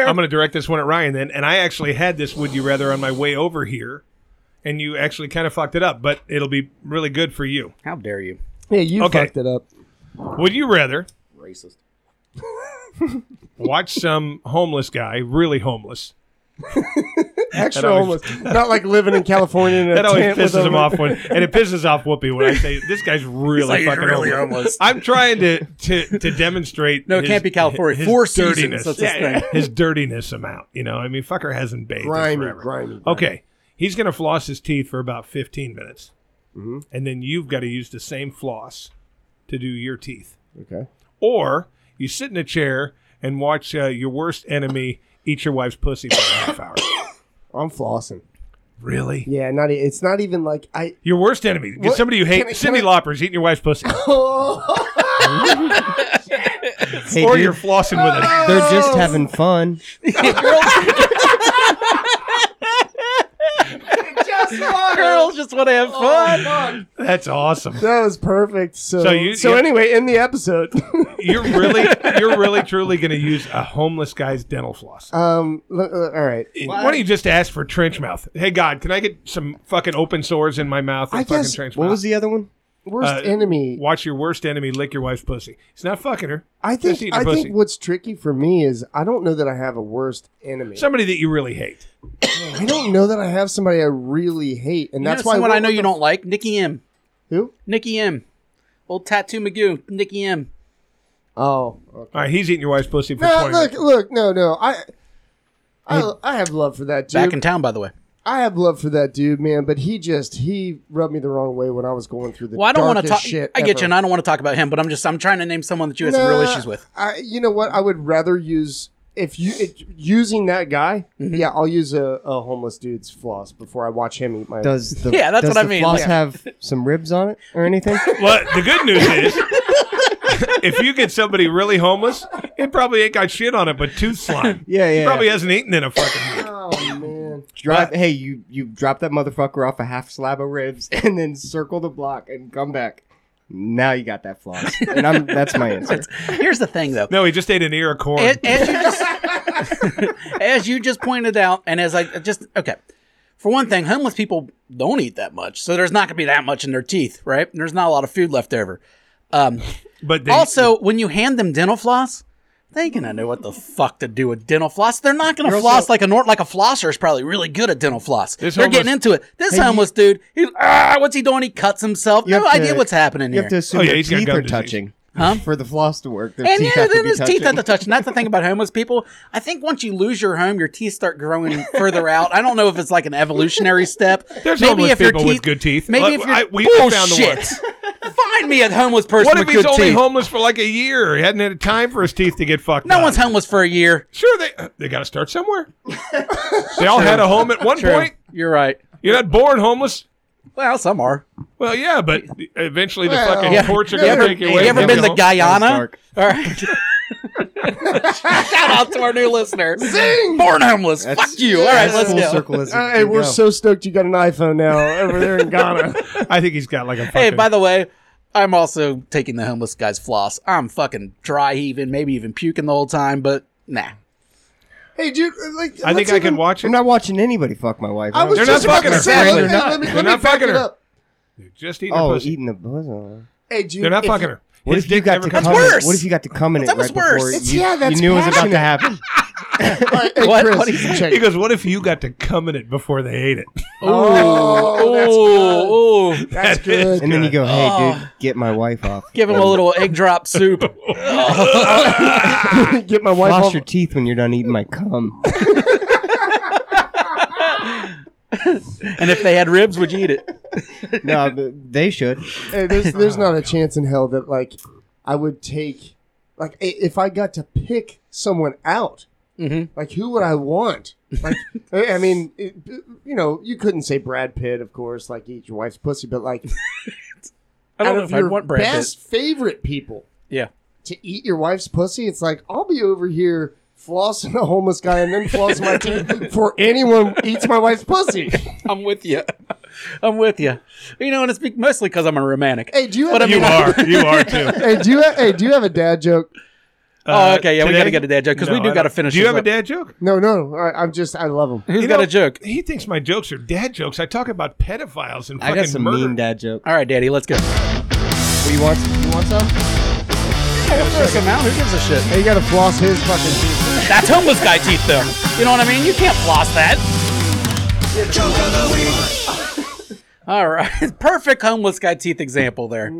B: one- I'm going to direct this one at Ryan then, and I actually had this "Would you rather" on my way over here, and you actually kind of fucked it up, but it'll be really good for you.
A: How dare you?
D: Yeah, you
B: Okay.
D: fucked it up.
B: Would you rather
A: Racist.
B: watch some homeless guy, really homeless?
D: Extra
B: That always-
D: almost. Not like living in California in a
B: That always
D: tent with
B: pisses
D: a-
B: him off when, and it pisses off Whoopi when I say this guy's really
A: like, he's
B: fucking
A: really homeless.
B: homeless." I'm trying to to, to demonstrate.
A: No, it can't be California. Four seasons, that's his
B: yeah,
A: thing.
B: his dirtiness amount. You know, I mean, fucker hasn't bathed in
D: Grimy,
B: forever. Oh.
D: grimy.
B: Okay, he's gonna floss his teeth for about 15 minutes,
A: Mm-hmm.
B: and then you've got to use the same floss to do your teeth.
D: Okay.
B: Or you sit in a chair and watch uh, your worst enemy eat your wife's pussy for a half hour.
D: I'm flossing.
B: Really?
D: Yeah, not. e- It's not even like I.
B: Your worst enemy.
D: What?
B: Somebody you
D: Can I-
B: hate.
D: can
B: Cindy
D: I- Oh,
B: Lauper's eating your wife's pussy. Oh.
C: Hey,
B: or
C: dude,
B: you're flossing with it.
C: they're just having fun.
A: Girls just want to have fun.
B: That's awesome.
D: That was perfect. So,
B: So
D: so,
B: you- you-
D: anyway, in the episode,
B: You're really, you're really, truly going to use a homeless guy's dental floss.
D: um, l- uh, all right.
B: Why don't you just ask for trench mouth? Hey God, can I get some fucking open sores in my mouth and
D: I
B: fucking
D: guess-
B: trench
C: What
B: mouth?
C: was the other one?
D: Worst
B: Uh,
D: enemy.
B: Watch your worst enemy lick your wife's pussy. It's not fucking her.
D: I
B: just
D: think.
B: eating
D: I
B: her pussy.
D: think what's tricky for me is I don't know that I have a worst enemy.
B: Somebody that you really hate.
D: I don't know that I have somebody I really hate, and that's
A: you know,
D: why
A: someone
D: what-
A: I know
D: what
A: you
D: the-
A: don't like, Nikki M.
D: Who?
A: Nikki M. Old Tattoo Magoo, Nikki M.
D: Oh, okay.
B: All right, he's eating your wife's pussy for
D: No,
B: twenty.
D: look, look, no, no. I, I, I have love for that dude.
A: Back in town, by the way.
D: I have love for that dude, man. But he just he rubbed me the wrong way when I was going through the.
A: Well, I don't want to
D: darkest
A: talk.
D: Shit
A: I get you,
D: ever.
A: and I don't want to talk about him, but I'm just I'm trying to name someone that you had some real
D: Nah,
A: issues with.
D: I, you know what? I would rather use if you it, using that guy.
A: Mm-hmm.
D: Yeah, I'll use a, a homeless dude's floss before I watch him eat my.
C: Does the
A: Yeah, that's
C: does
A: what I
C: the
A: mean,
C: Floss
A: like-
C: have some ribs on it or anything?
B: Well, the good news is, if you get somebody really homeless, it probably ain't got shit on it but tooth slime.
C: Yeah, yeah,
B: He probably
C: yeah.
B: hasn't eaten in a fucking week.
D: oh man!
C: Drive, hey, you you drop that motherfucker off a half slab of ribs and then circle the block and come back. Now you got that floss, and I'm that's my answer.
A: Here's the thing, though.
B: No, he just ate an ear of corn.
A: As, as you just, as you just pointed out, and as I just okay, for one thing, homeless people don't eat that much, so there's not going to be that much in their teeth, right? There's not a lot of food left over. Um,
B: but they,
A: also, when you hand them dental floss, they ain't gonna know what the fuck to do with dental floss. They're not gonna floss like a nor- like a flosser is probably really good at dental floss. They're
B: This
A: getting into it. This homeless dude, he, ah, what's he doing? He cuts himself. No
C: have to-
A: idea what's happening
C: You
A: here.
C: have to assume
B: Oh, yeah,
C: their
B: he's got
C: teeth
B: gum
C: are
B: disease.
C: touching
A: Huh?
C: for the floss to work. Their
A: and
C: teeth
A: yeah,
C: have to
A: then
C: be
A: his teeth have
C: touching.
A: to touch. And that's the thing about homeless people. I think once you lose your home, your teeth start growing further out. I don't know if it's like an evolutionary step.
B: There's homeless people with good teeth.
A: Maybe
B: Look,
A: if you're
B: I- we found the one.
A: bullshit. Find me a homeless person
B: what
A: with
B: if he's
A: good
B: only
A: teeth.
B: homeless for like a year? He hadn't had time for his teeth to get fucked.
A: no
B: up.
A: one's homeless for a year.
B: Sure, they they got to start somewhere. they all had a home at one point.
A: You're right.
B: You're not born homeless.
A: Well, some are.
B: Well, yeah, but eventually the
D: Well,
B: fucking
D: yeah.
B: courts are
A: You
B: going to
A: ever,
B: take you
A: you
B: away.
A: ever
B: from
A: been
B: your
A: to
B: home.
A: Guyana?
C: dark.
A: All right. Shout out to our new listener. Born homeless. Fuck you. All right,
C: That's
A: let's
C: full
A: go. Uh,
C: circle as it
D: Hey,
C: can
D: we're
C: go.
D: so stoked you got an iPhone now over there in Ghana.
B: I think he's got like a. Fucking,
A: Hey, by the way, I'm also taking the homeless guy's floss. I'm fucking dry heaving, maybe even puking the whole time, but nah.
D: hey, dude, like
B: I think
D: let's
B: I can
D: even-
B: watch
C: I'm
B: it.
C: not watching anybody fuck my wife.
D: I was
B: They're
D: just
B: not fucking
D: about to
B: her.
D: say, hey,
B: They're
D: let
B: not-
D: me-
B: they're
D: let me
B: not
D: back
B: fucking
D: it
B: her.
D: up.
B: Just eating
C: oh,
B: her pussy.
C: eating the pussy.
D: Hey, dude,
B: They're not
D: if
B: fucking
D: you-
B: her.
C: What
B: His
C: if you
B: dick
C: got
B: never
C: to
B: comes
C: come?
A: That's
B: out.
A: worse.
C: What if you got to come in it
A: That's
C: right
A: almost worse.
C: before
D: It's-
C: you,
D: yeah, that's
C: you knew it was about to
D: passionate.
C: happen?
D: All right, hey,
A: What-
D: Chris,
A: what did he
D: check.
B: He goes, "What if you got to come in it before they ate it?"
A: Ooh,
D: Oh,
A: ooh.
D: that's good. That's good.
C: And then you go, "Hey, dude, get my wife off.
A: Give him a little egg drop soup.
D: get my wife
C: Floss
D: off.
C: your teeth when you're done eating my cum."
A: And if they had ribs, would you eat it?
C: No, th- they should.
D: Hey, there's there's not a chance in hell that like I would take like i- if I got to pick someone out,
A: Mm-hmm.
D: like who would I want? Like I I mean, it, you know, you couldn't say Brad Pitt, of course, like eat your wife's pussy, but like
A: I don't
D: out
A: know
D: of
A: if I'd
D: your
A: want Brad Pitt.
D: best favorite people
A: Yeah.
D: to eat your wife's pussy, it's like I'll be over here flossing a homeless guy and then flossing my teeth before anyone eats my wife's pussy.
A: I'm with you. I'm with you. You know, and it's be- mostly because I'm a romantic.
D: Hey, do you have
A: But I
D: any-
B: You
A: mean,
B: are. You are too.
D: Hey, do you have, hey, do you have a dad joke?
A: oh,
B: Uh,
A: okay. Yeah, we
B: today?
A: got to get a dad joke because
B: No,
A: we
B: I
A: do
B: don't-
A: got to finish.
B: Do you
A: this
B: have a
A: up.
B: dad joke?
D: No, no, I, I'm just I love him.
A: Who's
B: You
A: got
B: know,
A: a joke?
B: He thinks my jokes are dad jokes. I talk about pedophiles and
C: I
B: fucking
C: got some
B: murder.
C: mean dad joke.
A: All right, Daddy, let's go.
C: What you want? You want some?
A: Check him out. Who gives a shit?
D: Hey, you gotta floss his fucking teeth.
A: That's homeless guy teeth, though. You know what I mean? You can't floss that. All right, perfect homeless guy teeth example there.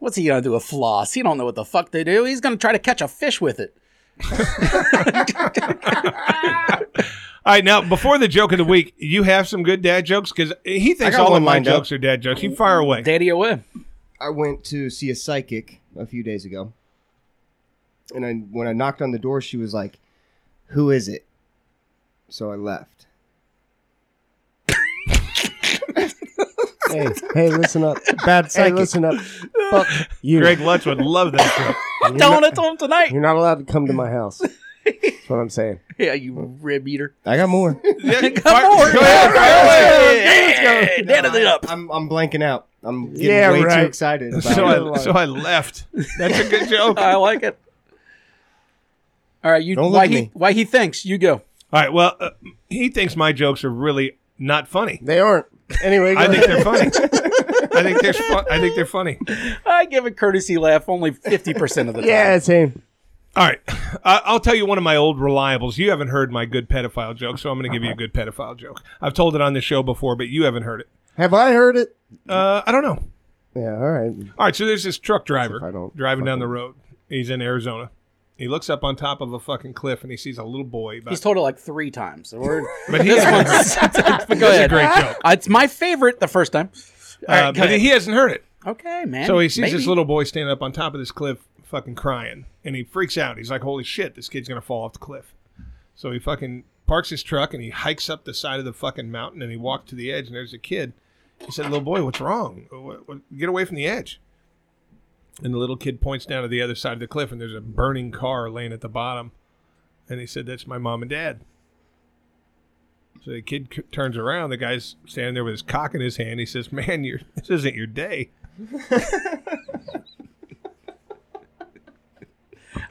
A: What's he gonna do with floss? He don't know what the fuck they do. He's gonna try to catch a fish with it.
B: All right, now before the joke of the week, you have some good dad jokes because he thinks
C: got
B: all of
C: one
B: my
C: lined up.
B: jokes are dad jokes. You fire away.
A: Daddy away.
C: I went to see a psychic a few days ago, and I, when I knocked on the door, she was like, "Who is it?" So I left.
D: Hey, hey, listen up. Bad Hey, listen up. Fuck you.
B: Greg Lutz would love that joke.
A: I'm telling it to him tonight.
D: You're not allowed to come to my house. That's what I'm saying.
A: Yeah, you rib eater.
C: I got more.
B: Yeah,
A: Come
B: fire-
A: on,
B: go ahead, fire away.
A: yeah, Dad it up.
C: I'm I'm blanking out. I'm getting
D: Yeah,
C: way
D: right.
C: too excited. About
B: So
C: it.
B: I, so I left. That's a good joke.
A: I like it. All right, you.
C: Don't look
A: why
C: at
A: he?
C: me.
A: Why he thinks you go?
B: All right. Well, uh, he thinks my jokes are really not funny.
D: They aren't. Anyway, go
B: I think
D: ahead.
B: they're funny. I think they're fu- I think they're funny.
A: I give a courtesy laugh only fifty percent of the time.
D: yeah, same.
B: All right, I- I'll tell you one of my old reliables. You haven't heard my good pedophile joke, so I'm going to give you a good pedophile joke. I've told it on the show before, but you haven't heard it.
D: Have I heard it?
B: Uh, I don't know.
D: Yeah, all right.
B: All right, so there's this truck driver
D: If I don't
B: driving down the road. He's in Arizona. He looks up on top of a fucking cliff and he sees a little boy. About,
A: He's told it like three times. The word-
B: but he,
A: this one's. but go ahead.
B: great joke.
A: Uh, It's my favorite the first time. All
B: uh,
A: right, go
B: but
A: ahead.
B: he hasn't heard it.
A: okay, man.
B: So he sees
A: Maybe.
B: this little boy standing up on top of this cliff, fucking crying, and he freaks out. He's like, "Holy shit, this kid's gonna fall off the cliff!" So he fucking parks his truck and he hikes up the side of the fucking mountain and he walks to the edge and there's a kid. He said, "Little boy, what's wrong? What, what, get away from the edge!" And the little kid points down to the other side of the cliff and there's a burning car laying at the bottom. And he said, "That's my mom and dad." So the kid c- turns around. The guy's standing there with his cock in his hand. He says, "Man, you this isn't your day."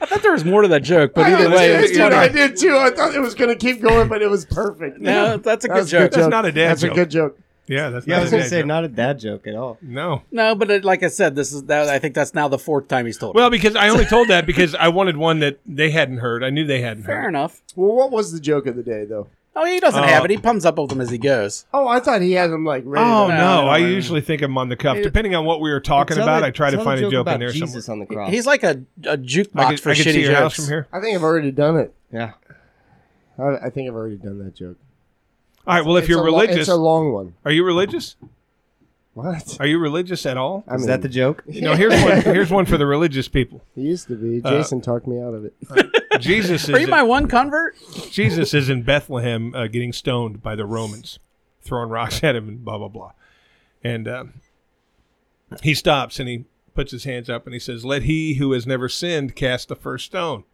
A: I thought there was more to that joke, but
D: I,
A: either way,
D: did
A: it was
D: too,
A: funny.
D: I did too. I thought it was going to keep going, but it was perfect.
A: No, that's a
D: That
A: good
D: was a
A: joke.
D: good joke.
B: not a dad
D: That's
B: joke.
D: a good joke.
B: Yeah, that's
C: yeah, I
B: not a
C: was gonna
B: dad
C: say
B: joke.
C: not a dad joke at all.
B: No.
A: No, but it, like I said, this is that. I think that's now the fourth time he's told. it.
B: Well, because I only told that because I wanted one that they hadn't heard. I knew they hadn't
A: fair
B: heard.
A: enough.
D: Well, what was the joke of the day, though?
A: Oh, he doesn't have it. He pumps up with them as he goes.
D: Oh, I thought he had him like ready.
B: Oh
D: to,
B: no, I usually think I'm on the cuff. Depending on what we were talking
C: Tell
B: about,
C: a-
B: I try to
C: tell
B: find a joke, in
C: about
B: there
C: Jesus on the cross.
A: He's like a, a
B: somewhere. Oh. I
A: jukebox
B: could,
A: for
B: I could
A: shitty
B: see your
A: jokes.
B: house from here.
D: I think I've already done it.
C: yeah.
D: I, I think I've already done that joke.
B: All right. Well, if
D: It's
B: you're
D: a lo-
B: religious,
D: it's a long one.
B: are you religious?
D: What?
B: Are you religious at all?
D: I
C: Is
D: mean,
C: that the joke?
B: You know, here's one. Here's one for the religious people.
D: he used to be. Jason talked me out of it.
B: Jesus
A: Are
B: is
A: you my one convert?
B: Jesus is in Bethlehem uh, getting stoned by the Romans, throwing rocks at him and blah blah blah. And uh, he stops and he puts his hands up and he says, "Let he who has never sinned cast the first stone."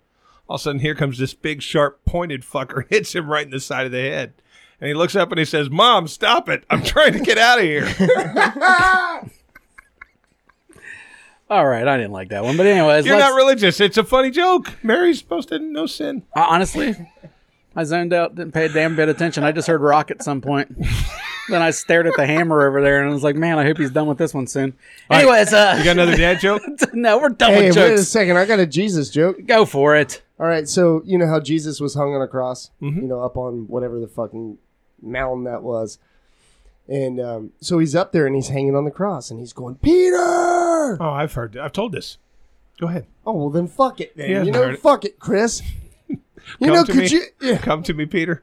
B: All of a sudden, here comes this big, sharp, pointed fucker and hits him right in the side of the head. And he looks up and he says, "Mom, stop it! I'm trying to get out of here."
A: All right, I didn't like that one, but anyways,
B: You're
A: let's-
B: not religious. It's a funny joke. Mary's supposed to know sin.
A: Uh, honestly, I zoned out, didn't pay a damn bit of attention. I just heard rock at some point. then I stared at the hammer over there and I was like, man, I hope he's done with this one soon. Anyways,
B: You
A: uh,
B: got another dad joke?
A: no, we're done
D: Hey,
A: with
D: wait a
A: jokes.
D: second. I got a Jesus joke.
A: Go for it.
D: All right, so you know how Jesus was hung on a cross, you know, up on whatever the fucking mountain that was. And um, so he's up there and he's hanging on the cross and he's going, Peter! Oh,
B: Oh, I've heard. I've told this. Go ahead.
D: well, then fuck it, then.
B: He hasn't
D: you know,
B: heard it.
D: fuck it, Chris. You
B: Come
D: know,
B: to
D: could
B: me.
D: you. Yeah.
B: Come to me, Peter.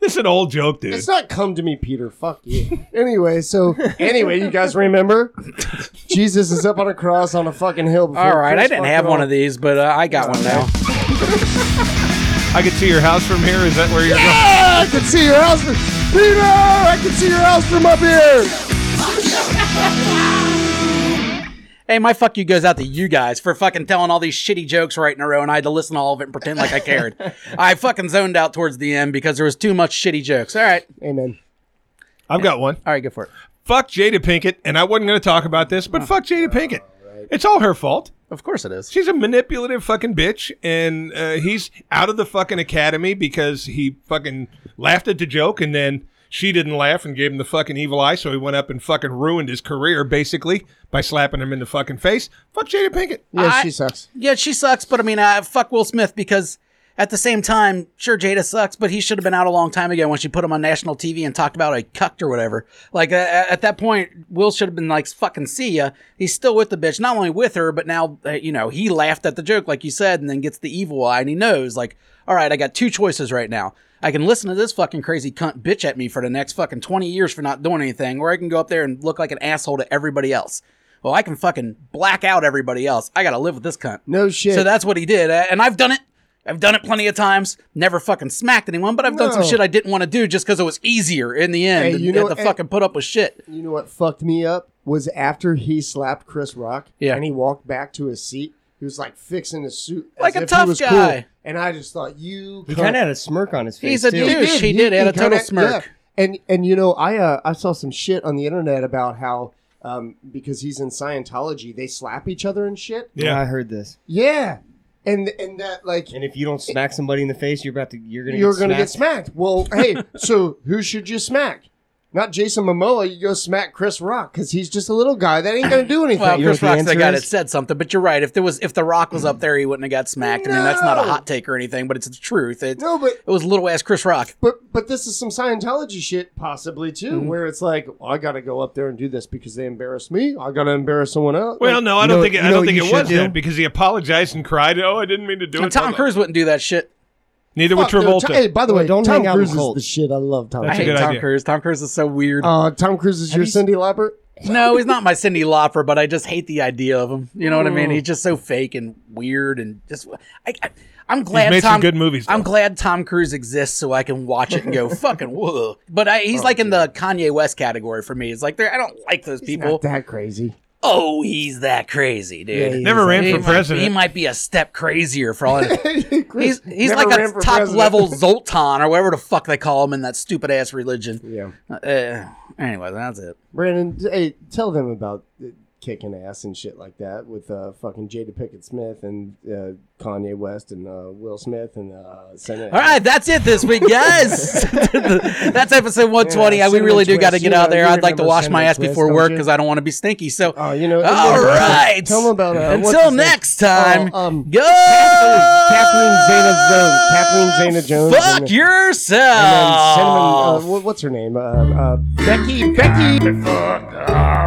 B: This is an old joke, dude.
D: It's not come to me, Peter. Fuck you. anyway, so anyway, you guys remember Jesus is up on a cross on a fucking hill. Before
A: All right, I
D: Chris
A: didn't
D: fucking
A: have one
D: all-
A: of these, but uh, I got one now.
B: I could see your house from here. Is that where you're
D: Ah, I can see your house, from, Peter. I can see your house from up here.
A: Hey, my fuck you goes out to you guys for fucking telling all these shitty jokes right in a row, and I had to listen to all of it and pretend like I cared. I fucking zoned out towards the end because there was too much shitty jokes. All right,
D: Amen.
B: I've got one.
A: all right, go for it.
B: Fuck Jada Pinkett, and I wasn't going to talk about this, but fuck Jada Pinkett. It's all her fault.
A: Of course it is.
B: She's a manipulative fucking bitch, and uh, he's out of the fucking academy because he fucking laughed at the joke, and then she didn't laugh and gave him the fucking evil eye, so he went up and fucking ruined his career basically by slapping him in the fucking face. Fuck Jada Pinkett.
D: Yeah,
A: I-
D: she sucks.
A: Yeah, she sucks, but I mean, uh, fuck Will Smith because at the same time, sure, Jada sucks, but he should have been out a long time ago when she put him on national TV and talked about a cucked or whatever. Like, uh, at that point, Will should have been like, fucking see ya. He's still with the bitch, not only with her, but now, uh, you know, he laughed at the joke, like you said, and then gets the evil eye and he knows, like, all right, I got two choices right now. I can listen to this fucking crazy cunt bitch at me for the next fucking 20 years for not doing anything, or I can go up there and look like an asshole to everybody else. Well, I can fucking black out everybody else. I gotta live with this cunt.
D: No shit.
A: So that's what he did. uh, And I've done it. I've done it plenty of times. Never fucking smacked anyone, but I've done some
D: No.
A: shit I didn't want to do just because it was easier in the end.
D: Hey,
A: and
D: you
A: had
D: know-
A: to fucking put up with shit.
D: You know what fucked me up was after he slapped Chris Rock
A: Yeah.
D: and he walked back to his seat. He was like fixing his suit as
A: Like a
D: if
A: tough
D: he was
A: guy.
D: Cool. And I just thought you
C: He kind of had a smirk on his face.
A: He's a
C: too.
A: dude. She did. It had a total smirk.
D: And and you know, I uh, I saw some shit on the internet about how um, because he's in Scientology, they slap each other and shit.
C: I heard this.
D: Yeah, and and that like
C: And if you don't smack somebody in the face, you're about to. You're gonna.
D: you're
C: get
D: gonna get
C: smacked.
D: smacked. Well, hey, so who should you smack? Not Jason Momoa. You go smack Chris Rock because he's just a little guy that ain't gonna do anything.
A: Well,
C: you know
A: Chris
C: what the
A: Rock's the
C: answer
A: guy
C: is?
A: that said something, but you're right. If there was, if the Rock was up there, he wouldn't have got smacked. I mean, that's not a
D: No.
A: hot take or anything, but it's the truth. It's,
D: no, but
A: It was little ass Chris Rock.
D: But but this is some Scientology shit, possibly too,
A: Mm-hmm.
D: where it's like I got to go up there and do this because they embarrassed me. I got to embarrass someone else.
B: Well,
D: Like,
B: no, I
C: you
B: don't
C: know-
B: think it,
C: you
B: I
C: know
B: don't
C: what
B: think
C: you
B: it
C: should
B: was that
C: do?
B: because he apologized and cried. Oh, I didn't mean to do
A: And
B: it.
A: Tom Cruise wouldn't do that shit.
B: Neither would
D: fuck, no,
B: Travolta.
D: Tom- hey, by the
C: Well,
D: way,
C: don't
D: Tom
C: hang out
D: Cruise
C: with
D: is
C: cults.
D: the shit. I love Tom.
A: I
B: That's a
A: hate
D: Cruise.
B: good
A: Tom
B: idea.
A: Cruise. Tom Cruise is so weird.
D: Uh, Tom Cruise is your Cindy Lauper.
A: no, he's not my Cindy Lauper, but I just hate the idea of him. You know what I
B: Hmm.
A: mean? He's just so fake and weird, and just I, I, I'm glad
B: made some
A: Tom,
B: good movies, though.
A: I'm glad Tom Cruise exists so I can watch it and go fucking whoa. But I,
B: Oh,
A: he's like in the Kanye West category for me. It's like there, I don't like those people.
D: Not that crazy.
A: oh, he's that crazy, dude.
D: Yeah,
B: Never ran
A: He
B: for
A: might- he
B: president.
A: might be a step crazier for all. I know. He's he's
D: Never
A: like a
D: ran for
A: top
D: president.
A: level Zoltan or whatever the fuck they call him in that stupid ass religion.
D: Yeah,
A: Uh, anyway, that's it.
D: Brandon. Hey, tell them about uh, kicking ass and shit like that with uh, fucking Jada Pickett Smith and uh, Kanye West and uh, Will Smith and uh, Senator.
A: All right, that's it this week, guys. that's episode 120.
D: Yeah,
A: we really do
D: cinnamon
A: got to
D: twist.
A: get
D: You
A: out
D: know,
A: there.
D: you
A: I'd like to
D: remember
A: wash my
D: cinnamon
A: ass
D: twist,
A: before
D: don't
A: work
D: you?
A: because I don't want to be stinky. So,
D: Oh, you know.
A: all right.
D: Tell them about uh, what's
A: Until
D: his name?
A: next time,
D: Oh, um,
A: go
D: Kathleen Zeta-Jones. Kathleen Zeta-Jones
A: Fuck
D: and-
A: yourself.
D: uh, And then Cinnamon, uh, wh- what's her name? Uh, uh, Becky. Becky.
E: Fuck off.